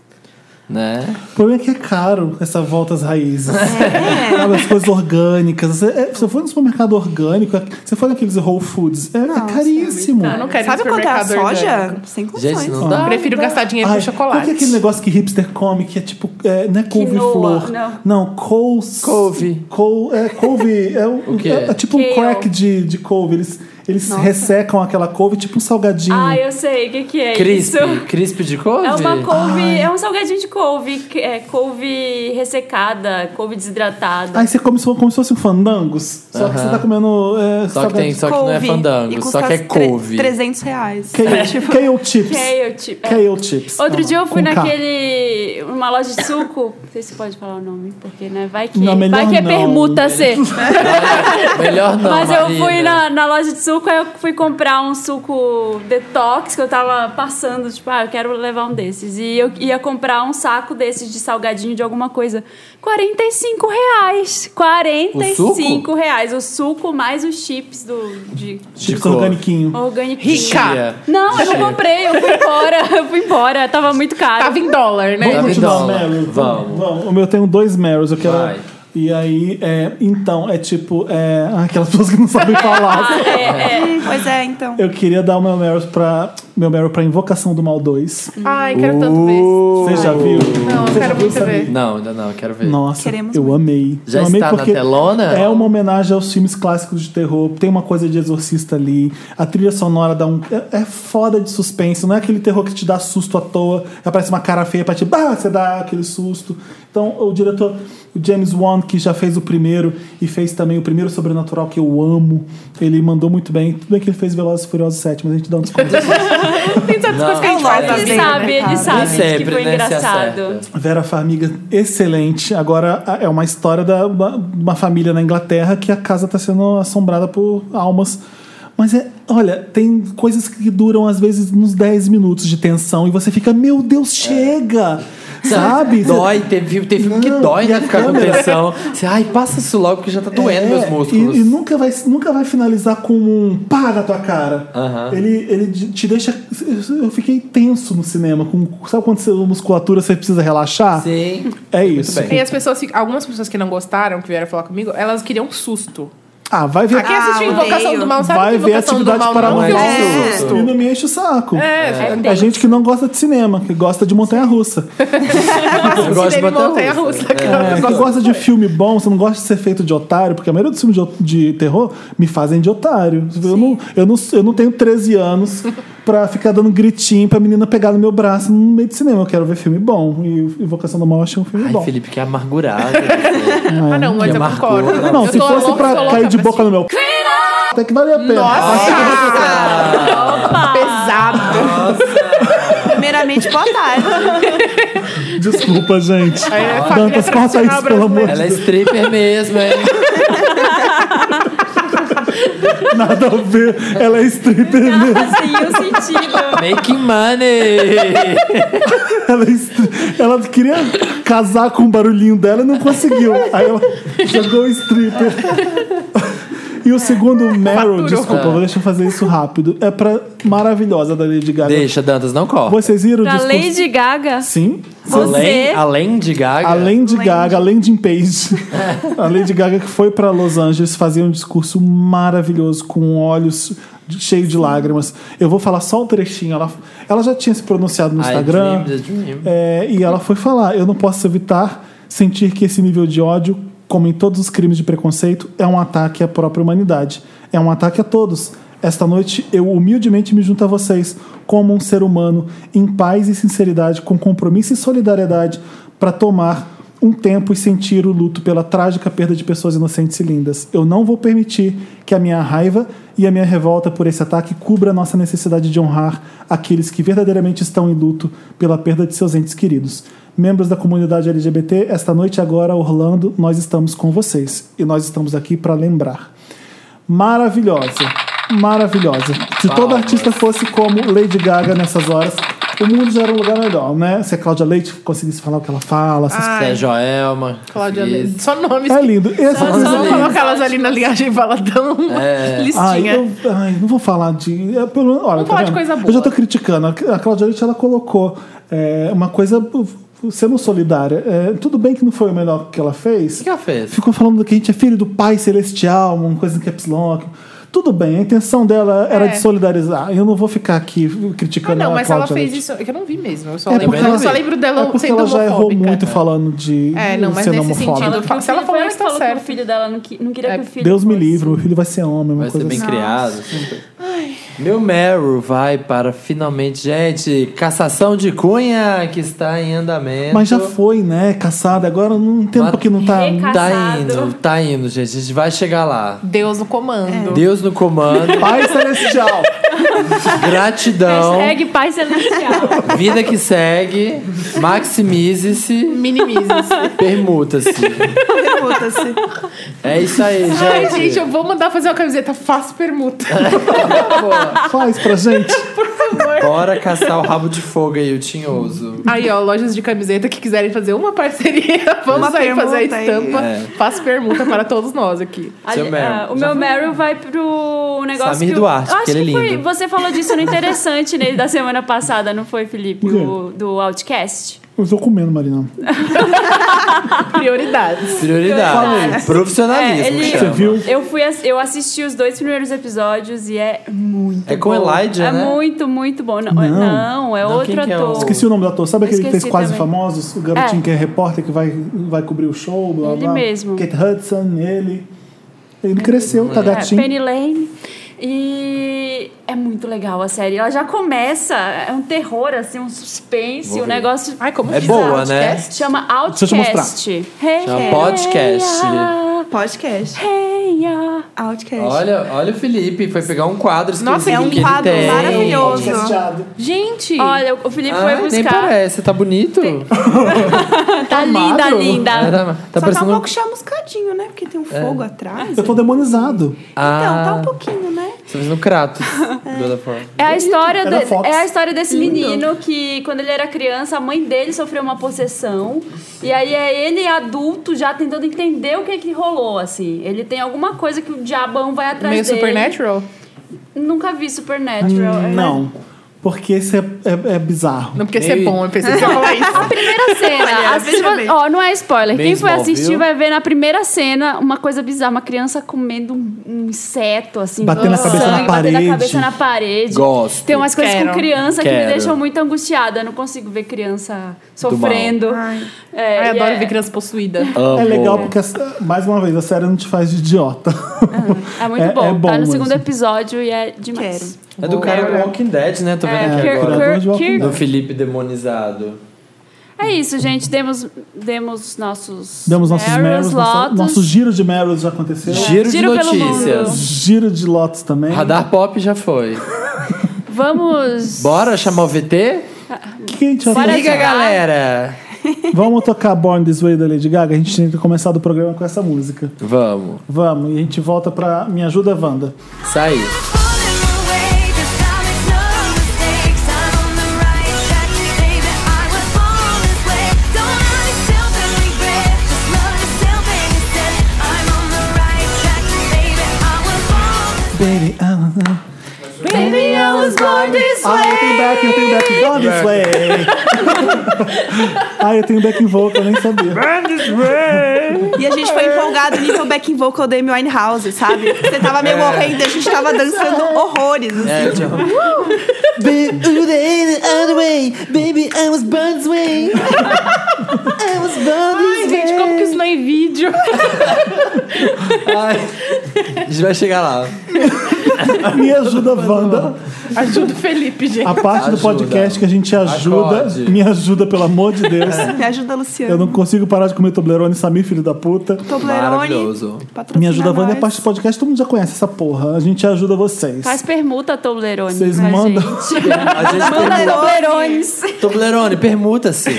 Né? O problema é que é caro essa volta às raízes. É. Sabe, as coisas orgânicas. Você, é, se você for no supermercado orgânico, é- você for naqueles Whole Foods, é, é Nossa, caríssimo. Eu não quero ir no Sabe quanto é a supermercado soja? orgânico. Sem condições. Gente, não dá. Prefiro gastar dinheiro Ai, com chocolate. Qual que é aquele negócio que hipster come que é tipo. É, não é couve-flor. não. Não, couve. Couve. Couve. É, couve é, um- O quê? é, é tipo um Kale. crack de, de couve. Eles, eles ressecam aquela couve, tipo um salgadinho. Ah, eu sei o que, que é Crisp, isso. crisp de couve? É uma couve, Ai. é um salgadinho de couve, que é couve ressecada, couve desidratada. Aí você come se- como se fosse um fandangos. Só que Aham. você tá comendo. É, Só que, tem, salgadinho. só que não é Couve. E fandango, custa só que é tre- couve. 300 reais. Kale, kale chips. Tipo, Kale chip. é. Kale chips. Outro dia eu fui Com K. naquele. uma loja de suco. Não sei se pode falar o nome, porque, né? Vai que, Não, melhor vai que é não. né? permuta ser. Melhor não, Mas eu Marina. fui na, na loja de suco, aí eu fui comprar um suco detox que eu tava passando, tipo, ah, eu quero levar um desses. E eu ia comprar um saco desses de salgadinho de alguma coisa. 45 reais! 45 reais. O suco mais os chips do, de Chips couve. organiquinho. orgânico. Chia. Não, eu não comprei, eu fui embora, eu fui embora, tava muito caro. Tava em dólar, né? Tá Vamos continuar o vidola. Meryl? Vamos. então? Vamos. O meu tem dois Meryls. Eu quero... Vai. E aí, é, então, é tipo... É, ah, aquelas pessoas que não sabem Ah, falar. Pois é, então. Eu queria dar o meu Meryl pra, meu Meryl pra Invocação do Mal 2. Ai, quero tanto ver. Você já viu? Não, eu quero muito ver. Não, ainda não, quero ver. Nossa, Queremos eu amei. Já eu amei está na porque telona? É uma homenagem aos filmes clássicos de terror. Tem uma coisa de exorcista ali. A trilha sonora dá um. É, é foda de suspense. Não é aquele terror que te dá susto à toa. que Aparece uma cara feia pra te. Bah, você dá aquele susto. Então, o diretor, o James Wan, que já fez o primeiro e fez também o primeiro sobrenatural que eu amo. Ele mandou muito bem. Tudo bem que ele fez Velozes e Furiosos 7, mas a gente dá um desconto. Tem tantas Não. coisas que a gente Eu gosto faz na de Ele vida. sabe, ele sabe Nem que sempre, foi né? se engraçado. acerta. Vera Farmiga, excelente. Agora a- é uma história da- da- de uma, família na Inglaterra que a casa está sendo assombrada por almas. Mas é, olha, tem coisas que duram às vezes uns 10 minutos de tensão e você fica, meu Deus, chega! Sabe? É. Dói, tem, filme- tem filme que Não, dói, e né? a Ficar com câmera? tensão. Você, ai, passa isso logo que já tá doendo É, meus músculos. E, e nunca, vai, nunca vai finalizar com um pá na tua cara. Aham. Ele, ele de- te deixa. Eu fiquei tenso no cinema. Com, sabe quando a musculatura você precisa relaxar? Sim. É isso. bem. E as pessoas, fi- algumas pessoas que não gostaram, que vieram falar comigo, elas queriam um susto. Ah, vai ver. Aqui é assistiu odeio. Invocação do Mal, sabe vai que ver Invocação do atividade Mal não paranormal viu é um um e não me enche o saco. É, É A tenso. gente que não gosta de cinema, que gosta de montanha-russa. Eu susto gosto de dele botar montanha russa. russa. É, que gosta de filme bom, você não gosta de ser feito de otário, porque a maioria dos filmes de, de terror me fazem de otário. Eu não, eu, não, eu não tenho 13 anos pra ficar dando gritinho pra menina pegar no meu braço no meio de cinema. Eu quero ver filme bom. E Invocação do Mal eu achei um filme Ai, bom. Felipe, que amargurado. Ah, não, mas Que eu marcou. concordo. Não, Eu se tô fosse louca, tô pra louca cair de pra boca no meu. Até que vale a pena. Pesado. Primeiramente, boa tarde. Desculpa, gente. Aí é família Dantas, corta tradicional isso, pelo amor de Ela é stripper mesmo, hein? Nada a ver. Ela é stripper mesmo. Assim, o sentido. Making money. Ela, é stri- ela queria casar com o barulhinho dela e não conseguiu. Aí ela jogou o stripper. E o segundo Meryl, Faturou. desculpa, vou- deixa eu fazer isso rápido. É pra maravilhosa da Lady Gaga. Deixa, Dantas, não corre. Vocês viram o Pra discurso? Lady Gaga, Sim. você. Além, além de Gaga. A Lady Gaga, a Landing Page. A Lady Gaga que foi pra Los Angeles fazer um discurso maravilhoso, com olhos de- cheios de lágrimas. Eu vou falar só um trechinho. Ela, ela já tinha se pronunciado no I Instagram. dreamed, I dreamed. É, e ela foi falar: eu não posso evitar sentir que esse nível de ódio, como em todos os crimes de preconceito, é um ataque à própria humanidade. É um ataque a todos. Esta noite eu humildemente me junto a vocês, como um ser humano, em paz e sinceridade, com compromisso e solidariedade, para tomar um tempo e sentir o luto pela trágica perda de pessoas inocentes e lindas. Eu não vou permitir que a minha raiva e a minha revolta por esse ataque cubra a nossa necessidade de honrar aqueles que verdadeiramente estão em luto pela perda de seus entes queridos. Membros da comunidade LGBT, esta noite agora, Orlando, nós estamos com vocês. E nós estamos aqui para lembrar maravilhosa. Maravilhosa. Se toda artista fosse como Lady Gaga nessas horas, o mundo já era um lugar melhor, né? Se a Cláudia Leite conseguisse falar o que ela fala, essas Ai, Zé é Joelma. Cláudia Cris. Leite. Só nomes É que- lindo. Essa Só, coisa- só coloca elas ali na linhagem baladão. É. Ai, Listinha. Ah, eu, ai, não vou falar de. é, pelo- olha, tá Vamos falar de vendo? coisa boa. Eu já tô criticando. A Cláudia Leite ela colocou é, uma coisa sendo solidária. É, tudo bem que não foi o melhor que ela fez. O que ela fez? Ficou falando que a gente é filho do Pai Celestial, uma coisa em caps lock. Tudo bem, a intenção dela era É. de solidarizar. Eu não vou ficar aqui Ah, criticando não, a mas ela Cláudia fez Leite. isso. é que Eu não vi mesmo. Eu só, É lembro, porque eu ela, só lembro dela é porque sendo ela já errou homofóbica. muito falando de É, não, mas sendo nesse homofóbica. sentido- Ela que o Se ela filho- falou foi isso, que tá falou que o certo. filho dela não, qui- não queria É, que o filho Deus me fosse. livre, o filho vai ser homem, uma Vai ser coisa bem assim. criado. Meu Meryl vai para finalmente, gente, cassação de cunha que está em andamento. Mas já foi, né? Caçada. Agora não tem um Mas- tempo que não tá. Reca- Tá Caçado. indo, tá indo, gente. A gente vai chegar lá. Deus no comando. Deus no comando, Pai Celestial! gratidão, Hashtag Pai Celestial. vida que segue, maximize-se, Minimize-se. permuta-se. Puta-se. É isso aí, gente. Ai, gente, eu vou mandar fazer uma camiseta fácil permuta. Faz pra gente. Bora caçar o rabo de fogo aí, o tinhoso. Aí, ó, lojas de camiseta que quiserem fazer uma parceria, vamos Uma aí fazer a permuta aí. estampa. É. Faço permuta para todos nós aqui. A- Seu Meryl. ah, o meu Meryl vai pro negócio Samir que o- Duarte, eu acho porque ele que é foi, lindo. Você falou disso no Interessante né, da semana passada, não foi, Felipe? O quê? O, do Outcast. Eu tô comendo, Marina. Prioridades. Prioridade. Profissionalismo. É, ele- Tá chama. Você viu? Eu, fui, ass- eu assisti os dois primeiros episódios e é muito É com bom. Elijah, É né? muito, muito bom. Não, Não. não, é Não, outro quem que é o- ator. Esqueci o nome do ator. Sabe aquele que fez Esqueci Quase também. Famosos? O garotinho É. que é repórter, que vai, vai cobrir o show, blá Ele blá. mesmo. Kate Hudson, ele. Ele cresceu, tá É, gatinho. Penny Lane. E é muito legal a série. Ela já começa, é um terror, assim, um suspense, Vou um ver. negócio. Ai, como É que boa, diz? né? Outcast? Chama Deixa eu te Outcast. Hey, Chama Podcast. ah, Podcast. hey, ah. Outcast. tá Olha, olha o Felipe, foi pegar um quadro Nossa, exclusivo é um que ele quadro tem. maravilhoso. Casteado. Gente! Olha, o Felipe Ah, foi nem buscar. parece, tá bonito. Tá linda, magro. É, linda. tá tá Só tá um parecendo... É. pouco chamuscadinho, né? Porque tem um fogo atrás. Eu tô demonizado. Ah, Então, tá um pouquinho, né? Você fez no Kratos. de toda forma. É a, história É de- da Fox. é a história desse menino que, quando ele era criança, a mãe dele sofreu uma possessão. E aí é ele, adulto, já tentando entender o que, que rolou, assim. Ele tem alguma coisa que o diabão vai atrás Meio dele. Supernatural? Nunca vi Supernatural. é. Hum, Não. Porque esse é, é- é bizarro. Não, porque isso é Meio- bom, eu pensei que você ia falar isso. A primeira Olha, cena, veja assistiu- bem. ó, não é spoiler. Quem Beisebol, foi assistir viu? vai ver na primeira cena uma coisa bizarra, uma criança comendo um, um inseto assim, Batendo com a cabeça sangue, na batendo parede. a cabeça na parede. Gosto. Tem umas coisas Quero. com criança que Quero. me deixam muito angustiada. Eu não consigo ver criança sofrendo. Ai. É, Ai, e adoro é- ver criança possuída. Amo. É legal porque, essa- mais uma vez, a série não te faz de idiota. É muito É- bom. é bom Tá no mesmo. segundo episódio e é demais. É do cara do Walking Dead, né? Tô vendo É, aqui Kirk- agora. Criador de Walking Kirk- Do Felipe demonizado. É isso, gente. Demos, demos nossos. Damos nossos Meryls, nossa- lotos. nosso giro de Meryls já aconteceu. Giro, de Giro pelo notícias. Giro de Lotus também. Radar Pop já foi. Vamos. Bora chamar o VT? O que que a gente vai Bora fazer? aí. Liga, jogar. galera! Vamos tocar Born This Way da Lady Gaga? A gente tinha que começar do programa com essa música. Vamos. Vamos, e a gente volta pra Me Ajuda, Wanda. Sai. Pulling away 'cause I make no mistakes. I'm on the right track, baby. I was born this way. Don't let yourself in regret. Just love yourself and instead. I'm on the right track, baby. I was born this Baby, ah, ah. Baby, I was born this ah eu tenho back, eu tenho back. Born This Way. ah, eu tenho back vocal, eu nem sabia. E a gente foi empolgado nível backing vocal da Amy Winehouse, sabe? Você tava meio morrendo, a gente tava dançando horrores. assim. É, tchau. Ai, gente, como que isso não é em vídeo? Ai, a gente vai chegar lá. Me Ajuda, Wanda. Ajuda o Felipe, gente. A parte do Ajuda. podcast que a gente ajuda, Acorde. É. me ajuda, pelo amor de Deus. Me ajuda, Luciano. Eu não consigo parar de comer Toblerone, Samir, filho da puta. Toblerone. Maravilhoso. patrocina Me ajuda, Wanda, é nós. parte do podcast, todo mundo já conhece essa porra. A gente ajuda vocês. Faz permuta, Toblerone. Vocês pra mandam- gente. A gente Manda permuta. Toblerones. Toblerone, permuta-se.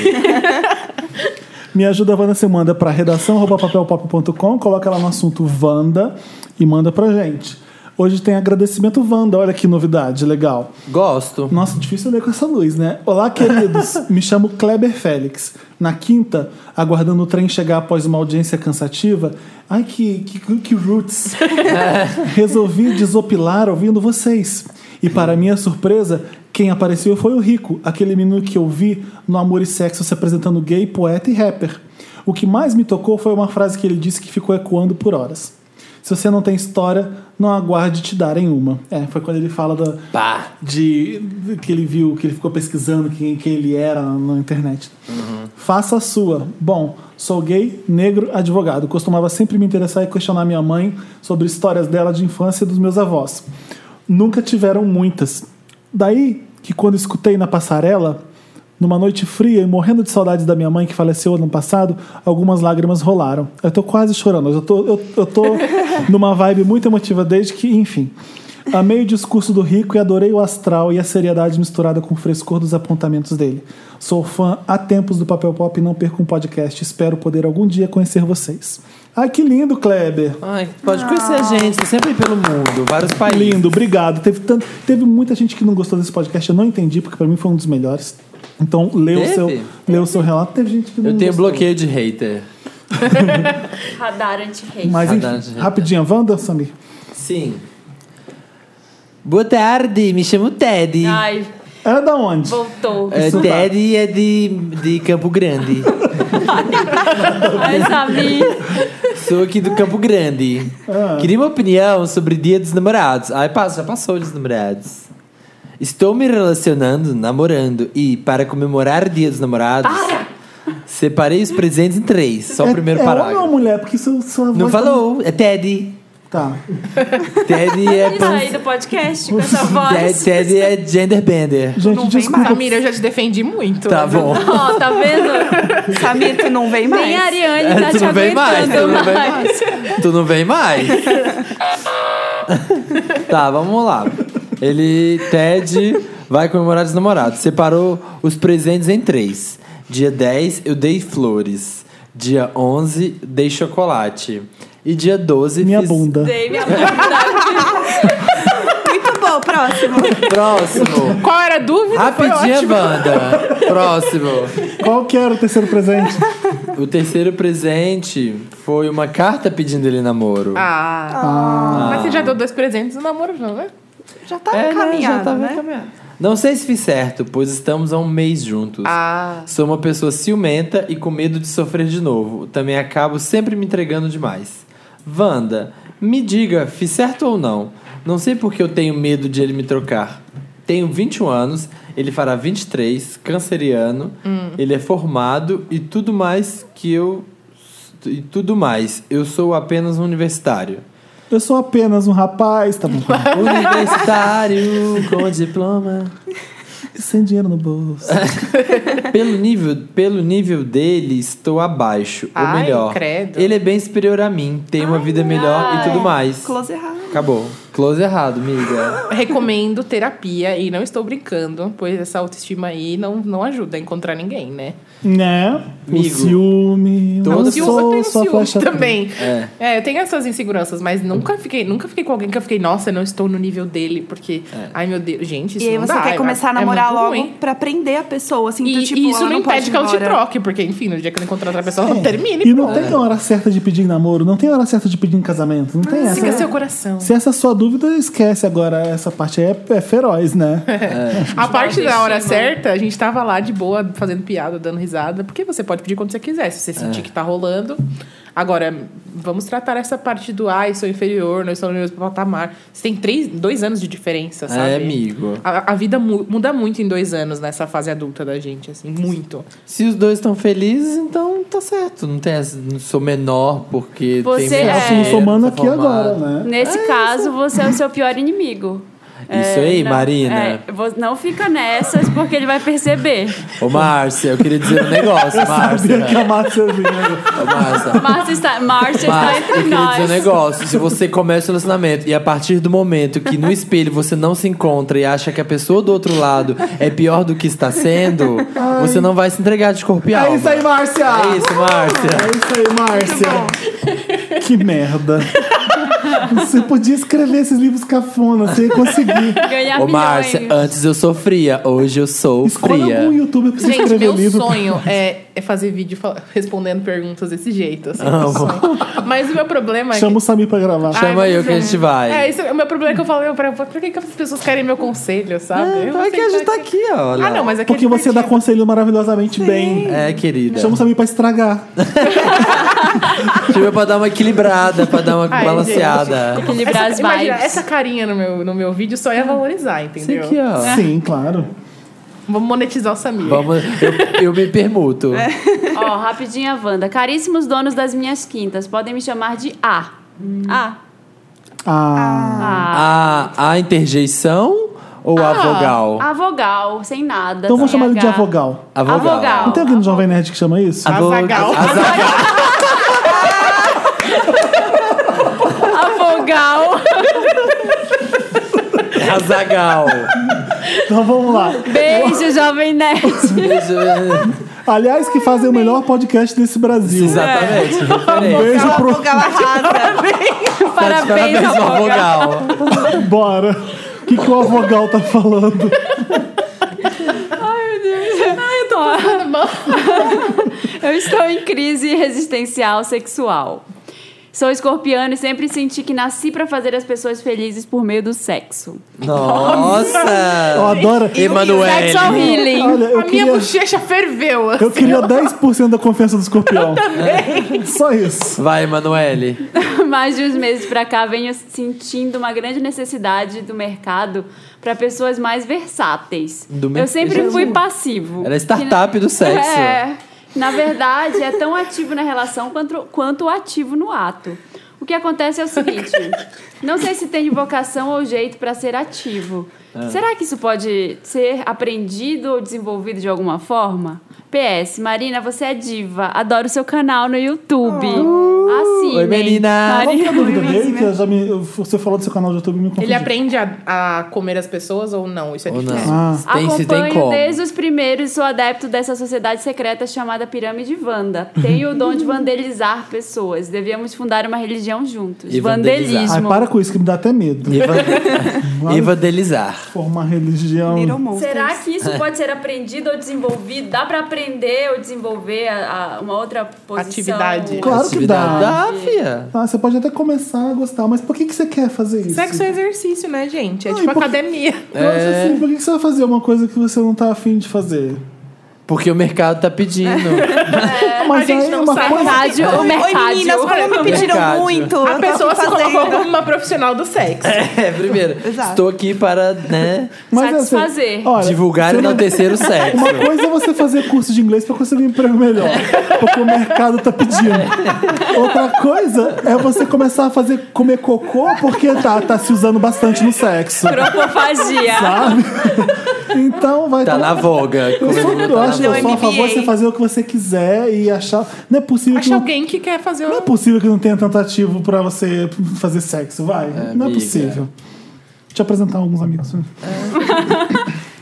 Me ajuda, Wanda, você manda pra redação arroba papelpop.com, coloca lá no assunto Wanda e manda pra gente. Hoje tem agradecimento Wanda, olha que novidade, legal. Gosto. Nossa, difícil ler com essa luz, né? Olá, queridos. Me chamo Kleber Félix. Na quinta, aguardando o trem chegar após uma audiência cansativa. Ai, que, que, que roots. Resolvi desopilar ouvindo vocês. E para minha surpresa, quem apareceu foi o Rico, aquele menino que eu vi no Amor e Sexo se apresentando gay, poeta e rapper. O que mais me tocou foi uma frase que ele disse que ficou ecoando por horas. Se você não tem história, não aguarde te darem uma. É, foi quando ele fala da, Pá. de que ele viu, que ele ficou pesquisando quem, quem ele era na, na internet. Faça a sua. Bom, sou gay, negro, advogado. Costumava sempre me interessar e questionar minha mãe sobre histórias dela de infância e dos meus avós. Nunca tiveram muitas. Daí que quando escutei na passarela, numa noite fria e morrendo de saudades da minha mãe que faleceu ano passado, algumas lágrimas rolaram. Eu tô quase chorando. Eu tô, eu, eu tô numa vibe muito emotiva desde que, enfim. Amei o discurso do Rico e adorei o astral e a seriedade misturada com o frescor dos apontamentos dele. Sou fã há tempos do Papel Pop e não perco um podcast. Espero poder algum dia conhecer vocês. Ai, que lindo, Kleber! Ai, pode conhecer a gente, tô sempre pelo mundo, vários países. Tá Lindo, obrigado. Teve, tanto, teve muita gente que não gostou desse podcast, eu não entendi, porque pra mim foi um dos melhores. Então, lê, o Teve? seu, lê o seu relato. Teve gente que não Eu tenho gostou. bloqueio de hater. Radar anti-rei. Mas Saudade, enfim, gente. rapidinho, Wanda, Samir. Sim. Boa tarde, me chamo Teddy. Ai, Era É da onde? voltou. É, isso Teddy é de, de Campo Grande. Ai, então, Samir. Sou aqui do Campo Grande. Ah. Queria uma opinião sobre Dia dos Namorados. Ai, passa, já passou os namorados. Estou me relacionando, namorando, e para comemorar o Dia dos Namorados, separei os presentes em três. Só o primeiro é, é homem ou parágrafo. mulher? Porque sua, sua Não voz falou, é Teddy. Tá. Teddy é Isso aí do podcast com essa Ted, voz. Ted é genderbender. Gente, Não vem desculpa. Samir, eu já te defendi muito. né? Tá bom. Ó, tá vendo? Samir, tu não vem Nem a mais. Ariane tá tu te não vem é, mais, tu aguentando não vem mais. mais. Tu não vem mais. tá, vamos lá. Ele, Ted, vai comemorar os namorados. Separou os presentes em três. Dia 10, eu dei flores. Dia 11, dei chocolate. E dia 12, Minha fiz... bunda. Dei É. minha Muito bom, próximo. Próximo. Qual era a dúvida? Foi Rapidinha, ótimo. banda. Próximo. Qual que era o terceiro presente? O terceiro presente foi uma carta pedindo ele namoro. Ah. Mas você já deu dois presentes no namoro, já, né? Já tava tá É, né? Já encaminhado, tava né? Não sei se fiz certo, pois estamos há um mês juntos. Ah. Sou uma pessoa ciumenta e com medo de sofrer de novo. Também acabo sempre me entregando demais. Wanda, me diga, fiz certo ou não? Não sei porque eu tenho medo de ele me trocar. Tenho 21 anos, ele fará 23, canceriano, ele é formado e tudo mais que eu. E tudo mais. Eu sou apenas um universitário. Eu sou apenas um rapaz, tá bom? Universitário com diploma. Sem dinheiro no bolso. Pelo nível, pelo nível dele, estou abaixo. ou Ai, melhor, credo. ele é bem superior a mim, tem uma vida melhor e tudo mais. Close errado. Acabou. Close errado, amiga. Recomendo terapia e não estou brincando, pois essa autoestima aí não, não ajuda a encontrar ninguém, né? Né? O Amigo. ciúme. Todo não Eu O ciúme, eu sou tenho sua ciúme flecha Uhum. também. É. É, eu tenho essas inseguranças, mas nunca fiquei, nunca fiquei com alguém que eu fiquei, nossa, eu não estou no nível dele, porque, É. ai meu Deus, gente, isso E aí não você dá, quer é- começar é a namorar muito logo ruim. pra prender a pessoa, assim, E, do tipo, e isso ela não impede pode que ela te embora. troque, porque, enfim, no dia que ela encontrar outra pessoa, ela É. termine. E não pô. tem hora certa de pedir em namoro, não tem hora certa de pedir em casamento, não tem Siga essa. Ah, seu coração. Se essa é a sua dúvida, esquece agora. Essa parte aí é, é feroz, né? É. A parte da hora autoestima. certa, a gente tava lá de boa, fazendo piada, dando risada, porque você pode pedir quando você quiser, se você É. sentir que tá rolando. Agora, vamos tratar essa parte do ai, sou inferior, não estou no mesmo patamar. Você tem três, dois anos de diferença, sabe? É, amigo. A, a vida mu- muda muito em dois anos nessa fase adulta da gente, assim, muito. Se os dois estão felizes, então tá certo. Não tem essa, não sou menor porque Você tem tá é- mais Assunto dinheiro, somando não aqui sou formado. agora, né? Nesse caso, você é o seu pior inimigo. Isso aí, não, Marina. é, vo- não fica nessas, porque ele vai perceber. Ô, Márcia, eu queria dizer um negócio, Márcia. Sabia que a Márcia vinha. Ô, Márcia. Márcia está, Márcia está Mas eu entre queria dizer um nós. negócio. Se você começa o relacionamento e a partir do momento que no espelho você não se encontra e acha que a pessoa do outro lado é pior do que está sendo, você não vai se entregar de corpo e alma. É isso aí, Márcia! É isso, Márcia. É isso aí, Márcia. Que merda. Você podia escrever esses livros cafona, você ia conseguir. Ganhar Ô, milhões. Márcia, antes eu sofria, hoje eu sou Escolha fria. algum youtuber pra você Gente, escrever meu livro. sonho é, é fazer vídeo fal- respondendo perguntas desse jeito. Assim, Amo. sonho. Mas o meu problema é. que- Chama o Samir pra gravar. Ai, Chama mas eu que a é- gente vai. É, esse, é- o meu problema é que eu falei, eu, pra, por que, que as pessoas querem meu conselho, sabe? Eu Então é vou que a gente sentar tá aqui, olha. Ah, não, mas é que Porque é você dá divertido. conselho maravilhosamente bem. É, querida. Chama o Samir pra estragar. Chama pra dar uma equilibrada, pra dar uma Ai, balanceada. Equilibrar as essa, imagina, vibes. essa carinha no meu, no meu vídeo só ia valorizar, é. entendeu? Isso aqui, ó. Sim, claro. Vamos monetizar o Samir. Vamos, eu, eu me permuto. É. Ó, rapidinho a Wanda. Caríssimos donos das minhas quintas, podem me chamar de A. A. Ah, A. Ah, A, a interjeição ou a vogal? A vogal, sem nada. então vamos sem chamar ele de H. avogal. A Avogal. Não tem alguém no Jovem Nerd que chama isso? A Azaghal. A vogal. Azagal. Então vamos lá. Beijo, jovem nerd. Aliás, que fazem o melhor podcast desse Brasil. Exatamente. Referência. Beijo Cala a pro. boca, ela arrasa. Tá de Parabéns, Parabéns, a a vogal. vogal. Bora. O que, que o avogal tá falando? Eu estou em crise resistencial sexual. Sou escorpiano e sempre senti que nasci para fazer as pessoas felizes por meio do sexo. Eu Nossa. adoro. Sexo Emanuel. ao healing. Olha, eu a minha queria, bochecha ferveu. eu queria 10% da confiança do escorpião. É, Só isso. Vai, Emanuele. Mais de uns meses pra cá, venho sentindo uma grande necessidade do mercado para pessoas mais versáteis. Do mer- Eu sempre fui passivo. Era a startup do sexo. É. Na verdade, é tão ativo na relação quanto, quanto ativo no ato. O que acontece é o seguinte: não sei se tenho vocação ou jeito para ser ativo. Será que isso pode ser aprendido ou desenvolvido de alguma forma? PS, Marina, você é diva. Adoro seu canal no YouTube. Assinem. Oi, menina. Qual que é a Mari- dúvida dele? Que eu já me, eu- você falou do seu canal do YouTube e me confundiu. Ele aprende a, a comer as pessoas ou não? Isso é Ou difícil. não? Ah, Se Tem, se tem Acompanho como. desde os primeiros, sou adepto dessa sociedade secreta chamada Pirâmide Vanda. Tenho o dom de vandalizar pessoas. Devíamos fundar uma religião juntos. E vandalizar. ai, Vandalismo. para com isso que me dá até medo. é Evan- Evangelizar. Formar religião. Little Monsters. Será que isso pode ser aprendido ou desenvolvido? Dá pra aprender ou desenvolver a- a- uma outra posição? Atividade. Claro que dá. Atividade. Dá, fia. Ah, você pode até começar a gostar, mas por que, que você quer fazer isso? Sexo é exercício, né, gente? É Não, tipo e por- academia. Eu acho É. assim, por que, que você vai fazer uma coisa que você não tá afim de fazer? Porque o mercado tá pedindo. mas a gente aí é não uma sabe. coisa. Mercado, é o mercado. Oi, meninas, como me pediram Mercado. muito. eu É A tô tá pessoa se fazendo. colocou como uma profissional do sexo. É, primeiro. Exato. Estou aqui para, né, Mas, assim, Satisfazer. olha, divulgar e enaltecer o sexo. Uma coisa é você fazer curso de inglês pra conseguir um emprego melhor, porque o mercado tá pedindo. Outra coisa é você começar a fazer comer cocô porque tá, tá se usando bastante no sexo, Antropofagia. sabe? Então vai Tá na tá voga. Eu sou, eu acho, eu sou a favor de você fazer o que você quiser e achar. Não é possível que Acha não, alguém que quer fazer não é um... possível que não tenha tanto ativo pra você fazer sexo, vai. não é amiga. possível. Deixa eu apresentar alguns amigos.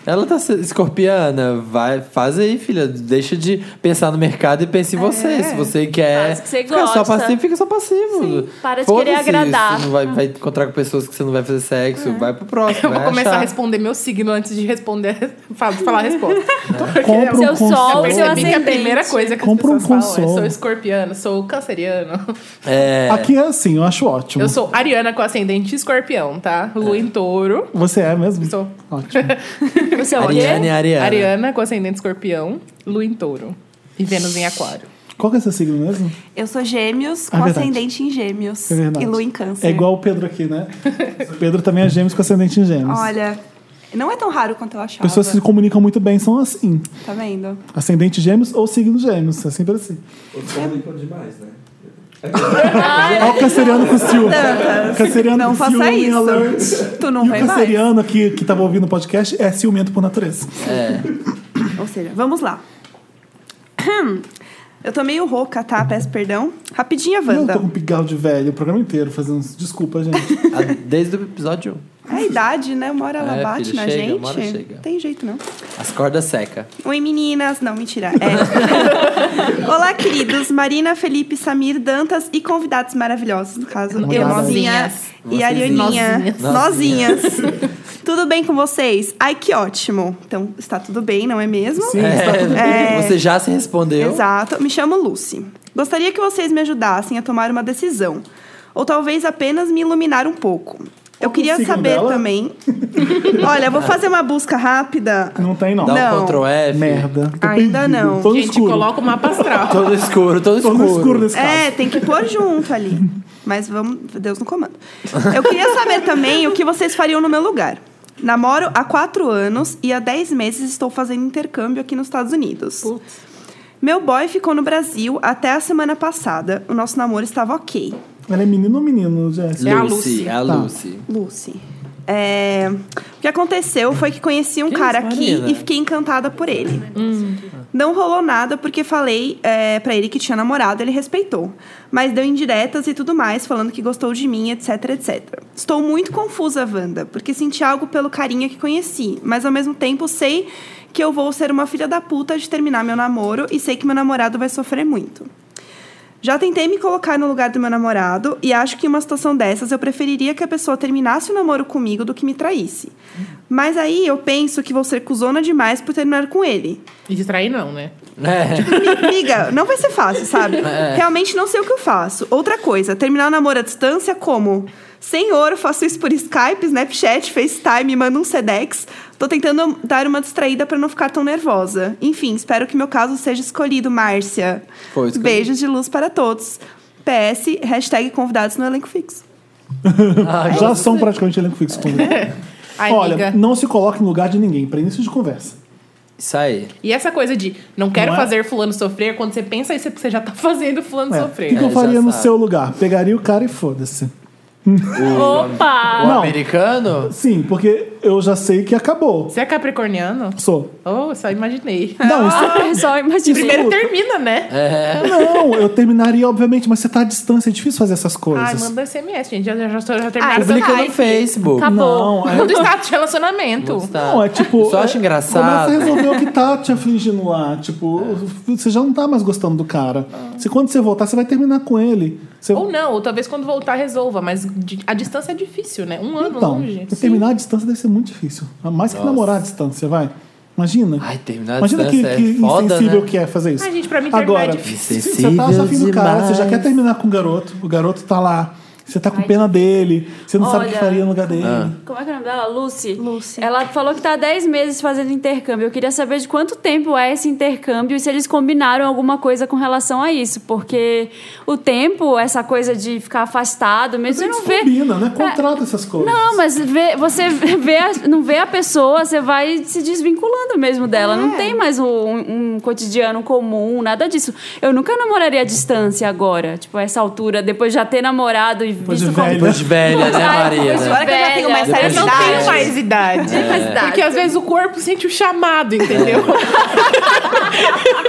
Ela tá se- escorpiana, vai, faz aí, filha. Deixa de pensar no mercado e pensa em você. Se você quer Faz o que você ficar gosta. só passivo, fica só passivo. Sim, para de Foda-se querer agradar. isso, não vai, vai encontrar com pessoas que você não vai fazer sexo. Vai pro próximo. Eu vou vai começar a achar. responder meu signo antes de responder, fa- de falar a resposta. Compra um Seu sol, console. seu Eu percebi que a ascendente. primeira coisa que as Compra um pessoas falam é console. sou escorpiano, sou canceriano. É, Aqui é assim, eu acho ótimo. Eu sou ariana com ascendente escorpião, tá? É. Lua em touro. Você é mesmo? Sou. Ótimo. Você é o quê? Ariane e Ariana. Ariana com ascendente escorpião, lua em touro. E Vênus em aquário. Qual que é seu signo mesmo? Eu sou gêmeos, Ah, com verdade. ascendente em gêmeos. É verdade. E lua em câncer. É igual o Pedro aqui, né? O Pedro também é gêmeos com ascendente em gêmeos. Olha, não é tão raro quanto eu achava. Pessoas que se comunicam muito bem são assim. Tá vendo? Ascendente gêmeos ou signo gêmeos. É sempre assim. Os comunicam demais, né? Olha o canceriano com o Sil. Tantas. Canceriano Não com faça ciúme, isso. alert. Tu não e vai o mais. canceriano que, que tava ouvindo o podcast é ciumento por natureza. Ou seja, vamos lá. Eu tô meio rouca, tá? Peço perdão. Rapidinha, Eu Wanda. tô com um pigal de velho o programa inteiro fazendo. Desculpa, gente. A- Ah, Desde o episódio 1. É A idade, né? Uma hora ela É, bate filho, na chega, gente. uma hora chega. Não tem jeito, não. As cordas seca. Oi, meninas. Não, mentira. É. Olá, queridos. Marina, Felipe, Samir, Dantas e convidados maravilhosos, no caso. Eu, Nozinha Nozinhas. e Arioninha. Nozinhas. Nozinhas. tudo bem com vocês? Ai, que ótimo. Então, está tudo bem, não é mesmo? Sim, está tudo bem. É. Você já se respondeu. Exato. Me chamo Lucy. Gostaria que vocês me ajudassem a tomar uma decisão. Ou talvez apenas me iluminar um pouco. Eu queria signo saber dela? também. Olha, eu vou fazer uma busca rápida. Não tem, não. É Dá Não. um Ctrl F. Merda. Tô Ainda perdido. não. Tô no Gente, escuro. coloca o mapa astral. Todo escuro, todo Tô escuro. no escuro nesse caso. É, tem que pôr junto ali. Mas vamos, Deus no comando. Eu queria saber também o que vocês fariam no meu lugar. Namoro há quatro anos e há dez meses estou fazendo intercâmbio aqui nos Estados Unidos. Meu boy ficou no Brasil até a semana passada. O nosso namoro estava ok. Ela é menino ou menino, Jéssica? É a Lucy, Lucy. é a Tá. Lucy. Lucy. É, O que aconteceu foi que conheci um Que cara isso, Hum. aqui Marina? e fiquei encantada por ele. Não rolou nada porque falei é, para ele que tinha namorado, ele respeitou. Mas deu indiretas e tudo mais, falando que gostou de mim, etc, etc. Estou muito confusa, Wanda, porque senti algo pelo carinha que conheci, mas ao mesmo tempo sei que eu vou ser uma filha da puta de terminar meu namoro e sei que meu namorado vai sofrer muito. Já tentei me colocar no lugar do meu namorado e acho que em uma situação dessas eu preferiria que a pessoa terminasse o namoro comigo do que me traísse. Mas aí eu penso que vou ser cuzona demais por terminar com ele. E distrair não, né? É. Amiga, não vai ser fácil, sabe? Realmente não sei o que eu faço. Outra coisa, terminar o namoro à distância como? Senhor, eu faço isso por Skype, Snapchat, FaceTime, mando um Sedex. Tô tentando dar uma distraída pra não ficar tão nervosa. Enfim, espero que meu caso seja escolhido, Márcia. Foi escolhido. Beijos de luz para todos. PS, hashtag convidados no elenco fixo. Já são praticamente elenco fixo comigo. Ai, Olha, amiga. não se coloque no lugar de ninguém, pra início de conversa. Isso aí. E essa coisa de não quero Não é? fazer fulano sofrer, quando você pensa isso é porque você já tá fazendo fulano É, O que, sofrer. que eu É, faria já no sabe. seu lugar? Pegaria o cara e foda-se. O Opa! Não. americano? Sim, porque eu já sei que acabou. Você é capricorniano? Sou. Oh, só imaginei. Não, isso, Ah, Só imaginei. Primeiro termina, né? É, não, eu terminaria, obviamente, mas você tá à distância, é difícil fazer essas coisas. Ai, manda SMS, gente. Já, já, já, já Ah, terminaram. Publica Publicou Ai, no Facebook. Tá Não, é, Manda o status de relacionamento. Tá. não, é tipo. Só acho é- engraçado. Começa a resolver o que tá te afligindo lá. Tipo, você já não tá mais gostando do cara. Se quando você voltar, você vai terminar com ele. Você- Ou não, ou talvez quando voltar resolva, mas de- a distância é difícil, né? Um ano Então, longe. terminar à distância deve ser muito difícil. É Mais que namorar à distância, vai. Imagina. Ai, terminar a Imagina que, distância que é foda, insensível né? que é fazer isso. Ai, gente, pra mim terminar Agora, é difícil. se- você tá afim do Insensível cara, você já quer demais. terminar com o garoto, o garoto tá lá, você tá com pena dele, você não sabe o que Olha. faria no lugar dele. Ah. Como é que é o nome dela? Lucy. Lucy. Ela falou que tá há 10 meses fazendo intercâmbio. Eu queria saber de quanto tempo é esse intercâmbio e se eles combinaram alguma coisa com relação a isso. Porque o tempo, essa coisa de ficar afastado, mesmo você Eles não vê. combinam, É. né? Contrata essas coisas. Não, mas vê- você vê a- não vê a pessoa, você vai se desvinculando mesmo dela. É. Não tem mais um, um cotidiano comum, nada disso. Eu nunca namoraria à distância agora, tipo, a essa altura, depois de já ter namorado e Depois de visto como. velho. Depois de velha, né, Ai, Maria? depois de né? Agora que eu já tenho mais Velha. Eu certa não idade. tenho mais idade. É. Porque às vezes o corpo sente o chamado, entendeu?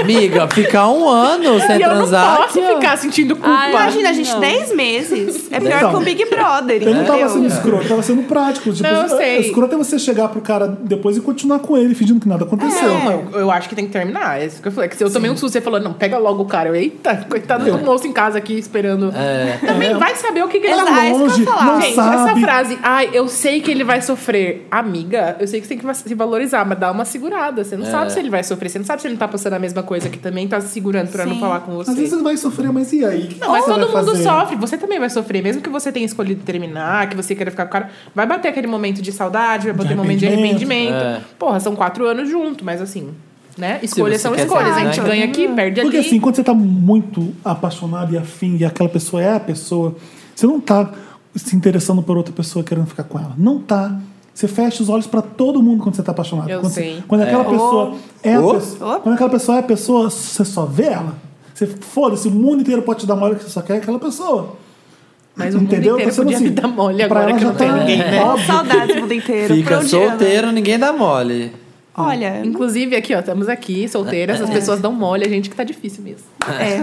Amiga, ficar um ano sem e eu não transar. posso aqui, ó. ficar sentindo culpa. Ai, Imagina, gente, Não. 10 meses. É pior Então, que o Big Brother, Eu não tava entendeu? sendo escroto, eu tava sendo prático. Tipo, Não, eu sei. Escroto é você chegar pro cara depois e continuar com ele, fingindo que nada aconteceu. Não, eu, eu acho que tem que terminar. É isso que eu falei. Que se eu tomei um susto, você falou, não, pega logo o cara. Eu, eita, coitado do moço em casa aqui esperando. Também É. vai saber o que, é que ele Exato, arrumou. isso que longe, eu ia falar. não Gente, essa sabe. frase, ai, eu sei que ele vai sofrer. Amiga, eu sei que você tem que se valorizar, mas dá uma segurada. Você não sabe se ele vai sofrer, você não sabe se ele tá passando a mesma coisa que também tá se segurando pra não Sim. falar com você. Às vezes você vai sofrer, mas e aí? O que Não, mas você todo vai mundo fazer? sofre, você também vai sofrer, mesmo que você tenha escolhido terminar, que você queira ficar com o cara, vai bater aquele momento de saudade, vai bater um momento de arrependimento. arrependimento. Porra, são quatro anos junto, mas assim, né? Escolhas É. você são quer escolhas, a terminar, gente então ganha aqui, perde Porque ali. assim, quando você tá muito apaixonado e afim, e aquela pessoa é a pessoa, você não tá se interessando por outra pessoa querendo ficar com ela. Não tá. Você fecha os olhos pra todo mundo quando você tá apaixonado. Eu quando sei. Você, quando aquela pessoa é a Oh. pessoa. Quando aquela pessoa é a pessoa, você só vê ela. Você foda-se, o mundo inteiro pode te dar mole que você só quer aquela pessoa. Mas o mundo inteiro Tá sendo podia me dar mole pra agora ela que já não tem tá ninguém, né? óbvio. Saudades do mundo inteiro. pra Fica onde ela? solteiro, ninguém dá mole. Olha, Inclusive, aqui, ó, estamos aqui, solteiras, É. as pessoas dão mole, a gente que tá difícil mesmo. é,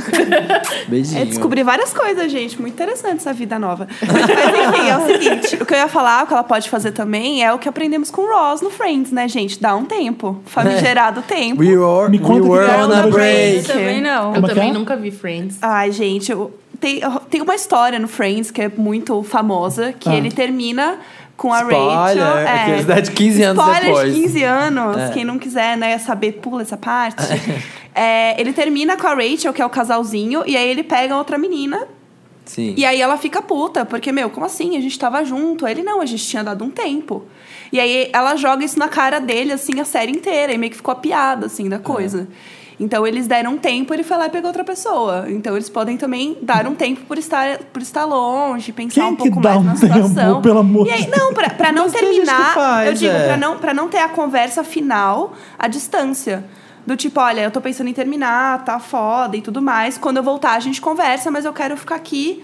Beijinho. é descobrir várias coisas, gente. Muito interessante essa vida nova. Mas enfim, é o seguinte: o que eu ia falar, o que ela pode fazer também, é o que aprendemos com o Ross no Friends, né, gente? Dá um tempo. Famigerado um tempo. É. um We were, Me we conta que tá were dá on a mole. break. Eu também não. Como é eu que também é? nunca vi Friends. Ai, gente, eu- tem, eu- tem uma história no Friends que é muito famosa, que Ah. ele termina com a Spoiler, Rachel. é. aqueles da de 15 anos Spoiler depois. de 15 anos, É. quem não quiser né, saber, pula essa parte. É, ele termina com a Rachel, que é o casalzinho, e aí ele pega outra menina. Sim. E aí ela fica puta, porque, meu, como assim? A gente tava junto. Aí Ele, não, a gente tinha dado um tempo. E aí ela joga isso na cara dele, assim, a série inteira. E meio que ficou a piada, assim, É. da coisa. Então eles deram um tempo, ele foi lá e pegou outra pessoa. Então eles podem também dar um tempo por estar, por estar longe, pensar Quem um que pouco dá mais um na tempo, situação. pelo amor e aí, de não, pra, pra não Mas tem gente que terminar, eu faz, digo, é. pra não, pra não ter a conversa final à distância. Do tipo, olha, eu tô pensando em terminar, tá foda e tudo mais. Quando eu voltar, a gente conversa, mas eu quero ficar aqui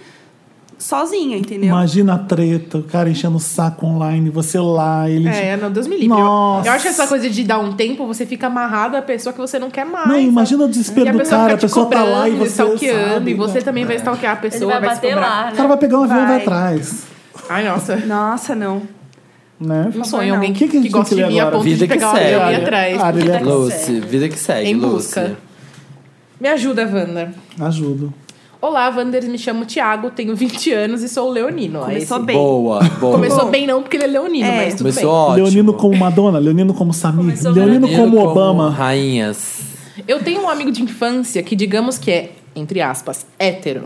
sozinha, entendeu? Imagina a treta, o cara enchendo o saco online, você lá, ele. É, não, Deus me livre. Nossa. Eu, eu acho que essa coisa de dar um tempo, você fica amarrado à pessoa que você não quer mais. Não, sabe? imagina o desespero E do cara, a fica te pessoa tá lá e cobrando, você stalkeando, sabe, e você né? também vai stalkear a pessoa. Ele vai se bater cobrar. lá, O né? cara vai pegar um avião e vai Vai. atrás. Ai, nossa. Nossa, não. Né? Um favor, sonho não. alguém Que que, que a gente que gosta tem de que mim ler a agora? Ah. ponto de Vida que pegar o avião e ir segue. atrás. Área de atrás. Lucy, vida que segue, Em Lucy. busca. Me ajuda, Wanda. Ajudo. Olá, Wanders, me chamo Thiago, tenho 20 anos e sou leonino. Ó, Começou esse- bem. Boa, boa. Começou Bom. bem não, porque ele é leonino, É. mas tudo Começou bem. ótimo. Leonino como Madonna, Leonino como Samir, Começou Leonino Leonino como Obama. Rainhas. Eu tenho um amigo de infância que digamos que é, entre aspas, hétero.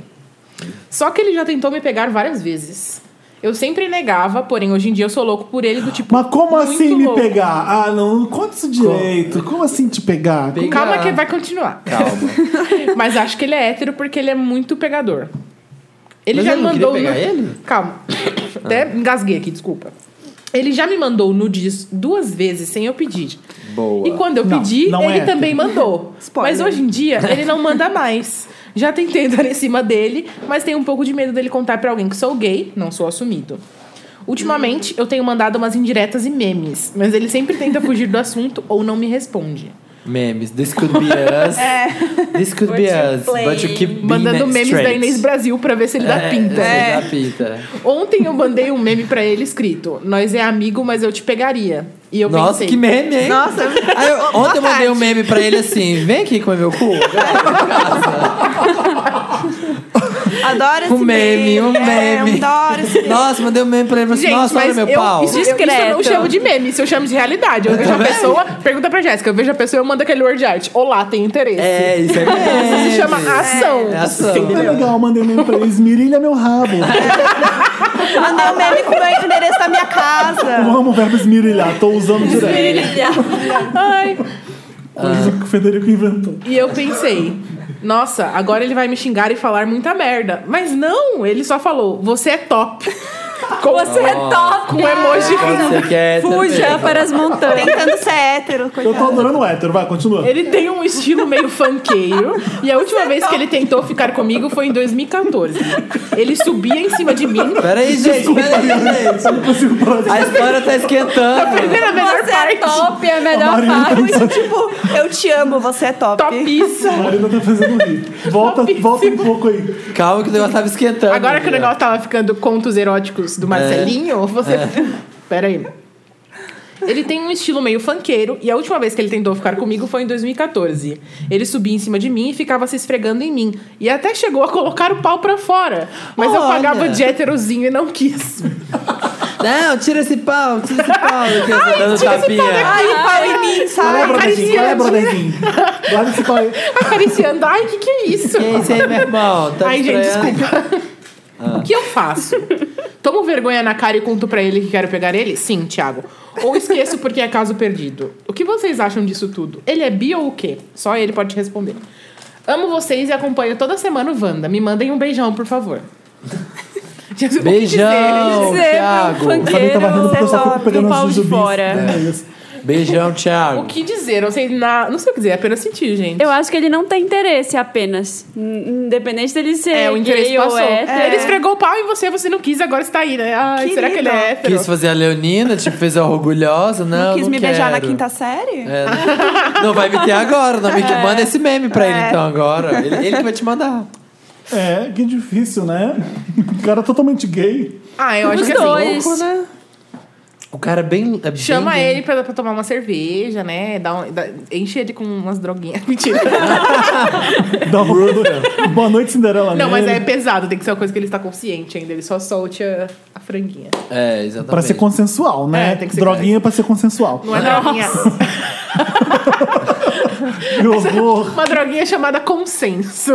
Só que ele já tentou me pegar várias vezes. Eu sempre negava, porém hoje em dia eu sou louco por ele do tipo. Mas como muito assim me louco. pegar? Ah, não, não conta isso direito. Como assim te pegar? Pe- Calma que vai continuar. Calma. Mas acho que ele é hétero porque ele é muito pegador. Ele Mas já ele me não queria mandou. pegar nu- ele? Ah. Calma. Até engasguei aqui, desculpa. Ele já me mandou nudes duas vezes sem eu pedir. Boa. E quando eu Não, pedi, não é ele hétero. também mandou. Spoiler. Mas hoje em dia, ele não manda mais. Já tentei dar em cima dele, mas tenho um pouco de medo dele contar pra alguém que sou gay, não sou assumido. Ultimamente, eu tenho mandado umas indiretas e memes, mas ele sempre tenta fugir do assunto ou não me responde. Memes. This could be us. É. This could be But you us. But you play. keep being Mandando memes straight. da Inês Brasil pra ver se ele dá É, pinta. é, da pinta. Ontem eu mandei um meme pra ele escrito: Nós é amigo, mas eu te pegaria. E eu Nossa, pensei. que meme, hein? Nossa. ontem eu mandei um meme pra ele assim, vem aqui comer meu cu. Adoro esse Um meme, um É, meme. adoro esse meme. Nossa, mandei um meme pra ele, falei assim, Gente, nossa, olha mas meu eu, pau. Tá Isso, isso eu não Discreto. chamo de meme, isso eu chamo de realidade. Eu vejo a pessoa, pergunta pra Jéssica, eu vejo a pessoa e eu mando aquele word art. Olá, tem interesse. É, isso é meme. Isso se chama ação. É ação. É legal, mandei um e-mail pra ele. Esmirilha meu rabo. Mandei um meme com o meu endereço da minha casa. Eu amo o verbo esmirilhar, tô usando direto. Ai. Coisa que o Federico inventou. E eu pensei, nossa, agora ele vai me xingar e falar muita merda. Mas não, ele só falou, você é top. Com, Você é top! né? com um emoji. Pode ser que é Fuja também. para as montanhas. Tentando ser hétero, Eu tô coitado. adorando o hétero, vai, continua. Ele tem um estilo meio funkeiro. E a última vez que ele tentou ficar comigo foi em 2014. Ele subia em cima de mim. Peraí, gente, peraí, gente. Eu não consigo parar de- A história tá esquentando. Primeira melhor Você é parte. top, é a melhor Marina tá parte. pensando- Tipo, eu te amo, você é top. Topíssimo. Marina tá fazendo rir. Volta, Topíssimo. volta um pouco aí. Calma que o negócio tava esquentando. Agora que o Bia. negócio tava ficando contos eróticos do Marcelinho, você. Pera aí. Ele tem um estilo meio funkeiro e a última vez que ele tentou ficar comigo foi em 2014. Ele subia em cima de mim e ficava se esfregando em mim. E até chegou a colocar o pau pra fora. Mas eu Olha. pagava de héterozinho e não quis. Não, tira esse pau, tira esse pau. Que eu tô dando tira esse pau tapinha. Ai, o pau em mim, Olha, sabe? Brodadinho, olha, Brodadinho. é, Guarda esse pau aí. Acariciando. Ai, que que é isso? Que é isso aí, meu irmão? Tá Ah. Ai, gente, estranhando? desculpa. O que eu faço? Tomo vergonha na cara e conto pra ele que quero pegar ele? Sim, Thiago. Ou esqueço porque é caso perdido. O que vocês acham disso tudo? Ele é bi ou o quê? Só ele pode responder. Amo vocês e acompanho toda semana o Wanda. Me mandem um beijão, por favor. Jesus, o que dizer? Beijão, Dizer, Thiago. um funkeiro, Sabia que tava rindo porque eu só você é fico top, um pegando pau os de jujubis. fora. É isso. Beijão, Thiago. O que dizer? Não sei, na- não sei o que dizer, é apenas sentir, gente. Eu acho que ele não tem interesse apenas. N- Independente dele ser É, o interesse gay ou passou. hétero. Ele esfregou o pau em você, você não quis, agora está aí, né? Ai, será que ele Querida. é hétero? Quis fazer a Leonina, tipo, fez a orgulhosa. Não, Não quis me beijar na quero. quinta série? É, não- não vai me ter agora, não me É. manda esse meme pra ele então agora. Ele, ele que vai te mandar. É, que difícil, né? O cara totalmente gay. Ah, eu acho Os que assim, dois. O cara é bem. é bem Chama gay. ele pra, pra tomar uma cerveja, né? Dá um- dá- enche ele com umas droguinhas. Mentira. Dá uma Boa noite, Cinderela. Não, mas nele. é pesado, tem que ser uma coisa que ele está consciente ainda. Ele só solte a, a franguinha. É, exatamente. Pra ser consensual, né? É, tem que ser Droguinha pra ser consensual. Não é droguinha. Que horror. Uma droguinha chamada consenso.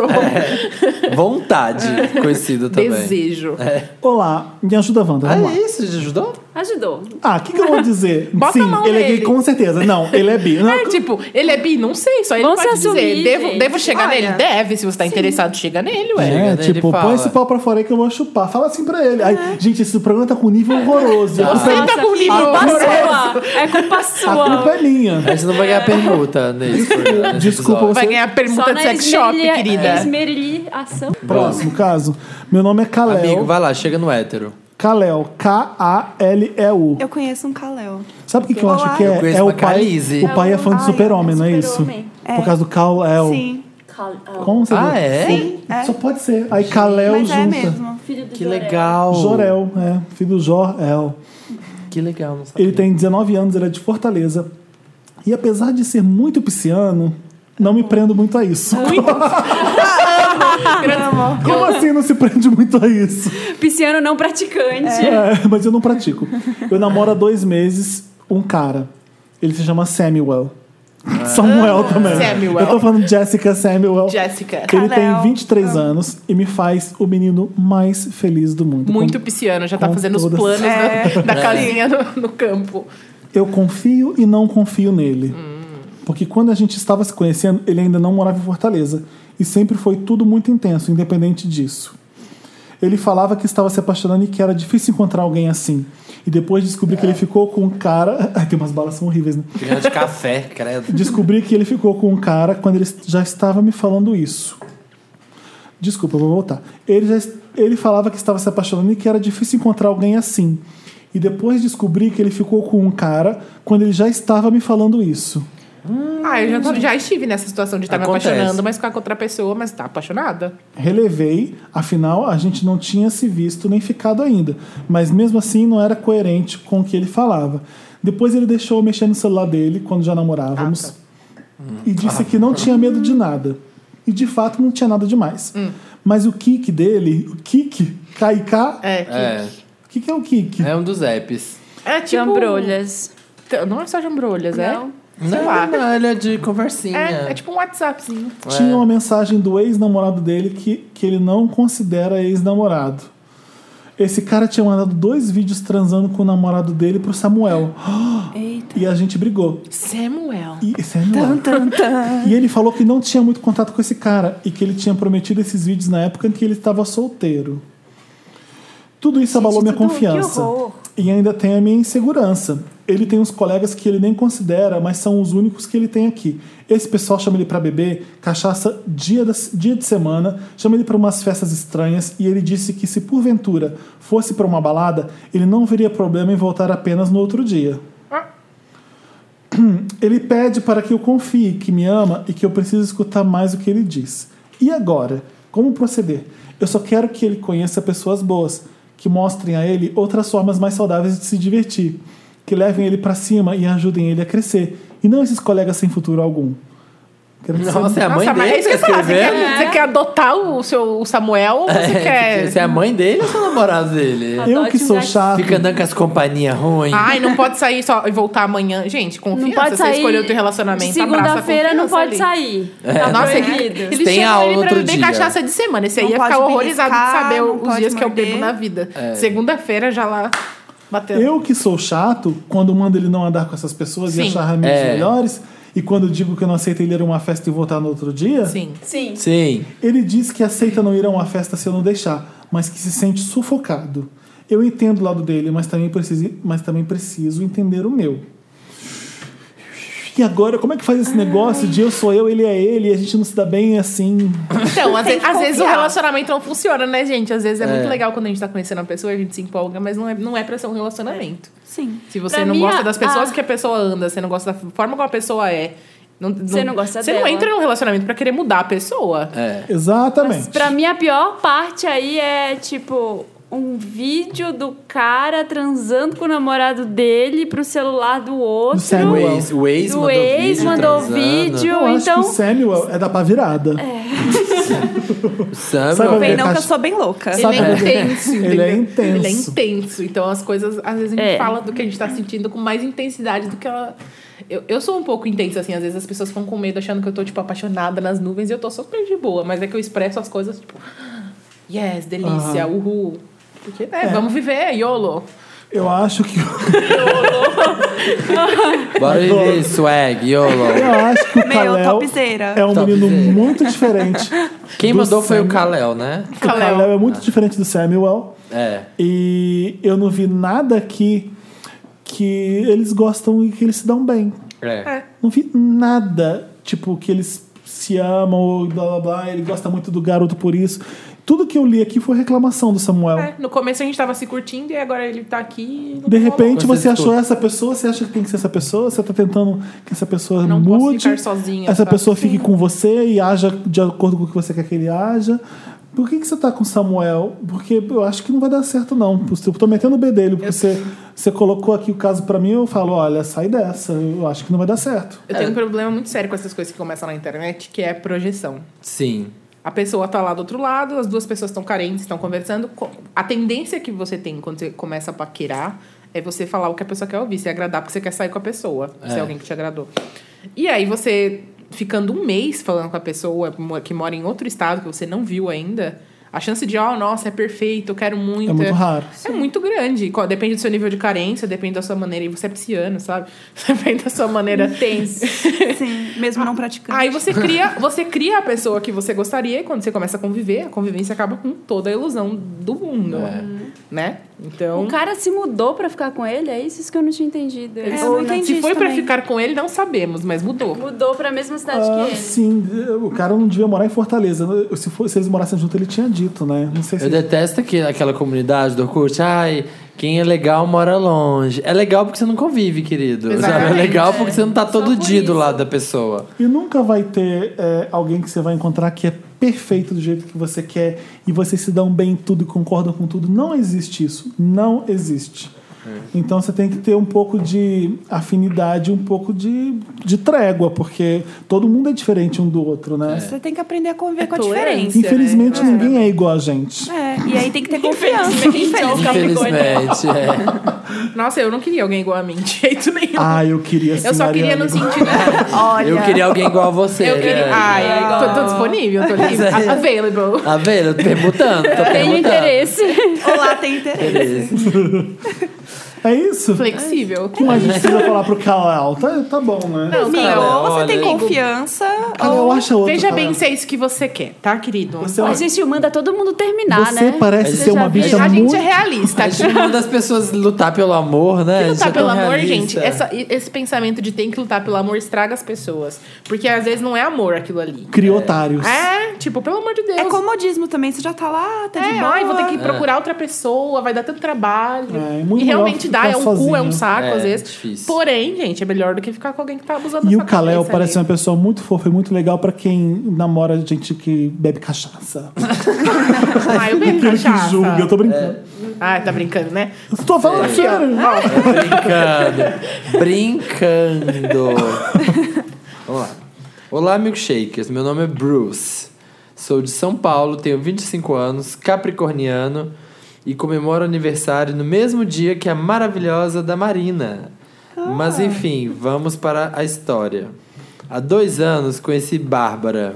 Vontade, conhecido É, também. É. É. Desejo. Olá, me ajuda, Wanda. Ah, Vamos lá. é isso? Te ajudou? Ajudou. Ah, o que, que eu vou dizer? Bota a Sim, mão ele é gay nele. com certeza. Não, ele é bi. Não, É, tipo, ele é bi? Não sei, só ele Vamos pode se assumir, dizer. Devo, gente. devo chegar Olha. nele? Deve, se você tá interessado, chega nele, ué. Chega É, nele e tipo, fala. põe esse pau pra fora aí que eu vou chupar. Fala assim pra ele. Ai, gente, esse programa tá com um nível horroroso. A culpa, Senta com o livro. Culpa sua. É culpa a culpa sua. é minha. A gente não vai ganhar permuta nesse programa, nesse Desculpa, episódio. você- Vai ganhar permuta de sex shop, esmerilha- querida. esmerilhação. Próximo caso. Meu nome é Amigo, Kalel. vai lá, chega no hétero. Kalel. K-A-L-E-U. Eu conheço um Kalel. Sabe o que, que eu Olá. acho que Eu é? conheço É uma o pai. Khaleesi. O pai é fã de Ai, super-homem, não é isso? Super-Homem. Por causa do Kalel. Sim. Com certeza. Ah, é? Sim. é. Só pode ser. Aí Kalel Mas junta. é mesmo. Filho do Que Jorel. legal. Jorel, é. Filho do Jorel. Que legal, não sabia. Ele tem 19 anos, ele é de Fortaleza. E apesar de ser muito pisciano, não me prendo muito a isso. Como assim não se prende muito a isso? Pisciano não praticante. É, mas eu não pratico. Eu namoro há dois meses um cara. Ele se chama Samuel. Samuel também. Samuel. Eu tô falando Jessica É. Samuel. Jéssica. Ele tem Kalel. 23 anos e me faz o menino mais feliz do mundo. Muito Com- pisciano, já tá com fazendo os todas. planos da, da casinha no, no campo. Eu confio e não confio nele. Porque quando a gente estava se conhecendo, ele ainda não morava em Fortaleza. E sempre foi tudo muito intenso, independente disso. Ele falava que estava se apaixonando e que era difícil encontrar alguém assim. E depois descobri que ele ficou com um cara. Ai, tem umas balas são horríveis, né? Ganhar de café, credo. Descobri que ele ficou com um cara quando ele já estava me falando isso. Desculpa, eu vou voltar. Ele, já, ele falava que estava se apaixonando e que era difícil encontrar alguém assim. E depois descobri que ele ficou com um cara quando ele já estava me falando isso. Ah, eu já, tô- já estive nessa situação de estar Acontece. me apaixonando, mas ficar com outra pessoa, mas tá apaixonada. Relevei, afinal a gente não tinha se visto nem ficado ainda, mas mesmo assim não era coerente com o que ele falava. Depois ele deixou eu mexer no celular dele quando já namorávamos e disse que não tinha medo de nada. E de fato não tinha nada demais. Mas o kick dele, o kick, Kaiká, É, que- É, o que, que é o kick? é um dos apps. é tipo... Jambrolhas. T- Não é só jambrolhas, é? Não. Sei não, lá. não, ele é de conversinha. É, é tipo um WhatsAppzinho. Tinha uma mensagem do ex-namorado dele que, que ele não considera ex-namorado. Esse cara tinha mandado dois vídeos transando com o namorado dele pro Samuel. Eita. E a gente brigou. Samuel. E, isso é enorme. e ele falou que não tinha muito contato com esse cara e que ele tinha prometido esses vídeos na época em que ele estava solteiro. Tudo isso abalou minha confiança. E ainda tem a minha insegurança. Ele tem uns colegas que ele nem considera, mas são os únicos que ele tem aqui. Esse pessoal chama ele pra beber, cachaça dia, das- dia de semana, chama ele pra umas festas estranhas e ele disse que se porventura fosse pra uma balada, ele não veria problema em voltar apenas no outro dia. Ele pede para que eu confie, que me ama e que eu preciso escutar mais o que ele diz. E agora? Como proceder? Eu só quero que ele conheça pessoas boas, que mostrem a ele outras formas mais saudáveis de se divertir, que levem ele pra cima e ajudem ele a crescer, e não esses colegas sem futuro algum. Quero que você- Nossa, é a mãe Nossa, mas dele é isso que que eu ia falar. Você escreveu? quer, você quer adotar o seu o Samuel ou É, você você quer... é a mãe dele ou seu namorado É. dele? eu Adote que um sou gatinho. chato. Fica andando com as companhias ruins. Ai, não pode sair só e voltar amanhã. Gente, confiança. Não pode sair. Você escolheu o teu relacionamento, de abraça a Segunda-feira não confiança pode ali. É. sair. Tá Nossa, ele, proibido. ele Tem chama aula ele pra outro beber dia. cachaça de semana. Esse aí Não ia pode ficar horrorizado de beliscar, saber não os pode dias que eu morder. bebo na vida. Segunda-feira já lá batendo. Eu que sou chato, quando mando ele não andar com essas pessoas e Sim. achar amigos É. melhores, e quando digo que eu não aceito ele ir a uma festa e voltar no outro dia, Sim. Sim. Sim. Ele diz que aceita não ir a uma festa se eu não deixar, mas que se sente sufocado. Eu entendo o lado dele, mas também preciso, mas também preciso entender o meu. e agora como é que faz esse negócio de eu sou eu, ele é ele, e a gente não se dá bem assim? Então, às, Tem ve- que às vezes o confiar. relacionamento não funciona, né, gente? Às vezes é, É. muito legal quando a gente tá conhecendo uma pessoa, a gente se empolga, mas não é, não é pra ser um relacionamento. Sim. É. Se você Pra não mim, gosta a- das pessoas a- que é a pessoa anda, você não gosta da forma como a pessoa é. Você não gosta Você não dela. entra num relacionamento pra querer mudar a pessoa. É. Exatamente. Pra mim, a pior parte aí é, tipo, um vídeo do cara transando com o namorado dele pro celular do outro. Do Samuel. O Uau. ex, o ex Do mandou ex vídeo. transando. mandou vídeo, eu acho então... que o Samuel é da pá virada. O Samuel. Sabe- Vem não que Caixa- eu sou bem louca. Ele Sabe- é intenso, Ele entendeu? é intenso. Ele é intenso. Então as coisas, às vezes, a gente É. fala do que a gente tá sentindo com mais intensidade do que ela. Eu, eu sou um pouco intensa, assim, às vezes as pessoas ficam com medo achando que eu tô, tipo, apaixonada nas nuvens e eu tô super de boa, mas é que eu expresso as coisas, tipo, yes, delícia, uhul. Porque, É. né, vamos viver, YOLO. Eu acho que é? Bora viver swag, YOLO. eu acho que o Meu, Kalel topzera. é um menino Topzera. muito diferente. Quem Do mandou foi o Samuel. Kalel, né? O Kalel é muito diferente do Samuel. É. E eu não vi nada aqui que eles gostam e que eles se dão bem. É. Não vi nada, tipo, que eles se amam, ou blá blá blá, ele gosta muito do garoto por isso. Tudo que eu li aqui foi reclamação do Samuel. É, no começo a gente tava se curtindo e agora ele tá aqui. e Então De não rolou. repente Vocês você achou todos. essa pessoa, você acha que tem que ser essa pessoa, você tá tentando que essa pessoa Não mude. posso ficar sozinha, essa sabe? pessoa fique com você e haja de acordo com o que você quer que ele haja. Por que, que você tá com o Samuel? Porque eu acho que não vai dar certo, não. Eu tô metendo o B dele, porque você, você colocou aqui o caso pra mim, eu falo, olha, sai dessa, eu acho que não vai dar certo. Eu tenho um problema muito sério com essas coisas que começam na internet, que é projeção. Sim. A pessoa tá lá do outro lado, as duas pessoas estão carentes, estão conversando. Co- A tendência que você tem quando você começa a paquerar é você falar o que a pessoa quer ouvir, se agradar, porque você quer sair com a pessoa, se É. é alguém que te agradou. E aí você ficando um mês falando com a pessoa mo- que mora em outro estado que você não viu ainda, a chance de, ó, nossa, é perfeito, eu quero muito. É muito raro. É muito grande. Co- Depende do seu nível de carência, depende da sua maneira. E você é pisciano, sabe? Depende da sua maneira. Intenso. Sim, mesmo não praticando. Aí você cria, você cria a pessoa que você gostaria e quando você começa a conviver, a convivência acaba com toda a ilusão do mundo, É. né? Então, O cara se mudou pra ficar com ele? É isso, Isso que eu não tinha entendido. Ele É, se eu não mudou- entendi se foi isso pra também. ficar com ele, não sabemos, mas mudou. Mudou pra mesma cidade Ah, que ele. sim, o cara não devia morar em Fortaleza. Se, for- se eles morassem junto, ele tinha dito, né? Não sei se. Eu detesto aquele- aquela comunidade do Orkut. Ai, quem é legal mora longe. É legal porque você não convive, querido. Sabe? É Exatamente. legal porque você não tá todo por dia do isso. lado da pessoa. E nunca vai ter é, alguém que você vai encontrar que é perfeito do jeito que você quer e vocês se dão bem em tudo e concordam com tudo. Não existe isso. Não existe. Então você tem que ter um pouco de afinidade, um pouco de, de trégua, porque todo mundo é diferente um do outro, né? Você tem que aprender a conviver É com a tolerância, diferença. Infelizmente ninguém é igual a gente. É, e aí tem que ter confiança. Infelizmente, é. Nossa, eu não queria alguém igual a mim de jeito nenhum. Ah, eu É, queria ser eu só queria no sentido. Olha, Eu queria alguém igual a você. eu queria. Ah. né? Ai, tô, tô disponível, tô livre. Mas é- Available. Tá vendo? Eu tô perguntando, tô Tenho perguntando. interesse. olá, tem interesse. Interesse. É isso? O Flexível. que mais a gente precisa falar pro Kalel? Tá, tá bom, né? "É". Não, Amigo, cara. Olha, ou você tem amigo. confiança, Kalel, acha outro. Veja Kalel. bem se é isso que você quer, tá, querido? Você, é uma- A gente manda todo mundo terminar, você né? parece Você ser já uma viu? bicha a muito gente é realista. A gente manda as pessoas lutar pelo amor, né? A gente lutar é pelo tão amor, realista. gente, essa- esse pensamento de tem que lutar pelo amor estraga as pessoas. Porque às vezes não é amor aquilo ali. criotários. É, tipo, pelo amor de Deus. é comodismo também. Você já tá lá, tá de É, boa. ai, vou ter que procurar outra pessoa, vai dar tanto trabalho. É, é muito e realmente melhor dá, é um ficar cu, é sozinho. um saco, É, às vezes. difícil. Porém, gente, é melhor do que ficar com alguém que tá abusando E da o sua Kalel cabeça parece uma ali. pessoa muito fofa e muito legal pra quem namora gente que bebe cachaça. Ah, eu bebo Aquele um que cachaça. julga, eu tô brincando. Ah, tá brincando, né? Eu É. Tô falando sério. Brincando. Brincando. Vamos lá. Olá, milkshakers. Meu nome é Bruce. Sou de São Paulo, tenho 25 anos, capricorniano e comemoro aniversário no mesmo dia que a maravilhosa da Marina. Mas enfim, vamos para a história. Há dois anos conheci Bárbara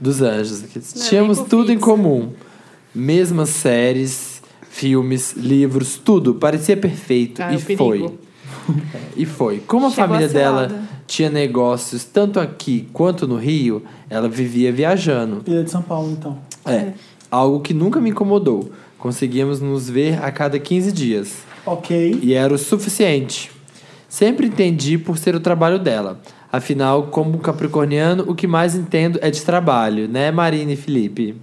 dos Anjos. Tínhamos nem tudo em confio. comum. Mesmas séries, filmes, livros, tudo. Parecia perfeito. Ah, é e o perigo. foi. E foi. Como a Chegou família a dela cilada. tinha negócios tanto aqui quanto no Rio, ela vivia viajando. Ele é de São Paulo, então. É. Algo que nunca me incomodou. Conseguíamos nos ver a cada 15 dias. Ok. E era o suficiente. Sempre entendi por ser o trabalho dela. Afinal, como um capricorniano, o que mais entendo é de trabalho, né, Marina e Felipe?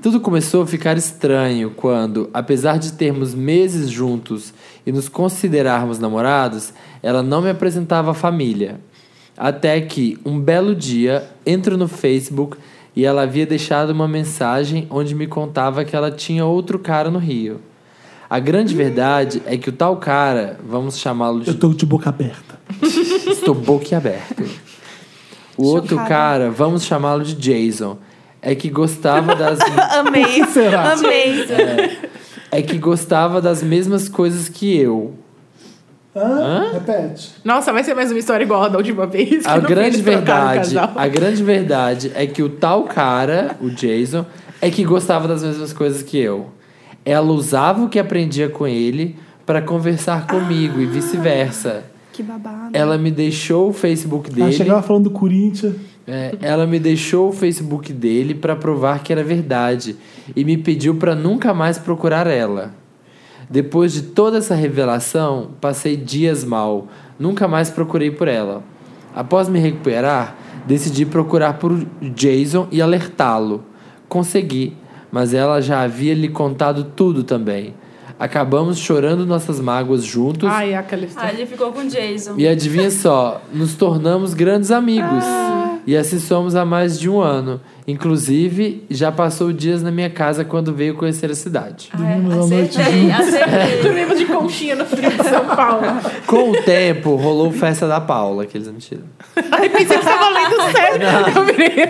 Tudo começou a ficar estranho quando, apesar de termos meses juntos e nos considerarmos namorados, ela não me apresentava a família. Até que, um belo dia, entro no Facebook e ela havia deixado uma mensagem onde me contava que ela tinha outro cara no Rio. A grande verdade é que o tal cara, vamos chamá-lo de Eu tô de boca aberta. Estou boquiaberto. O outro cara, vamos chamá-lo de Jason, é que gostava das Amei. Será? Amei. é que gostava das mesmas coisas que eu. Hã? Repete. Nossa, vai ser mais uma história igual a da última vez. que A eu não grande fiz trocar no verdade, casal. a grande verdade é que o tal cara, o Jason, é que gostava das mesmas coisas que eu. Ela usava o que aprendia com ele para conversar comigo Ah, e vice-versa. Que babado. Ela me deixou o Facebook Ela dele. chegava falando do Corinthians. É, ela me deixou o Facebook dele pra provar que era verdade e me pediu pra nunca mais procurar ela. Depois de toda essa revelação, passei dias mal, nunca mais procurei por ela. Após me recuperar, decidi procurar por Jason e alertá-lo. Consegui, mas ela já havia lhe contado tudo também. Acabamos chorando nossas mágoas juntos Ai, aquela Ah, história. ele ficou com o Jason. e adivinha só, nos tornamos grandes amigos. E assim somos há mais de um ano. Inclusive, já passou dias na minha casa quando veio conhecer a cidade. Ah, é, acertei, acertei. Dormimos de conchinha no frio de São Paulo. Com o tempo, rolou festa da Paula, que eles não tiram. Ai, pensei que você tava lendo sério. Eu virei.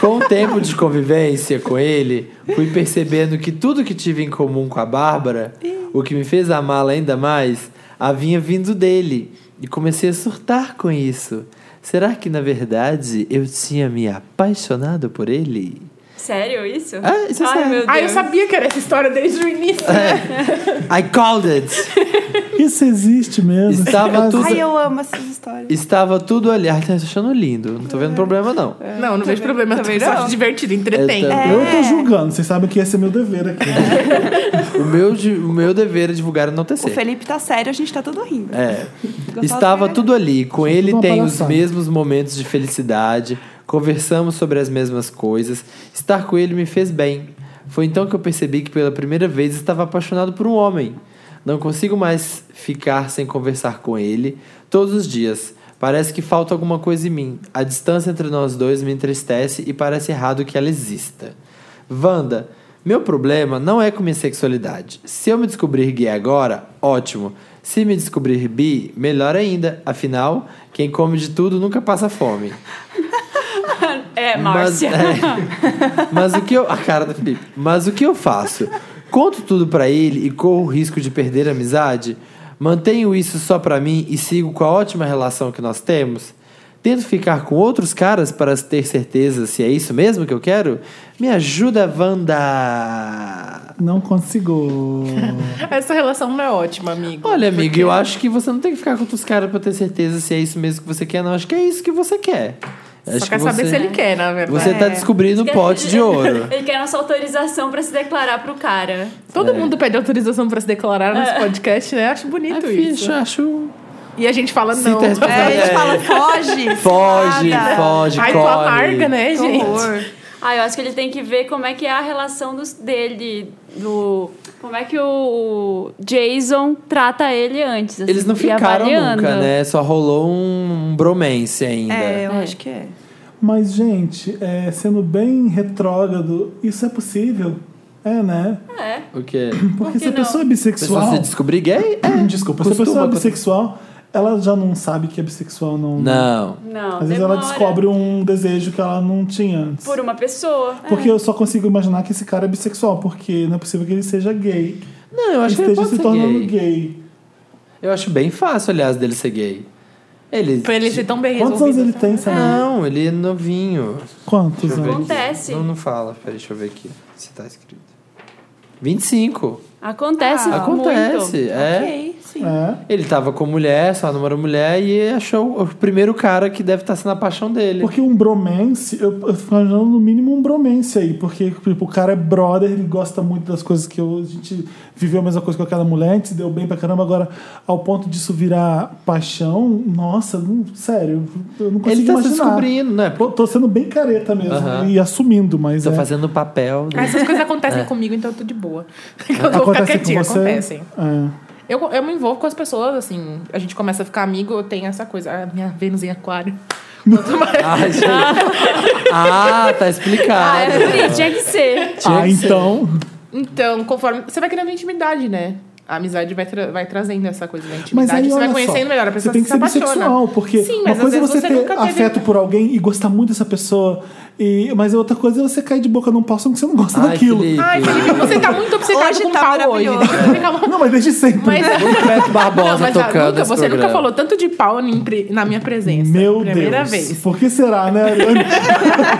Com o tempo de convivência com ele, fui percebendo que tudo que tive em comum com a Bárbara, o que me fez amá-la ainda mais, havia vindo dele. E comecei a surtar com isso. Será que, na verdade, eu tinha me apaixonado por ele? Sério isso? Ah, isso é Ai, sério. meu Deus. Ai, eu sabia que era essa história desde o início. É. I called it! Isso existe mesmo. Estava tudo, Ai, eu amo essas histórias. estava tudo ali. Ai, tá achando lindo. Não tô É. vendo problema, não. É, tá, Não, Tá não vejo problema. Eu também só não. acho divertido, entretém. É. Eu também. Eu tô julgando, vocês sabem que esse é meu dever aqui. né? O meu, di- o meu dever é divulgar e não É. O tecer. Felipe tá sério, a gente tá todo rindo. É. Gostosa Estava pra tudo ali. Com ele uma tenho os palhaçada. mesmos momentos de felicidade. Conversamos sobre as mesmas coisas. Estar com ele me fez bem. Foi então que eu percebi que pela primeira vez estava apaixonado por um homem. Não consigo mais ficar sem conversar com ele todos os dias. Parece que falta alguma coisa em mim. A distância entre nós dois me entristece e parece errado que ela exista. Wanda, meu problema não é com minha sexualidade. Se eu me descobrir gay agora, ótimo. Se me descobrir bi, melhor ainda. Afinal, quem come de tudo nunca passa fome. É, Mas, Márcia. é. Mas o que eu. A cara do Felipe. Mas o que eu faço? Conto tudo pra ele e corro o risco de perder a amizade? Mantenho isso só pra mim e sigo com a ótima relação que nós temos? Tento ficar com outros caras para ter certeza se é isso mesmo que eu quero? Me ajuda, Wanda! Não consigo. Essa relação não é ótima, amigo. Olha, amigo, eu acho que você não tem que ficar com outros caras pra ter certeza se é isso mesmo que você quer, não. Acho que é isso que você quer. Só quer saber se ele quer, né? É. na verdade. Você tá descobrindo o pote de ouro. Ele quer nossa autorização pra se declarar pro cara. Todo É. mundo pede autorização pra se declarar nesse podcast, né? Acho É bonito isso. Acho, acho E a gente fala não. Sinto a resposta- É, a É. gente fala, foge. Foge, nada. foge, É. Ai, tu corre. amarga, né, Que gente? horror. Ah, eu acho que ele tem que ver como é que é a relação dos, dele, do... Como é que o Jason trata ele antes, assim, Eles não e ficaram avaliando. nunca, né? Só rolou um bromance ainda. É, É, eu acho que é. Mas, gente, é, sendo bem retrógrado, isso é possível? É, né? O quê? Porque se a não? pessoa Se você é bissexual. descobrir gay? É. Desculpa, se a Costuma pessoa é acontecer. bissexual, ela já não sabe que é bissexual, não. Não. Não, Às vezes demora ela descobre um desejo que ela não tinha antes. Por um- uma pessoa. É. Porque eu só consigo imaginar que esse cara é bissexual, porque não é possível que ele seja gay. Não, eu acho que ele ele esteja pode se ser tornando gay. gay. Eu acho bem fácil, aliás, dele ser gay. Ele... Pra ele ser tão bem Quantos resolvido. anos tá? assim. ele tem, sabe? Não, ele é novinho. Quantos Deixa eu ver anos? aqui. Acontece. Não, não fala. Peraí, deixa eu ver aqui se tá escrito. 25. Acontece Acontece, Ah, muito. é. Ok, sim. É. Ele tava com mulher, só namorou mulher, e achou o primeiro cara que deve estar sendo a paixão dele. Porque um bromance, eu, eu fico imaginando no mínimo um bromance aí, porque tipo, o cara é brother, ele gosta muito das coisas que eu- a gente viveu a mesma coisa com aquela mulher, a gente se deu bem pra caramba, agora ao ponto disso virar paixão, nossa, não- sério, eu não consigo Ele tá se imaginar. descobrindo, né? Tô, tô sendo bem careta mesmo Aham. e assumindo, mas Tô é. fazendo o papel. Ah, né? Essas coisas acontecem comigo, então eu tô de boa. Eu vou ficar acontece com quietinha, você. acontecem. É. Eu, eu me envolvo com as pessoas, assim, a gente começa a ficar amigo, eu tenho essa coisa, a minha Vênus em aquário. Quanto mais- Ah, gente. ah, tá explicado. Ah, é por isso, tinha que ser. Tinha Ah, que ser. então, Então, conforme. Você vai criando intimidade, né? A amizade vai, tra- vai trazendo essa coisa da intimidade. mas aí você olha vai conhecendo só, melhor, a pessoa você tem que ser se apaixona. bissexual, porque Sim, uma mas às coisa é vezes você, ter nunca teve- afeto por alguém e gostar muito dessa pessoa, e, mas outra coisa é você cair de boca num pau só que você não gosta Ai, daquilo. Felipe. Ai, Felipe, você tá muito obcecado Hoje com o tá pau hoje. maravilhoso. Deixa eu ficar uma- Não, mas desde sempre. Mas, Muito Beto Barbosa não, mas ah, tocando nunca, esse você nunca programa. falou tanto de pau em pre- na minha presença. Meu é Primeira Deus. vez. Por que será, né?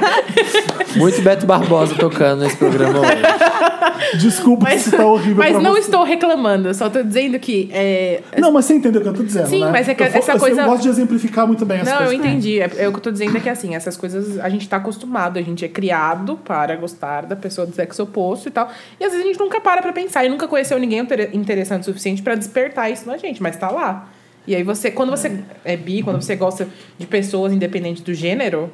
Muito Beto Barbosa tocando nesse programa hoje. Desculpa Mas, se tá horrível mas pra não você. estou reclamando, eu só tô dizendo que. é, Não, mas você entendeu o que eu tô dizendo, Sim, né? mas é que eu, fo- essa eu- coisa- Eu gosto de exemplificar muito bem essa não, eu coisa. entendi. É, é o que eu tô dizendo é que assim, essas coisas a gente tá acostumado, a gente é criado para gostar da pessoa do sexo oposto e tal. E às vezes a gente nunca para pra pensar e nunca conheceu ninguém inter- interessante o suficiente pra despertar isso na gente, mas tá lá. E aí você, quando você é bi, quando você gosta de pessoas independente do gênero,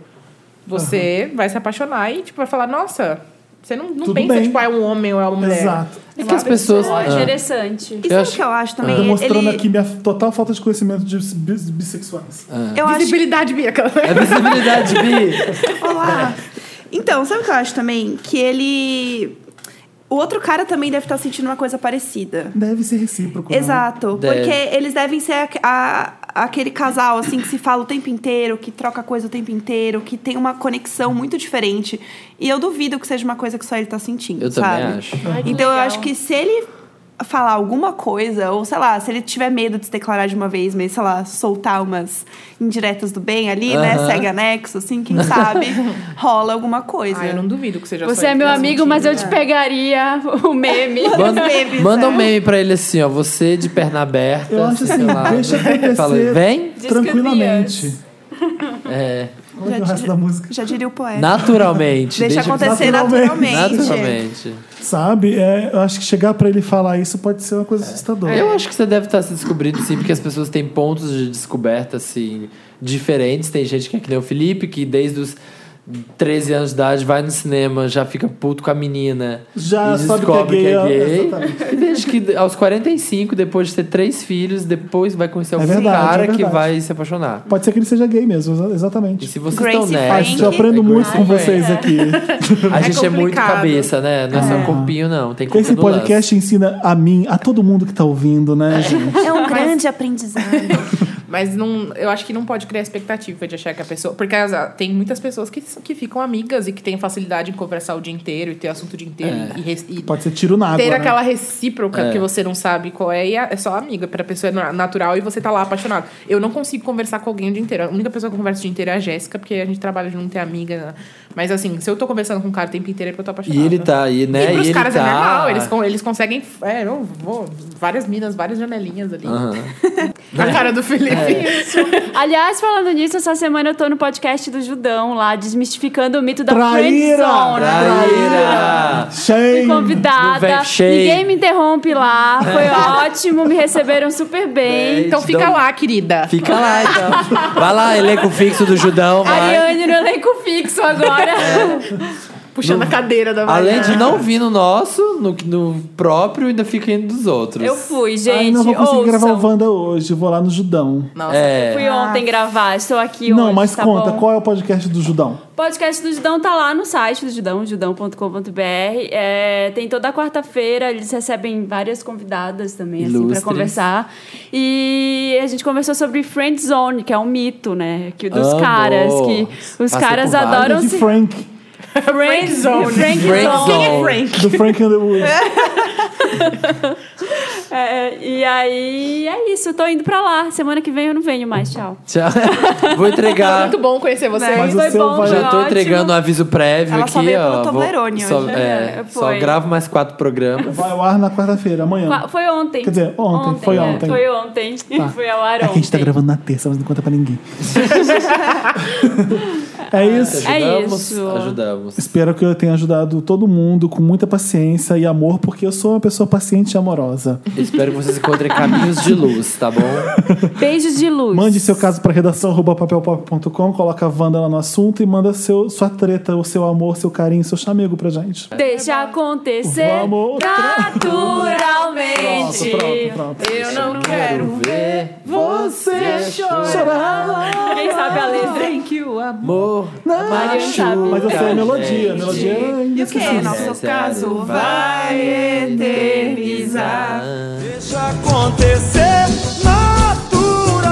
você vai se apaixonar e tipo vai falar, nossa, você não, não Tudo pensa bem. tipo, ah, é um homem ou é uma mulher. Exato. É que as pessoas. Pô, Ah. interessante. E sabe o acho- É. que eu acho também? Tá Demonstrando Ele- aqui minha total falta de conhecimento de bis- bissexuais. Eu acho Visibilidade, Bia. É visibilidade, Bi. Olá! Então, sabe o que eu acho também? Que ele. O outro cara também deve estar sentindo uma coisa parecida. Deve ser recíproco. né? Exato. Deve. Porque eles devem ser a- a- aquele casal, assim, que se fala o tempo inteiro, que troca coisa o tempo inteiro, que tem uma conexão muito diferente. E eu duvido que seja uma coisa que só ele tá sentindo, Eu sabe? também acho. Ai, que Então eu legal. acho que se ele falar alguma coisa, ou sei lá, se ele tiver medo de se declarar de uma vez, mas sei lá, soltar umas indiretas do bem ali, né? Aham. Segue anexo, assim, quem sabe rola alguma coisa. Ah, eu não duvido que seja só Você é ele meu que tá amigo, sentindo. mas eu te pegaria o meme. Manda, memes, manda um né? meme pra ele assim, ó. Você de perna aberta. Eu acho sei assim, lá. deixa acontecer. Fala, vem. Tranquilamente. É, Como é que é o Já resto te- da música? Já diria o poeta. naturalmente. Deixa acontecer naturalmente. naturalmente. Naturalmente. Sabe? É, eu acho que chegar pra ele falar isso pode ser uma coisa É. assustadora. É. É. Eu acho que você deve estar se descobrindo sim, porque as pessoas têm pontos de descoberta assim diferentes. Tem gente que é que nem o Felipe, que desde os 13 anos de idade vai no cinema, já fica puto com a menina. Já e sabe descobre que é gay, que é gay. exatamente. E desde que aos 45, depois de ter três filhos, depois vai conhecer algum verdade, cara é que verdade. vai se apaixonar. Pode ser que ele seja gay mesmo, exa- E exatamente. se vocês Grace estão Frank. Eu nessa, aprendo É muito com coisa. vocês aqui. a gente é, muito complicado. cabeça, né? Não é só corpinho, não. Tem corpo Esse no lance. podcast ensina a mim, a todo mundo que tá ouvindo, né, gente? É um grande aprendizado. Mas não, eu acho que não pode criar expectativa de achar que a pessoa. Porque as- tem muitas pessoas que, que ficam amigas e que têm facilidade em conversar o dia inteiro e ter assunto o dia inteiro e, res- e É. Pode ser tiro na água. ter né? aquela recíproca É. que você não sabe qual é e é é só amiga. Pra pessoa é na- natural e você tá lá apaixonado. Eu não consigo conversar com alguém o dia inteiro. A única pessoa que eu converso o dia inteiro é a Jéssica, porque a gente trabalha junto, é amiga. né? Mas assim, se eu tô conversando com um cara o tempo inteiro é porque eu tô apaixonada. E ele tá aí, E né? pros ele caras tá... é normal, eles, con- eles conseguem. É, eu vou. Várias minas, várias janelinhas ali. Aham. É, A cara do Felipe. Aliás, falando nisso, essa semana eu tô no podcast do Judão lá, desmistificando o mito da Traíra! friendzone. né? Traíra! Shame! Fui Do convidada, Veg Shame. ninguém me interrompe lá, É. foi ótimo, me receberam super bem. Então fica Então- lá, querida. Fica lá, então. Vai lá, elenco fixo do Judão, vai. Ariane no elenco fixo agora. É. Puxando a cadeira da Além de Mariana. não vir no nosso, no, no próprio, ainda fica indo dos outros. Eu fui, gente. Ai, não vou conseguir ouçam. gravar o Wanda hoje, vou lá no Judão. Nossa. É. Fui ontem gravar, estou aqui não, hoje, mas tá conta, bom? qual é o podcast do Judão? podcast do Judão tá lá no site do Judão, judão.com.br. É, tem toda quarta-feira, eles recebem várias convidadas também, assim, Ilustres. pra conversar. E a gente conversou sobre Friend Zone, que é um mito, né? Que dos Amo. caras, que os Passei caras por vários. adoram de se. Frank, Friend Zone. Friend é Friend Zone. Zone. do Frank Underwood. É, e aí é isso, eu tô indo pra lá. Semana que vem eu não venho mais, tchau. Tchau. Vou Foi entregar. tá muito bom conhecer vocês. Mas o Foi seu bom, vai- Já tô Ótimo. entregando um aviso prévio Ela aqui, só veio ó. pelo Vou- Toblerone só, hoje. é, É, só foi. gravo mais quatro programas. Vai ao ar na quarta-feira, amanhã. Qua- Foi ontem. Quer dizer, ontem, foi é, ontem. Foi ontem. Tá. Foi ao ar É que a gente tá ontem. gravando na terça, mas não conta pra ninguém. é isso. Ajudamos, isso. Ajudamos. Espero que eu tenha ajudado todo mundo com muita paciência e amor, porque eu sou uma pessoa paciente e amorosa. Espero que vocês encontrem caminhos de luz, tá bom? Beijos de luz. Mande seu caso para redação@papelpop.com, coloca a Wanda lá no assunto e manda seu, sua treta, o seu amor, seu carinho, seu chamego pra gente. Deixa acontecer É Vamos. naturalmente. Pronto, pronto, pronto. Eu não um quero. ver Você chorar. Quem sabe a letra? ah, amor. Mariana sabe. Mas eu sei a melodia, a melodia é tá E o que é inesquecível. nosso caso? Vai eternizar. Deixa acontecer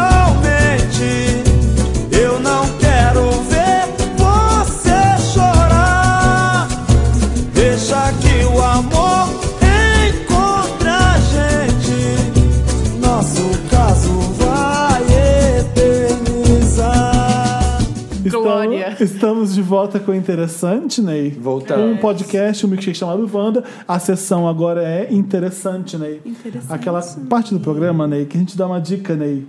naturalmente. Eu não quero ver você chorar. Deixa que o amor encontre a gente. Nosso caso vai eternizar. Estamos, Glória. estamos de volta com o Interessante, Ney. Voltamos. Um podcast, um milkshake chamado Wanda. A sessão agora é Interessante, Ney. Interessante. Aquela parte do programa, Ney, que a gente dá uma dica, Ney.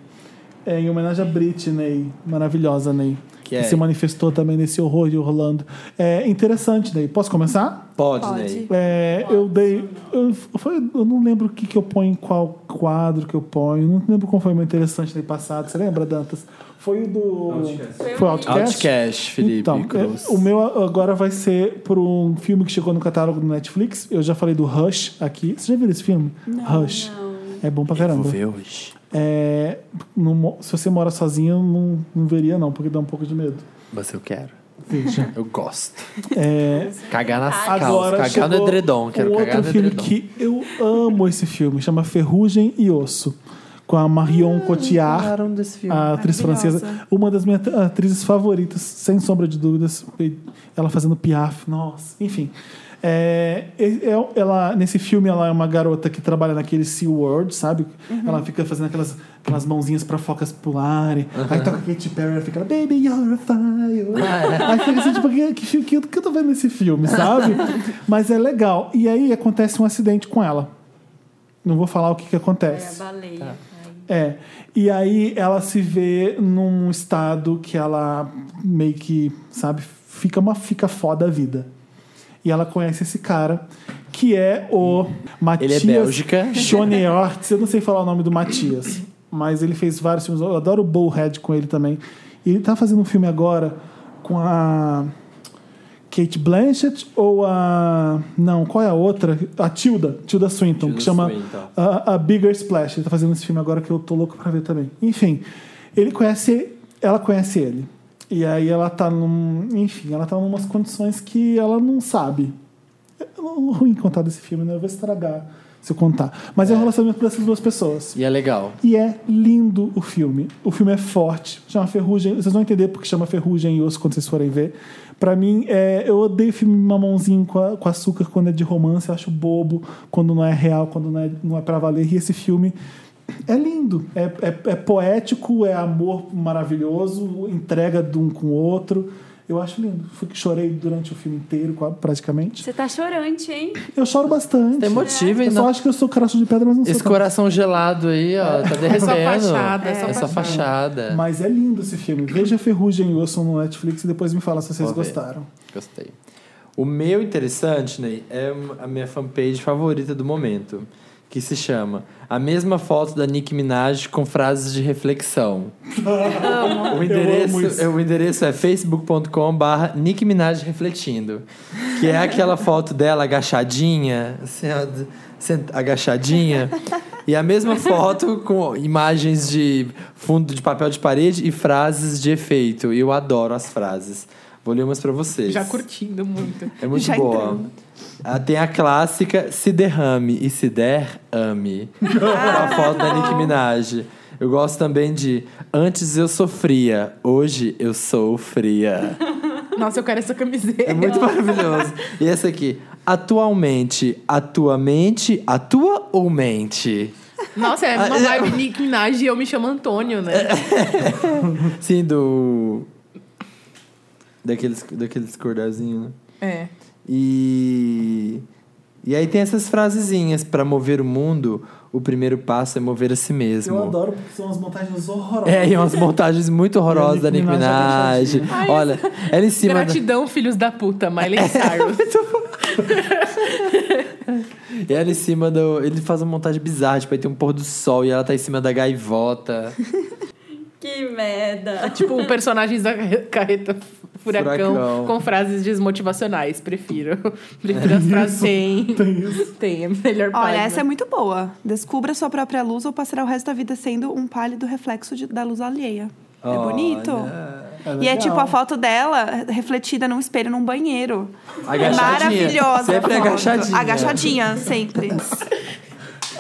É em homenagem a Brit, Ney. Maravilhosa, Ney. Que Que é? se manifestou também nesse horror de Orlando. É interessante, Ney. Posso começar? Pode, Ney. É, eu dei. Eu, foi- eu não lembro o que, que eu ponho, em qual quadro que eu ponho. Não lembro qual foi o meu interessante daí passado. Você lembra, Dantas? Foi o do. Foi o Outcast. Outcast, Felipe Então, Cruz. é, o meu agora vai ser por um filme que chegou no catálogo do Netflix. Eu já falei do Rush aqui. Você já viu esse filme? Rush. É bom pra Vou caramba. ver hoje. É, não mo- se você mora sozinho, não, não veria, não, porque dá um pouco de medo. Mas eu quero. Veja. Eu gosto. É, Cagar nas Agora calças. Cagar no chegou edredom. é Quero um cagar é outro no filme edredom. que eu amo esse filme, chama Ferrugem e Osso, com a Marion Ah, Cotillard, Falaram desse filme. a atriz Maravilhosa. francesa, uma das minhas atrizes favoritas, sem sombra de dúvidas, e ela fazendo Piaf, nossa, enfim. É, e- eu- ela nesse filme ela é uma garota que trabalha naquele Sea World, sabe? Ela fica fazendo aquelas, aquelas mãozinhas para focas pularem. Aí toca Katy Perry, ela fica Baby You're a Fire. Aí fica assim, tipo, que, que, que, que eu tô vendo nesse filme, sabe? Mas é legal. E aí acontece um acidente com ela. Não vou falar o que, que acontece. Baleia. É. E aí ela se vê num estado que ela meio que, sabe, fica uma fica foda a vida. E ela conhece esse cara, que é o Matias é Bélgica. Schoenaerts. Eu não sei falar o nome do Matias, mas ele fez vários filmes. Eu adoro o Bullhead com ele também. E ele tá fazendo um filme agora com a Kate Blanchett ou a... Não, qual é a outra? A Tilda, Tilda Swinton, Tilda que chama Swinton. a, a Bigger Splash. Ele tá fazendo esse filme agora que eu tô louco pra ver também. Enfim, ele conhece. Ela conhece ele. E aí ela tá num. Enfim, ela tá numas condições que ela não sabe. É ruim contar desse filme, né? Eu vou estragar se eu contar. Mas é, o relacionamento dessas duas pessoas. E é legal. E é lindo o filme. O filme é forte. Chama Ferrugem. Vocês vão entender porque chama Ferrugem e Osso quando vocês forem ver. Pra mim, é, eu odeio filme mamãozinho com, a- com açúcar quando é de romance. Eu acho bobo quando não é real, quando não é, não é pra valer. E esse filme é lindo. É, é- é poético, é amor maravilhoso, entrega de um com o outro. Eu acho lindo. Fui, chorei durante o filme inteiro, qua- praticamente. Você tá chorante, hein? Eu choro bastante. Tem motivo, hein? Eu só acho que tá- eu sou coração de pedra, mas não sou. Esse também. coração gelado aí, ó, tá É só derretendo. fachada, é só É só fachada. Mas é lindo esse filme. Veja Ferrugem e Osso no Netflix e depois me fala se Vou vocês ver. gostaram. Gostei. O meu interessante, Ney, é a minha fanpage favorita do momento, que se chama A Mesma Foto da Nicki Minaj com Frases de Reflexão. o, endereço, amo isso. é- o endereço é facebook.com barra Nicki Minaj Refletindo, que é aquela foto dela agachadinha, assim, ó, d- sent- agachadinha, e a mesma foto com imagens de fundo de papel de parede e frases de efeito. E eu adoro as frases. Vou ler umas pra vocês. Já curtindo muito. É muito Já boa. entrando. Ah, tem a clássica Se Derrame e Se Der Ame. a foto da Nicki Minaj. Eu gosto também de Antes eu sofria, hoje eu sou fria. Nossa, eu quero essa camiseta. É muito maravilhoso. E essa aqui. Atualmente, atua mente, atua ou mente? Nossa, é uma Ah, é. vibe Nick Minaj e eu me chamo Antônio, né? Sim, do. Daqueles, daqueles cordãozinhos, né? É. E. E aí tem essas frasezinhas. Pra mover o mundo, o primeiro passo é mover a si mesmo. Eu adoro porque são umas montagens horrorosas. É, e umas montagens muito horrorosas da Nick Minaj já tem Minaj. Olha, ela em cima. da- É. Gratidão, filhos da puta, Miley Cyrus. E ela em cima do. Ele faz uma montagem bizarra, tipo, aí tem um pôr do sol e ela tá em cima da gaivota. Que merda. tipo, personagens da carreta furacão, Furacão. com frases desmotivacionais, prefiro. Prefiro as frases. Tem. Tem isso. Tem, é melhor Olha, página. essa é muito boa. Descubra sua própria luz ou passará o resto da vida sendo um pálido reflexo de- da luz alheia. É bonito. E é legal. tipo a foto dela refletida num espelho num banheiro. Agachadinha. Maravilhosa. Sempre a foto. agachadinha. Agachadinha, sempre.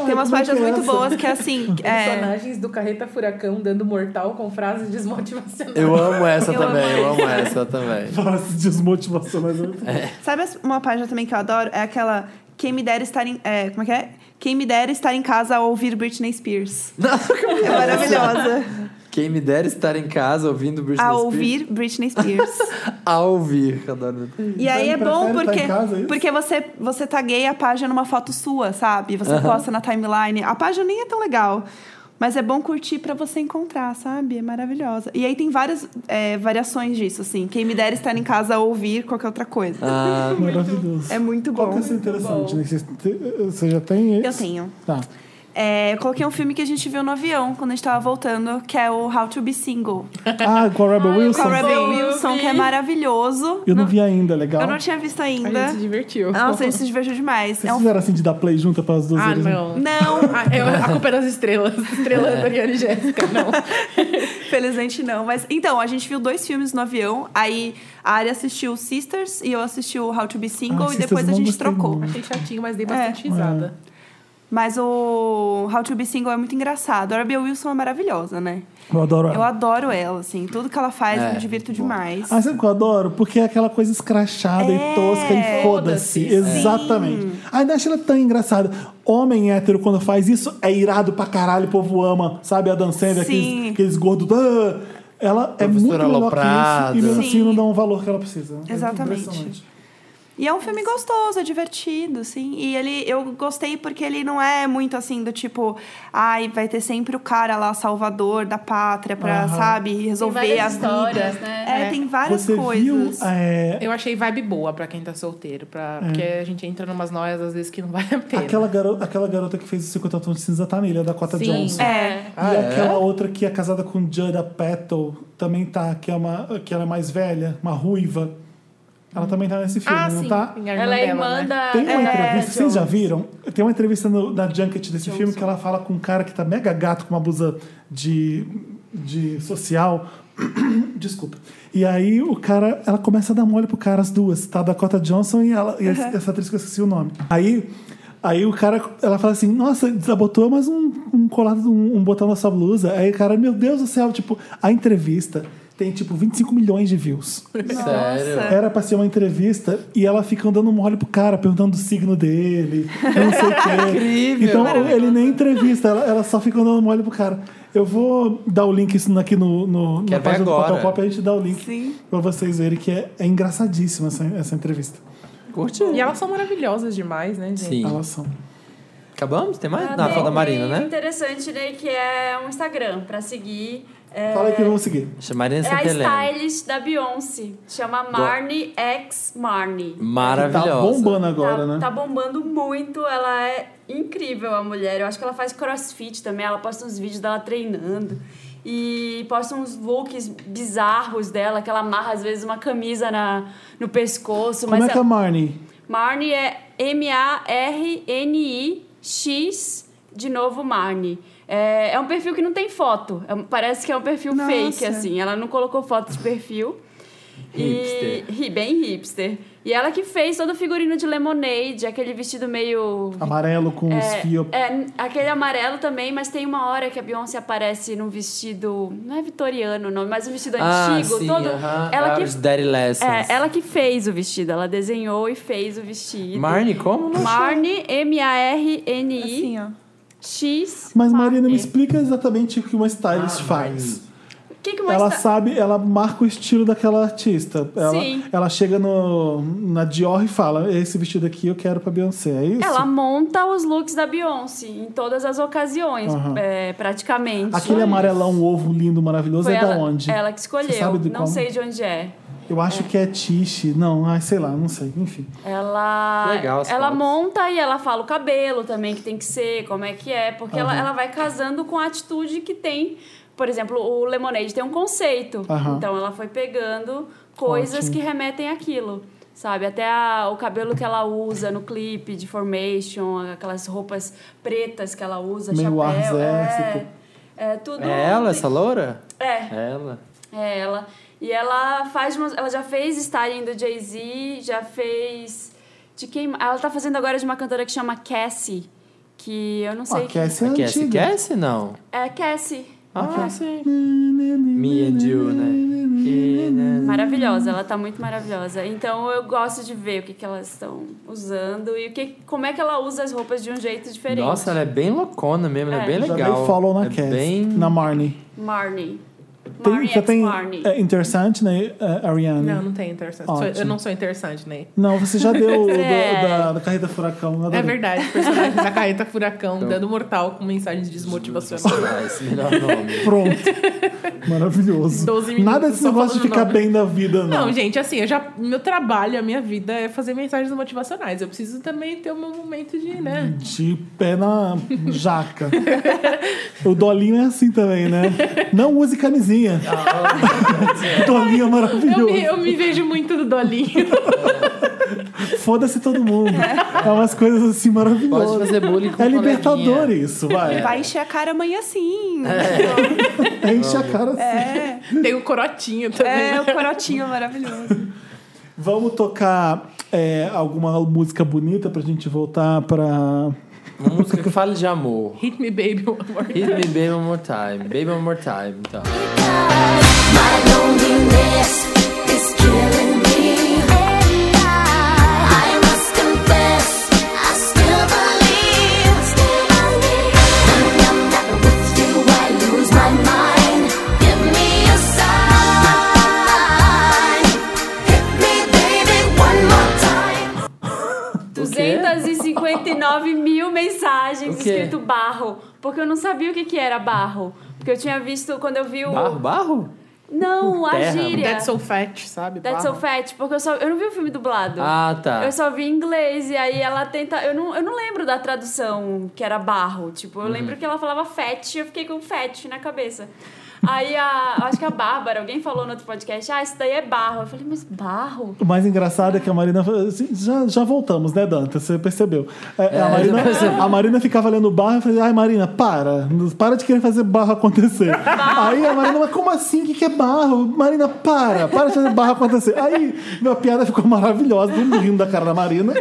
Tem umas como é que páginas é muito essa? boas que é assim. É, Personagens do Carreta Furacão dando mortal com frases desmotivacionais. Eu amo essa Eu também, amo eu amo essa também. Frases desmotivacionais. É. sabe as- uma página também que eu adoro? É aquela. Quem me dera estar em. é, como é que é? Quem me dera estar em casa a ouvir Britney Spears. É maravilhosa. Quem me dera estar em casa ouvindo Britney A Spears. ouvir Britney Spears. A ouvir. Adoro. E aí Então, é bom prefere tá porque, em casa, é isso? porque você, você tagueia a página numa foto sua, sabe? Você posta na timeline. A página nem é tão legal. Mas é bom curtir pra você encontrar, sabe? É maravilhosa. E aí tem várias é, variações disso, assim. Quem me dera estar em casa a ouvir qualquer outra coisa. Ah, Maravilhoso. É muito Qual que bom. é essa interessante, né? Você te- Você já tem esse? Eu tenho. Tá. É, eu coloquei um filme que a gente viu no avião quando a gente tava voltando, que é o How to Be Single. Ah, com a Rebel Com a Wilson? Rebel Sim, eu Wilson, vi. que é maravilhoso. Eu não vi ainda, legal. Eu não tinha visto A ainda. gente se divertiu. Nossa, a gente se divertiu demais. Vocês É um fizeram assim de dar play junto para as duas? né? Ah, eles- É. não. Não, Ah, é a culpa é das estrelas. Estrelas da Ariane e Jéssica, não. Felizmente não, mas então, a gente viu dois filmes no avião, aí a Ari assistiu Sisters e eu assisti o How to Be Single Ah, e Sisters, depois a não gente gostei trocou. muito. Achei chatinho, mas dei bastante É. risada. Mas o How to Be Single é muito engraçado. A Rebel Wilson é maravilhosa, né? Eu adoro Eu ela. adoro ela, assim, tudo que ela faz eu É, me divirto bom. demais. Ah, sabe o que eu adoro? Porque é aquela coisa escrachada É. e tosca e foda-se. Foda-se. Exatamente. Ai, não achei ela é tão engraçada. Homem hétero, quando faz isso, é irado pra caralho, o povo ama. Sabe a Dan Sandler, Sim. aqueles, aqueles gordos. "Ah!" Ela é muito Professora melhor que isso. Aloprada. E mesmo assim Sim. não dá um valor que ela precisa. É Exatamente. impressionante. E é um filme gostoso, é divertido, assim. E ele, eu gostei porque ele não é muito assim do tipo, ai, vai ter sempre o cara lá salvador da pátria pra, Aham. sabe, resolver a várias vida. histórias, né? É, É. tem várias Você coisas. viu é, Eu achei vibe boa pra quem tá solteiro, pra... É. porque a gente entra numas noias às vezes que não vale a pena. aquela, garo- aquela garota que fez o 50 tons de cinza tá nele, é da Cota Sim. Johnson. É. Ah, e é? aquela outra que é casada com Judd Apatow também tá, que é uma que ela é mais velha, uma ruiva. Ela também tá nesse filme, Ah, não sim. tá? Em Ela é dela, irmã né? da. Tem uma é, entrevista, vocês já Jones. viram? Tem uma entrevista no- na Junket desse filme que ela fala com um cara que tá mega gato com uma blusa de, de social. Desculpa. E aí o cara, ela começa a dar mole pro cara, as duas, tá? Dakota Johnson e ela, e essa atriz que eu esqueci o nome. Aí. Aí o cara, ela fala assim, nossa, desabotou mais um, um colado, um, um botão na sua blusa. Aí o cara, meu Deus do céu, tipo, a entrevista tem, tipo, 25 milhões de views. sério. Era pra ser uma entrevista e ela fica dando mole pro cara, perguntando o signo dele, eu não sei o quê. Incrível. Então ele nem entrevista, ela, ela só fica dando mole pro cara. Eu vou dar o link isso aqui no, no, na Quero ver página do agora. Papel Pop, a gente dá o link Sim. pra vocês verem que é, é engraçadíssima essa, essa entrevista. Curte. E elas são maravilhosas demais, né, gente? Sim. Elas são. Acabamos? Tem mais? Ah, Na tem fala da um Marina, né? interessante, né? Que é um Instagram pra seguir. É, Fala aí que vamos seguir. Marina é a Santelena. stylist da Beyoncé. Chama Marnie X Marnie. Maravilhosa. Tá bombando agora, tá, né? tá bombando muito, ela é incrível a mulher. Eu acho que ela faz crossfit também, ela posta uns vídeos dela treinando. E posta uns looks bizarros dela, que ela amarra às vezes uma camisa na, no pescoço. Como mas é que é a ela- Marnie? Marnie é M-A-R-N-I-X, de novo Marnie. É, é um perfil que não tem foto. É um- parece que é um perfil Nossa. fake, assim. Ela não colocou foto de perfil. E, Hipster. hi- bem hipster. E ela que fez todo o figurino de Lemonade, aquele vestido meio Amarelo com os fios. é, n- aquele amarelo também, mas tem uma hora que a Beyoncé aparece num vestido. Não é vitoriano o nome, mas um vestido Ah, antigo. sim, todo. aham. ela, Ah, que, os Daddy Lessons. é, ela que fez o vestido, ela desenhou e fez o vestido. Marnie, como? né? não? Marni, M-A-R-N-I, Assim, ó. X. Mas Marina, me Marni. explica exatamente o que uma stylist Ah, faz. O que, que Ela mais tá- sabe, ela marca o estilo daquela artista. Ela, Sim. ela chega no, na Dior e fala: Esse vestido aqui eu quero pra Beyoncé. É isso? Ela monta os looks da Beyoncé em todas as ocasiões, Aham. é, praticamente. Aquele amarelão, ovo lindo, maravilhoso, Foi é da ela, onde? Ela que escolheu. Você sabe de não como? sei de onde é. Eu acho que é Tiche. Não, ai, sei lá, não sei. Enfim. Ela, Legal as ela fotos. monta e ela fala o cabelo também que tem que ser, como é que é, porque ela, ela vai casando com a atitude que tem. Por exemplo, o Lemonade tem um conceito. Aham. Então ela foi pegando coisas Ótimo. que remetem àquilo. Sabe, até a- o cabelo que ela usa no clipe de Formation, aquelas roupas pretas que ela usa, Meio chapéu. arsénico. É, é tudo. É ela, essa loura? É, É ela. é ela. E ela faz umas- ela já fez styling do Jay-Z, já fez de quem? Ela tá fazendo agora de uma cantora que chama Cassie, que eu não sei Ah, Cassie é A Cassie antiga. Cassie, não? quem. É Cassie. Ah, sim. É Me and you, né? Maravilhosa, ela tá muito maravilhosa. Então eu gosto de ver o que, que elas estão usando e o que, como é que ela usa as roupas de um jeito diferente. Nossa, ela é bem loucona mesmo, ela é, É. bem Já legal. dei follow na é Cass, bem... na Marnie. Marnie. Tem, Marnie já x tem Marnie. é, interessante, né, é, Ariane? Não, não tem interessante. Sou- Ótimo. Eu não sou interessante, né? nem. Não, você já deu o do- É. da, da carreta furacão. eu adorei. É verdade, o personagem da carreta furacão, dando mortal com mensagens desmotivacionais. Mas, melhor nome. Pronto. Maravilhoso. 12 minutos, Nada desse só negócio de falando ficar nome. bem na vida, não. Não, gente, assim, eu já. Meu trabalho, a minha vida é fazer mensagens motivacionais. Eu preciso também ter o meu momento de, né? De pé na jaca. o Dolinho é assim também, né? Não use camisinha. Ah, Dolinho é Eu maravilhoso. me, eu me vejo muito do Dolinho. Foda-se todo mundo. É umas coisas assim maravilhosas. Pode fazer bullying com é o coleguinha. libertador isso, vai. Vai encher a cara amanhã sim. Enche a cara assim. É, Tem o corotinho também. né? é o corotinho maravilhoso. Vamos tocar é, alguma música bonita pra gente voltar pra. Uma música que fale de amor. Hit me, baby, one more Hit me baby one more time. Baby one more time, então. My loneliness is killing me. I must confess, I still believe. When I'm not with you, I lose my mind. Give me a sign. Hit me, baby, one more time. 259 mil mensagens O quê? escrito barro. Porque eu não sabia o que, que era barro. Porque eu tinha visto quando eu vi o. Barro, barro? Não, a Terra. gíria. That's so fat, sabe? That's so Barra. fat, porque eu só. Eu não vi o filme dublado. Ah, tá. Eu só vi em inglês, e aí ela tenta. Eu não, eu não lembro da tradução que era barro. Tipo, eu lembro Uhum. que ela falava fat e eu fiquei com fat na cabeça. Aí a. eu Acho que a Bárbara, alguém falou no outro podcast, ah, isso daí é barro. Eu falei, mas barro? O mais engraçado é que a Marina. Já, já voltamos, né, Danta? Você percebeu. É, a, É, Marina, já percebi. a Marina ficava lendo barro e falei, ai, Marina, para. Para de querer fazer barro acontecer. Aí a Marina, mas como assim? O que, que é barro? Marina, para, para de fazer barro acontecer. Aí minha piada ficou maravilhosa, todo mundo rindo da cara da Marina.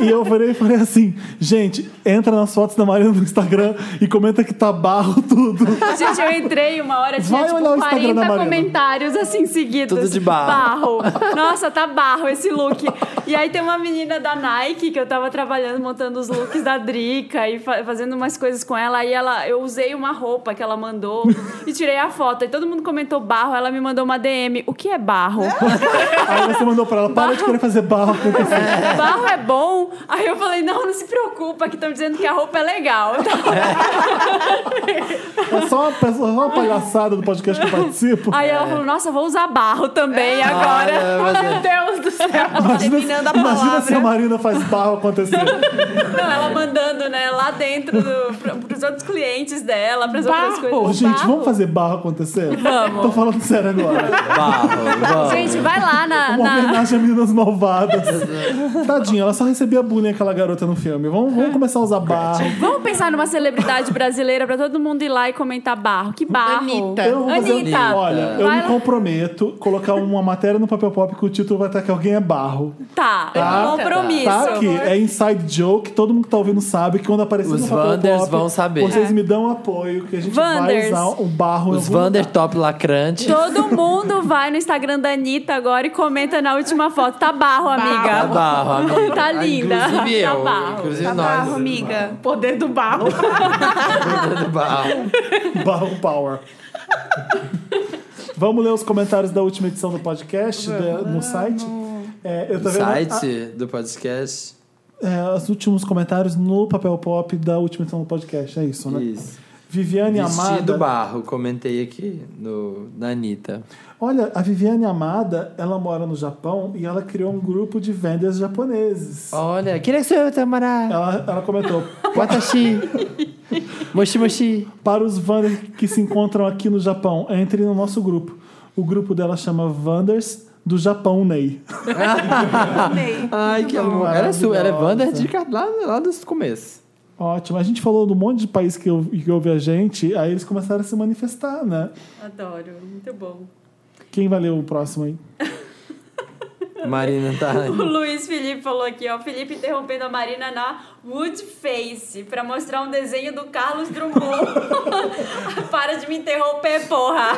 E eu virei e falei assim, gente, entra nas fotos da Marina no Instagram e comenta que tá barro tudo. Gente, eu entrei uma hora, tinha Vai olhar o tipo Instagram da 40 Marina. comentários assim seguidos. Tudo de barro. Barro. Nossa, tá barro esse look. E aí tem uma menina da Nike que eu tava trabalhando, montando os looks da Drica e fa- fazendo umas coisas com ela. E ela, eu usei uma roupa que ela mandou e tirei a foto. E todo mundo comentou barro. Ela me mandou uma DM. O que é barro? Aí você mandou pra ela, para de querer fazer barro acontecer. barro é bom? Aí eu falei, não, não se preocupa, que estão dizendo que a roupa é legal. É só uma, pessoa, só uma palhaçada do podcast que eu participo. Aí ela falou, nossa, vou usar barro também agora. é, mas é. Meu Deus do céu. Terminando a Imagina se a palavra. Marina faz barro acontecer. Não, ela mandando, né, lá dentro do, pro, pros outros clientes dela, pras outras Barro. coisas. Ô, gente, Barro. vamos fazer barro acontecer? Vamos. Tô falando sério agora. Barro, barro. Gente, vai lá na. Uma na... homenagem a meninas malvadas. Tadinha, ela só recebia bullying aquela garota no filme. Vamos, vamos começar a usar barro. Vamos pensar numa celebridade brasileira pra todo mundo ir lá e inventar barro. Que barro? Anitta. Eu vou fazer o seguinte, Anitta. olha, eu Vai me lá. comprometo colocar uma matéria no papel pop que o título vai estar que alguém é barro. Tá, Tá? Ah, compromisso. Tá aqui, é inside joke, todo mundo que tá ouvindo sabe que quando aparecer Os no papel Wanders pop, vão saber. Vocês me dão apoio que a gente Wanders. vai usar um barro em Os algum Vander lugar. Top lacrante. Todo mundo vai no Instagram da Anitta agora e comenta na última foto. Tá barro, Tá amiga. barro, amiga. Tá linda. Inclusive Tá eu. barro. Inclusive Tá nós. barro, amiga. Poder do barro. Tá barro. Barro Power. Vamos ler os comentários da última edição do podcast da- no site. É, eu tô O vendo site do podcast. a- é, os últimos comentários no papel pop da última edição do podcast. É isso, né? Isso. Viviane Vestido Amada. barro, comentei aqui no, na Anitta. Olha, a Viviane Amada, ela mora no Japão e ela criou um grupo de vendas japoneses. Olha, queria que sou eu, Tamara. Ela, ela comentou: Watashi. Moshi Moshi. para os Wanders que se encontram aqui no Japão, entre no nosso grupo. O grupo dela chama Wanders do Japão Ney. Amei. Ai, que amor. Ela é, su- ela é Wander de ca- lá, lá dos começos. Ótimo. A gente falou do monte de país que, eu, que ouve a gente, aí eles começaram a se manifestar, né? Adoro, muito bom. Quem vai ler o próximo aí? Marina tá. O Luiz Felipe falou aqui, ó. Felipe interrompendo a Marina na Woodface pra mostrar um desenho do Carlos Drummond. Para de me interromper, porra.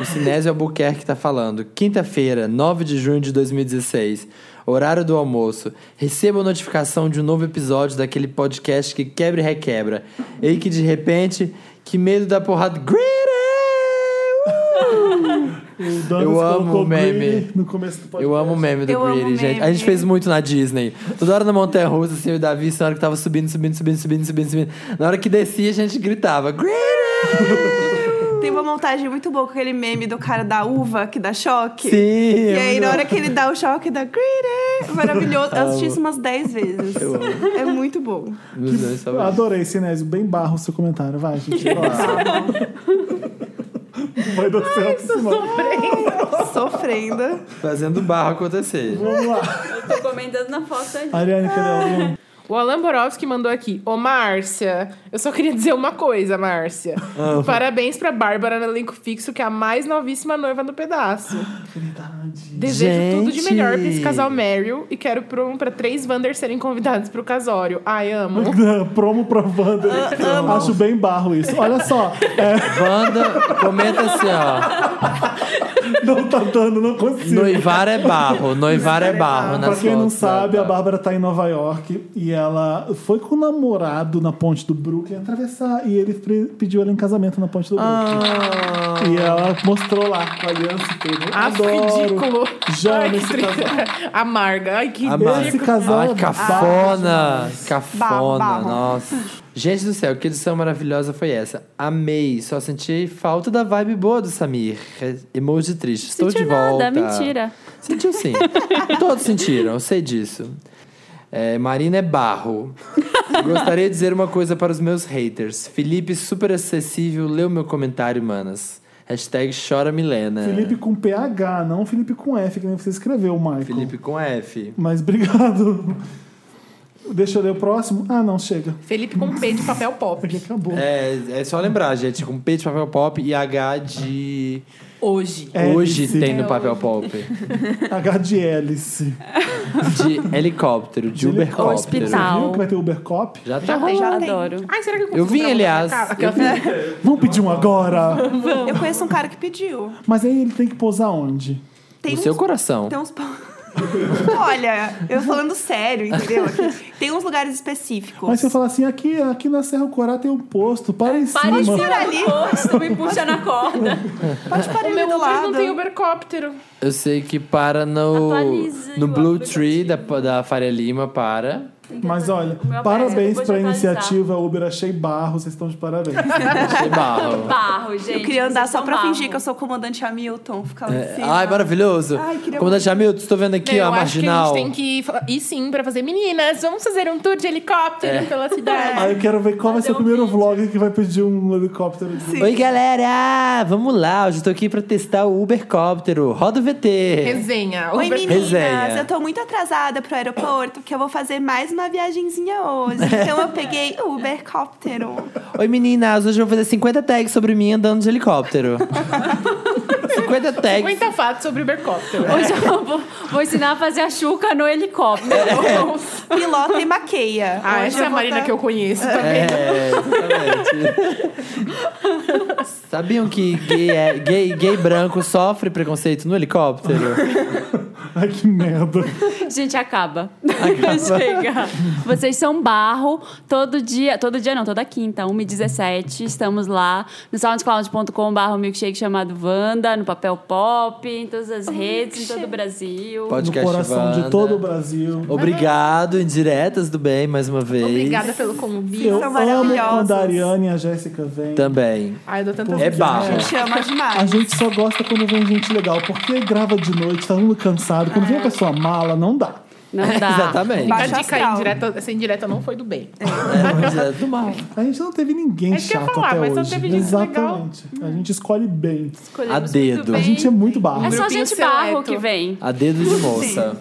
O Sinésio Albuquerque tá falando. Quinta-feira, 9 de junho de 2016. Horário do almoço. Recebo a notificação de um novo episódio daquele podcast que quebra e requebra. E que de repente, que medo da porrada. Greedy! Uh! O Douglas Eu amo colocou o meme. Greedy no começo do podcast. Eu amo o meme do Eu amo Greedy, gente. A meme. gente fez muito na Disney. Toda hora na Montanha Russa, assim, eu e o Davi, na hora que tava subindo, subindo, subindo, subindo, subindo, subindo. Na hora que descia, a gente gritava: Greedy! Tem uma montagem muito boa com aquele meme do cara da uva que dá choque. Sim! E é aí, muito na hora que ele dá o choque, dá greedy. Maravilhoso. Eu assisti isso umas 10 vezes. É muito bom. bom. Os dois são- Adorei, Sinésio. Bem barro o seu comentário. Vai, gente. Vai, vai dar certo. Simone. Sofrenda. Fazendo barro acontecer. Vamos lá. Eu tô comentando na foto aí. Ariane, cadê algum? O Alan Borowski mandou aqui. Ô, Márcia, eu só queria dizer uma coisa, Márcia. Parabéns pra Bárbara no elenco fixo, que é a mais novíssima noiva do pedaço. Verdade. Desejo tudo de Gente! melhor pra esse casal Meryl e quero prom pra três Wanders serem convidados pro casório. Ai, amo. Promo pra Wander. Acho bem barro isso. Olha só. é, Wanda, comenta assim, ó. não tá dando, não consigo. Noivar é barro, noivar é Ah, barro. Pra nas quem não fotos, sabe, tá? a Bárbara tá em Nova York e ela foi com o namorado na ponte do Brooklyn atravessar e ele pre- pediu ela em casamento na ponte do Brooklyn. Ah, E ela mostrou lá com a aliança e tudo. Ah, Adoro. ridículo. Já Ai, que nesse triste. casal. Amarga. Ai, que amado. Esse casal é Ai, cafona. Barro, Cafona, barro. nossa. Gente do céu, que edição maravilhosa foi essa. Amei, só senti falta da vibe boa do Samir. É Emoji triste, estou Sentiu de volta. nada, mentira. Sentiu sim. Todos sentiram, eu sei disso. É, Marina é barro. Gostaria de dizer uma coisa para os meus haters. Felipe, super acessível, leu meu comentário, manas. Hashtag chora É. Milena. Felipe com PH, não Felipe com F, que nem você escreveu, Michael. Felipe com F. Mas obrigado. Deixa eu ler o próximo. Ah, não, chega. Felipe com P de papel pop. Já acabou. É, é só lembrar, gente, com P de papel pop e H de. Hoje. Hélice. Hoje tem no papel pop. H de hélice. De helicóptero, de ubercóptero. Hospital. Viu que vai ter Uber Cop? Já tá Já tem, já rolando. adoro. Ai, será que eu Eu consigo um vim, gravar aliás. na cara? Aquela- Vamos pedir um agora. Eu conheço um cara que pediu. Mas aí ele tem que posar onde? Tem No uns- seu coração. Tem uns. pa- Olha, eu falando sério, entendeu? Aqui, Tem uns lugares específicos. Mas se eu falar assim, aqui, aqui na Serra do Corá tem um posto, para em Para cima. de tirar ali. ali. rosto, me puxa na corda. Pode parar O ali meu do Uber lado. não tem Ubercóptero. Eu sei que para no. Atualize no o Blue aplicativo. Tree da, da Faria Lima, para. Mas olha, O meu parabéns aparece, eu pra vou atualizar. iniciativa Uber Achei Barro, vocês estão de parabéns. Achei barro. Barro, gente. Eu queria andar vocês só são pra barro. fingir que eu sou o comandante Hamilton. Ficar assim. lá em É, cima. Ai, maravilhoso. Ai, queria Comandante Hamilton, estou vendo aqui, Meu, ó, eu é a acho que a marginal. gente tem que fa- ir sim pra fazer. Meninas, vamos fazer um tour de helicóptero É. pela cidade. Aí eu quero ver qual vai um ser o primeiro vlog que vai pedir um helicóptero. de- Oi, galera! Vamos lá, hoje eu tô aqui pra testar o Ubercóptero. Roda o VT. Resenha. Oi, Uber- meninas, Resenha. eu tô muito atrasada pro aeroporto, porque eu vou fazer mais uma viagenzinha hoje. Então eu peguei um o Ubercóptero. Oi meninas, hoje eu vou fazer 50 tags sobre mim andando de helicóptero. 50 tags. Muita fato sobre o helicóptero. Hoje eu vou, vou ensinar a fazer a chuca no helicóptero. Pilota e maqueia. Ah, Hoje essa é a eu vou Marina tá- que eu conheço também. É, exatamente. Sabiam que gay, é- gay, gay branco sofre preconceito no helicóptero? Ai, que merda. Gente, acaba. Chega. Vocês são barro. Todo dia, todo dia não, toda quinta, 1h17, estamos lá no soundcloud.com.br, um milkshake chamado Wanda, no papel pop, em todas as redes, em todo o Brasil. No Podcast coração Wanda. de todo o Brasil. Obrigado, indiretas do bem, mais uma vez. Obrigada pelo convite. Eu São amo quando a maravilhosos. Ariane e a Jéssica vêm. Também. Ai, eu dou tanta É barro. Chama A demais. gente só gosta quando vem gente legal, porque grava de noite, tá todo mundo cansado. Quando É. vem uma pessoa mala, não dá. Não dá. Exatamente. Fica a Baixa dica astral. indireta, essa indireta não foi do bem. É, indiretas do mal. A gente não teve ninguém É isso que eu ia chato falar, até mas só hoje. teve gente Exatamente. A gente escolhe bem. A dedo. A gente é muito barro. É só Grupinho gente barro seleto. que vem. A dedo de moça.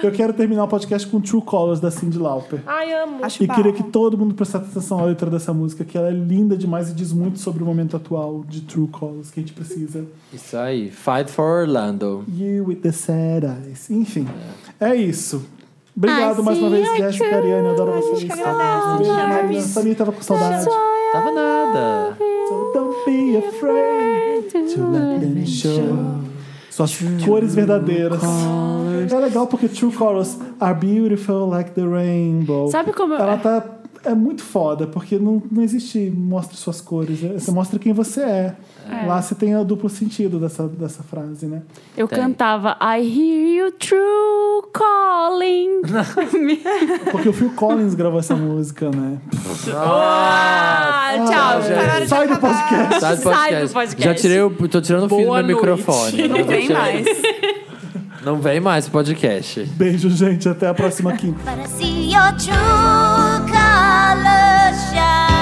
Eu quero terminar o podcast com True Colors da Cindy Lauper. Ai, amo. Acho E queria barro. que todo mundo prestasse atenção à letra dessa música, que ela é linda demais e diz muito sobre o momento atual de True Colors que a gente precisa. Isso aí. Fight for Orlando. You with the sad eyes. Enfim, é isso. Obrigado mais uma see vez, you Jéssica e too. Ariane. Adoro vocês. que agradece, Beijo, Jéssica. Marina. Samir tava com saudade. Tava nada. So don't be afraid to let them show. Suas cores verdadeiras. É legal porque True Colors are beautiful like the rainbow. Sabe como eu- Ela tá. É muito foda, porque não, não existe mostre suas cores, é- você mostra quem você é. Lá você tem o duplo sentido dessa, dessa frase, né? Eu Tem. cantava I hear you true calling. Porque o Phil Collins gravou essa música, né? Ah, tchau, gente. Sai do podcast. Sai do Sai do podcast. podcast. Já tirei o. Tô tirando o fio do Boa meu noite. microfone. Não vem mais. Não vem mais o podcast. Beijo, gente. Até a próxima quinta. But I see your true colors shine.